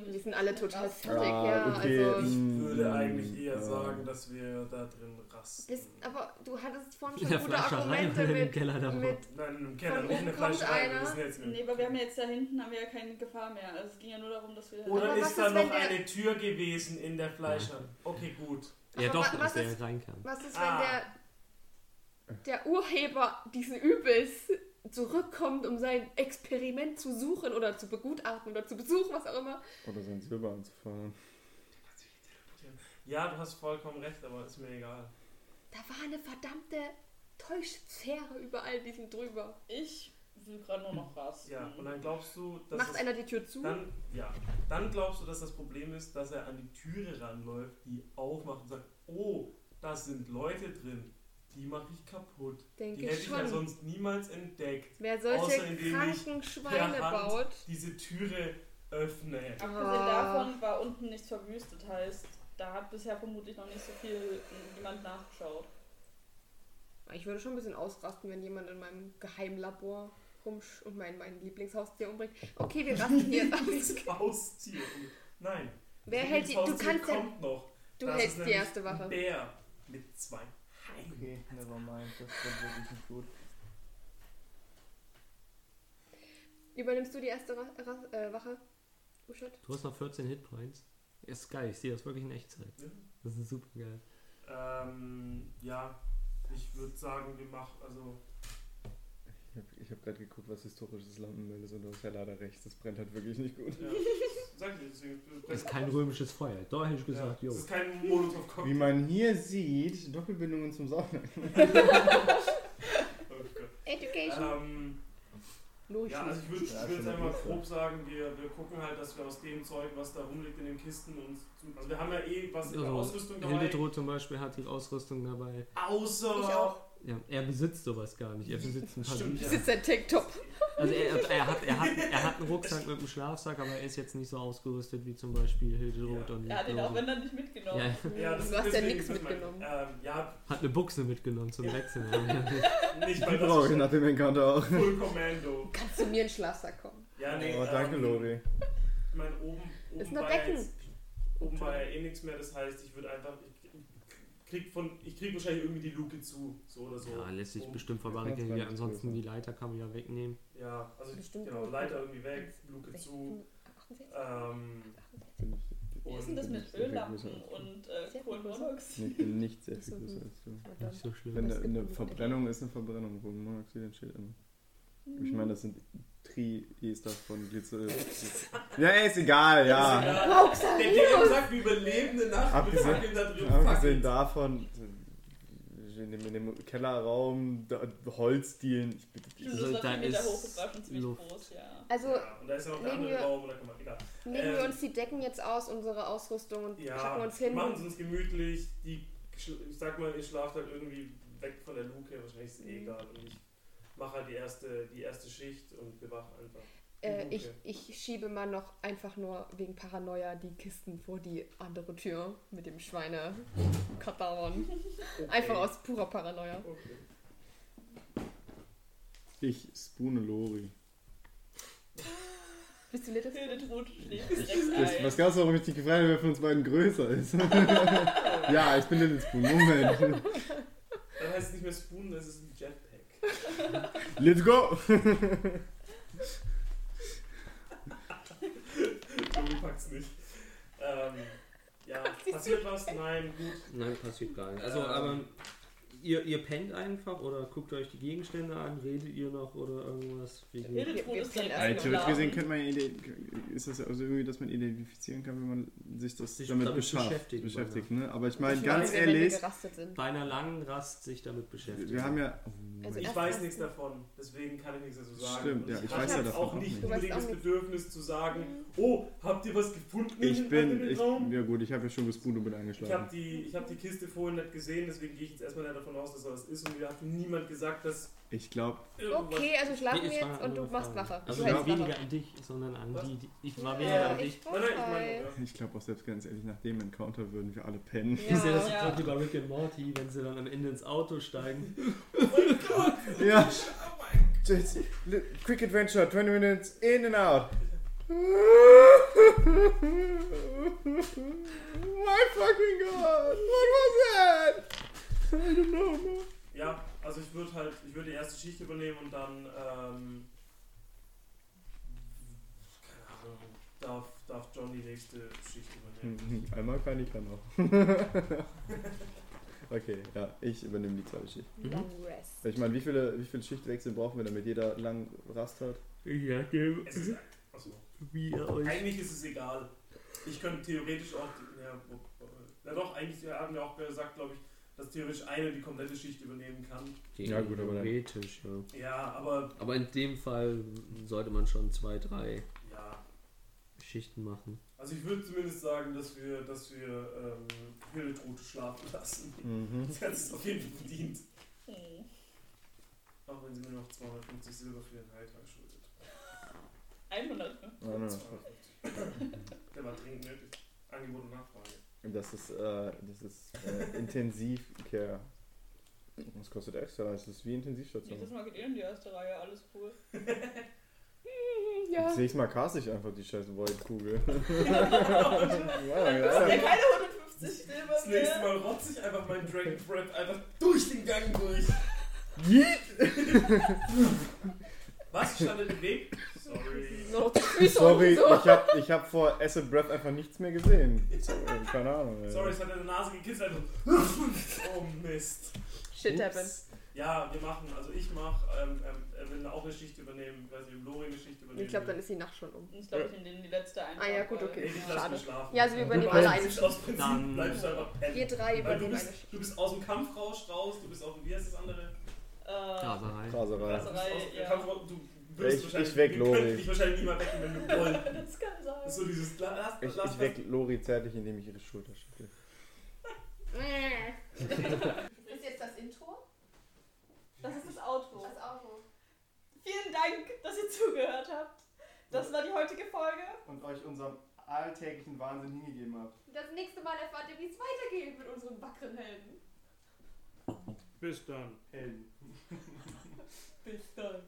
B: Wir sind alle total fertig,
A: Ah,
B: ja.
A: okay,
B: Also,
D: Ich
A: Mm,
D: würde eigentlich eher
A: ja.
D: sagen, dass wir da drin rasten.
B: bist, aber du hattest vorhin
E: In der
B: schon gute
E: Fleischerei
B: Argumente
E: oder im
B: mit.
E: Keller da
B: mit
D: Nein, im Keller,
B: Von
D: nicht in der
B: oben kommt
D: Fleischerei.
B: einer.
D: Wir sind jetzt
C: Nee,
D: im
C: aber wir haben ja jetzt da hinten haben wir ja keine Gefahr mehr. Also es ging ja nur darum, dass wir da
D: Oder
B: Aber was
D: ist da
B: ist, wenn
D: noch
B: der-
D: eine Tür gewesen in der Fleischerei? Okay, gut.
B: Aber
E: Ja doch,
B: wa-
E: dass
B: was,
E: der
B: ist,
E: ist, reinkam.
B: was ist, wenn
D: Ah.
B: der, der Urheber diesen Übels zurückkommt, um sein Experiment zu suchen oder zu begutachten oder zu besuchen, was auch immer?
A: Oder sein Silber anzufahren.
D: Ja, du hast vollkommen recht, aber ist mir egal.
B: Da war eine verdammte Täuschsphäre über all diesem drüber.
C: Ich will gerade nur noch rasten.
D: Ja, und dann glaubst du, dass
B: Macht
D: es-
B: einer die Tür zu?
D: Dann, ja, dann glaubst du, dass das Problem ist, dass er an die Türe ranläuft, die aufmacht und sagt, oh, da sind Leute drin, die mache ich kaputt. Die
B: Denke
D: hätte
B: ich
D: ich ja
B: schon.
D: sonst niemals entdeckt.
B: Wer
D: außer
B: solche
D: indem ich
B: kranken Schweine
D: per Hand-
B: baut.
D: Diese Türe öffne.
C: Abgesehen
B: Ah.
C: davon war unten nichts verwüstet, heißt, da hat bisher vermutlich noch nicht so viel jemand nachgeschaut.
B: Ich würde schon ein bisschen ausrasten, wenn jemand in meinem Geheimlabor rumsch und mein, mein Lieblingshaustier umbringt. Okay, wir rasten hier. aus.
D: Das Haustier. Nein.
B: Wer
D: das
B: hält die? Du
D: Haustier
B: kannst ja,
D: kommt noch.
B: du
D: Das ist
B: hältst die
D: nämlich
B: erste
D: Ein
B: Wache.
D: Bär mit zwei Beinen.
A: Okay, nevermind, das wird wirklich nicht gut.
B: Übernimmst du die erste Ra Ra äh, Wache? Uschat?
E: Du hast noch 14 Hitpoints. Ist geil, ich sehe das wirklich in Echtzeit.
D: Ja.
E: Das ist super geil.
D: Ähm, ja, ich würde sagen, wir machen, also,
A: Ich habe ich hab gerade geguckt, was historisches Lampenmehl ist und du hast ja leider recht, das brennt halt wirklich nicht gut.
D: ja, sag ich deswegen.
E: Das ist kein römisches Feuer. Deutlich gesagt,
D: ja,
E: jo.
D: das ist kein Molotov-Cocktail.
A: Wie man hier sieht, Doppelbindungen zum Saufen.
D: Oh Gott.
B: Education.
D: Ähm,
B: Nur
D: ja, also ich würde
A: Ja,
D: ich würd
A: schon
D: einmal
A: gut, ja.
D: grob sagen, wir, wir gucken halt, dass wir aus dem Zeug, was da rumliegt in den Kisten, und also wir haben ja eh was in der
E: Also,
D: Ausrüstung dabei,
E: Hildedroth zum Beispiel hat die Ausrüstung dabei.
B: Ich
D: außer
B: auch.
E: Ja, er besitzt sowas gar nicht. Er besitzt ein paar
D: Stimmt,
B: Das
D: ja.
B: ist ein Tech-Top.
E: Also er, er, hat, er, hat, er hat einen Rucksack mit einem Schlafsack, aber er ist jetzt nicht so ausgerüstet wie zum Beispiel Hildedroth
D: Ja.
E: und
C: Er hat ihn auch
E: Lose.
C: wenn dann nicht mitgenommen.
E: ja,
D: Ja, das
B: du hast ja
D: deswegen
B: nichts
D: ist mein-
B: mitgenommen.
D: Ähm, ja,
E: hat eine Buchse mitgenommen zum
D: Ja.
E: Wechseln. Also
D: nicht
A: Die
D: weil
A: brauche ich
D: das
A: nach dem Encounter auch.
D: ist Full Commando.
B: Kannst du mir einen Schlafsack kommen?
D: Ja, nee,
A: Oh, danke,
D: ähm,
A: Lori.
D: Ich meine, oben, oben
B: Ist nur
D: war
B: Decken.
D: jetzt- Oben war ja eh nichts mehr, das heißt, ich würde einfach, ich krieg, von, ich krieg wahrscheinlich irgendwie die Luke zu, so oder so.
E: Ja, lässt sich
D: Oben.
E: bestimmt
A: Kannst
E: verbarrikadieren.
A: du
E: Ansonsten
A: nicht
E: die Leiter kann man ja wegnehmen.
D: Ja, also ich,
B: Bestimmt
D: genau,
B: Luke.
D: Leiter irgendwie weg, Luke zu.
B: 68,
D: Ähm,
B: 68.
A: Bin ich-
C: Wie ist denn das mit Öllampen und äh, Kohlenmonoxid?
A: Nee, ich bin nicht sehr viel
B: Ist
A: größer
B: okay.
A: als du.
B: Aber
E: Nicht
B: dann-
E: so
A: Wenn
E: schlimm.
A: eine,
B: Das gibt
A: eine
B: gute
A: Verbrennung ist, eine Verbrennung. Kohlenmonoxid entsteht immer. Ich meine, das sind Tri-Ester von Glycerin. ja, ey, ist egal, ja.
D: Ja. Der Typ sagt, wir überleben eine Nacht
A: Abgesehen-
D: mit Fackeln da drin.
A: Abgesehen
D: Fackeln.
A: davon, in dem, in dem Kellerraum, da, Holzdielen. Ich,
C: Die
A: ich,
E: Also,
C: ist
E: da
C: viel Meter
E: ist
C: hoch, das war schon ziemlich
E: Luft.
C: groß, ja.
B: Also
D: ja, und da ist ja noch der
B: legen
D: andere
B: wir-
D: Raum, oder kann man, egal.
B: nehmen wir
D: Ähm,
B: uns die Decken jetzt aus, unsere Ausrüstung und packen
D: Ja,
B: uns hin.
D: machen sie uns gemütlich. Die, schl- ich sag mal, ihr schlaft halt irgendwie weg von der Luke, wahrscheinlich ist es
B: Mhm.
D: eh egal. Und ich mache halt die erste, die erste Schicht und wir wachen einfach.
B: Äh,
D: Okay.
B: ich, ich schiebe mal noch einfach nur wegen Paranoia die Kisten vor die andere Tür mit dem Schweinekadavern.
D: Okay.
B: Einfach aus purer Paranoia.
D: Okay.
A: ich spoone Lori.
B: Bist du nicht das?
C: Hildetrud schläft
A: Das,
C: direkt
A: was
C: ein.
A: gab's auch richtig gefragt, wer von uns beiden größer ist. ja, ich bin Little Spoon. Moment.
D: Dann heißt es nicht mehr Spoon, das ist ein Jetpack.
A: Let's go!
D: Du packst nicht. Ähm, ja, passiert was? Nein, gut.
E: Nein, passiert gar nicht. Also,
D: Ähm,
E: ihr, ihr pennt einfach oder guckt euch die Gegenstände an, redet ihr noch oder irgendwas? Wie geht's?
C: Hildetrud
B: Wir-
C: ist genau.
B: wir
C: direkt
B: kennen
C: eingeladen.
B: das.
A: theoretisch gesehen könnte man ja ident- ist das also irgendwie, dass man identifizieren kann, wenn man sich das
E: Sich
A: damit,
E: damit
A: beschafft,
E: beschäftigt,
A: beschäftigt. ne? Aber ich meine,
B: Ich
A: ganz
B: weiß, wenn wir
A: ehrlich,
B: gerastet sind.
E: bei einer langen Rast sich damit beschäftigen.
A: wir haben ja. Oh,
B: Also
A: ich,
D: Ich
B: erst
D: weiß
B: mal-
D: nichts davon, deswegen kann ich nichts dazu sagen.
A: Stimmt,
D: Und
A: ja, ich
D: hatte
A: weiß ja
D: jetzt
A: davon
D: auch
A: auch
D: nicht
A: nicht.
B: Du weißt
D: unbedingt
B: auch
D: das
B: nicht.
D: Bedürfnis zu sagen, oh, habt ihr was gefunden
A: ich
D: im
A: bin.
D: anderen
A: Ich,
D: Raum?
A: ja gut, ich habe ja schon Gespudo mit eingeschlafen.
D: Ich habe die, ich hab die Kiste vorhin nicht gesehen, deswegen gehe ich jetzt erstmal davon aus, dass das ist. Und mir hat niemand gesagt, dass
A: Ich glaube,
D: irgendwas.
B: Okay, also
E: Nee,
B: schlafen wir
E: es war
B: jetzt und
E: eine
B: du
E: andere
B: machst
E: Frage.
B: Wache.
E: Also
B: du
A: Ja.
E: nicht
B: hältst
E: weniger
B: Wache.
E: an dich, sondern an
D: Was?
E: die, die ich war
B: Ja,
E: weniger an dich.
B: ich halt
D: Nein, nein, ich meine, ja.
B: weiß.
A: ich glaube auch selbst ganz ehrlich, nach dem Encounter würden wir alle pennen.
E: Das ist ja das
C: Ja.
E: Gleiche bei Rick and Morty, wenn sie dann am Ende ins Auto steigen.
A: Ja. Jetzt, li- Quick Adventure, 20 Minutes, in and out. My fucking god, what was that? I don't know, man.
D: Ja, also ich würde halt, ich würde die erste Schicht übernehmen und dann, ähm, keine Ahnung, darf, darf John die nächste Schicht übernehmen.
A: Mhm, Einmal kann ich dann auch. okay, ja, ich übernehme die zweite Schicht.
E: Mhm.
B: Long rest.
A: Ich meine, wie viele, wie viele Schichtwechsel brauchen wir, damit jeder lang Rast hat?
E: Ja,
D: Es ist, achso,
E: wie ihr euch.
D: eigentlich ist es egal. Ich könnte theoretisch auch, die- ja, wo- wo- ja doch, eigentlich haben wir auch gesagt, glaube ich, dass theoretisch einer die komplette Schicht übernehmen kann.
A: Ja, gut, aber dann-
E: Theoretisch, ja.
D: Ja, aber,
E: Aber in dem Fall sollte man schon zwei, drei
D: ja.
E: Schichten machen.
D: Also ich würde zumindest sagen, dass wir, dass wir, ähm, Hildetrud schlafen lassen.
A: Mhm.
D: Sie hat es auf jeden Fall verdient.
C: Hm.
D: Auch wenn sie mir noch 250 Silber für den Heiltag schuldet.
C: 100, ne?
A: Oh, no.
D: 250. Der war dringend nötig. Angebot und Nachfrage.
A: Das ist, äh, das ist äh, Intensivcare. Das kostet extra, das ist wie
C: Nächstes
A: Intensivstation.
C: Mal geht ihr in die erste Reihe, alles cool.
B: Ja.
A: Das nächste Mal cast ich einfach die scheiß Void-Kugel.
C: Dann kostet ja keine 150 Silber
D: Das nächste
C: mehr.
D: Mal rotze ich einfach meinen Dragon Prep einfach durch den Gang durch. Was? Ich stand in dem Weg? Sorry.
B: So, Füße
A: Sorry,
B: unten so.
A: ich hab, ich hab vor Acid Breath einfach nichts mehr gesehen. Sorry, Keine Ahnung. Ey.
D: Sorry, es hat in der Nase gekitzelt. Oh Mist.
B: Shit
E: Ups.
B: happens.
D: Ja, wir machen. Also ich mach, ähm, ähm, er will auch eine Schicht übernehmen, weil sie Lori eine Schicht übernehmen.
B: Ich glaube, dann
D: will.
B: ist die Nacht schon um.
C: Ich glaube, ich nehme den die letzte ein.
B: Ah ja, gut,
D: Nee,
B: okay.
D: ich lass
B: Schade.
D: mich schlafen.
B: Ja, also wir übernehmen
D: Weil
B: alle eine
D: Aus Prinzip
E: Dann-
D: bleibst du einfach pennen.
B: Wir drei
D: Weil du
B: übernehmen
D: bist,
B: eine Schicht.
D: du bist aus dem Kampfrausch raus, du bist auf dem, wie heißt das andere?
C: Äh,
A: halt.
E: Raserei.
A: Raserei.
D: Du bist aus dem
C: ja.
D: Kampfrausch, du wirst
A: Ich-
D: wahrscheinlich,
A: ich weg,
D: wir
A: Lori.
D: könnten dich wahrscheinlich nie mal wecken, wenn wir wollten.
C: das kann
D: Das ist
C: sein.
D: so dieses, la- lass,
A: Ich,
D: lass
A: ich weck Lori zärtlich, indem ich ihre Schulter schüttle.
B: Ist jetzt das Intro?
C: Das ist das Auto.
B: Auto.
C: Vielen Dank, dass ihr zugehört habt. Das war die heutige Folge.
A: Und euch unserem alltäglichen Wahnsinn hingegeben habt.
B: Das nächste Mal erfahrt ihr, wie es weitergeht mit unseren wackeren Helden.
D: Bis dann. Helden.
C: Bis dann.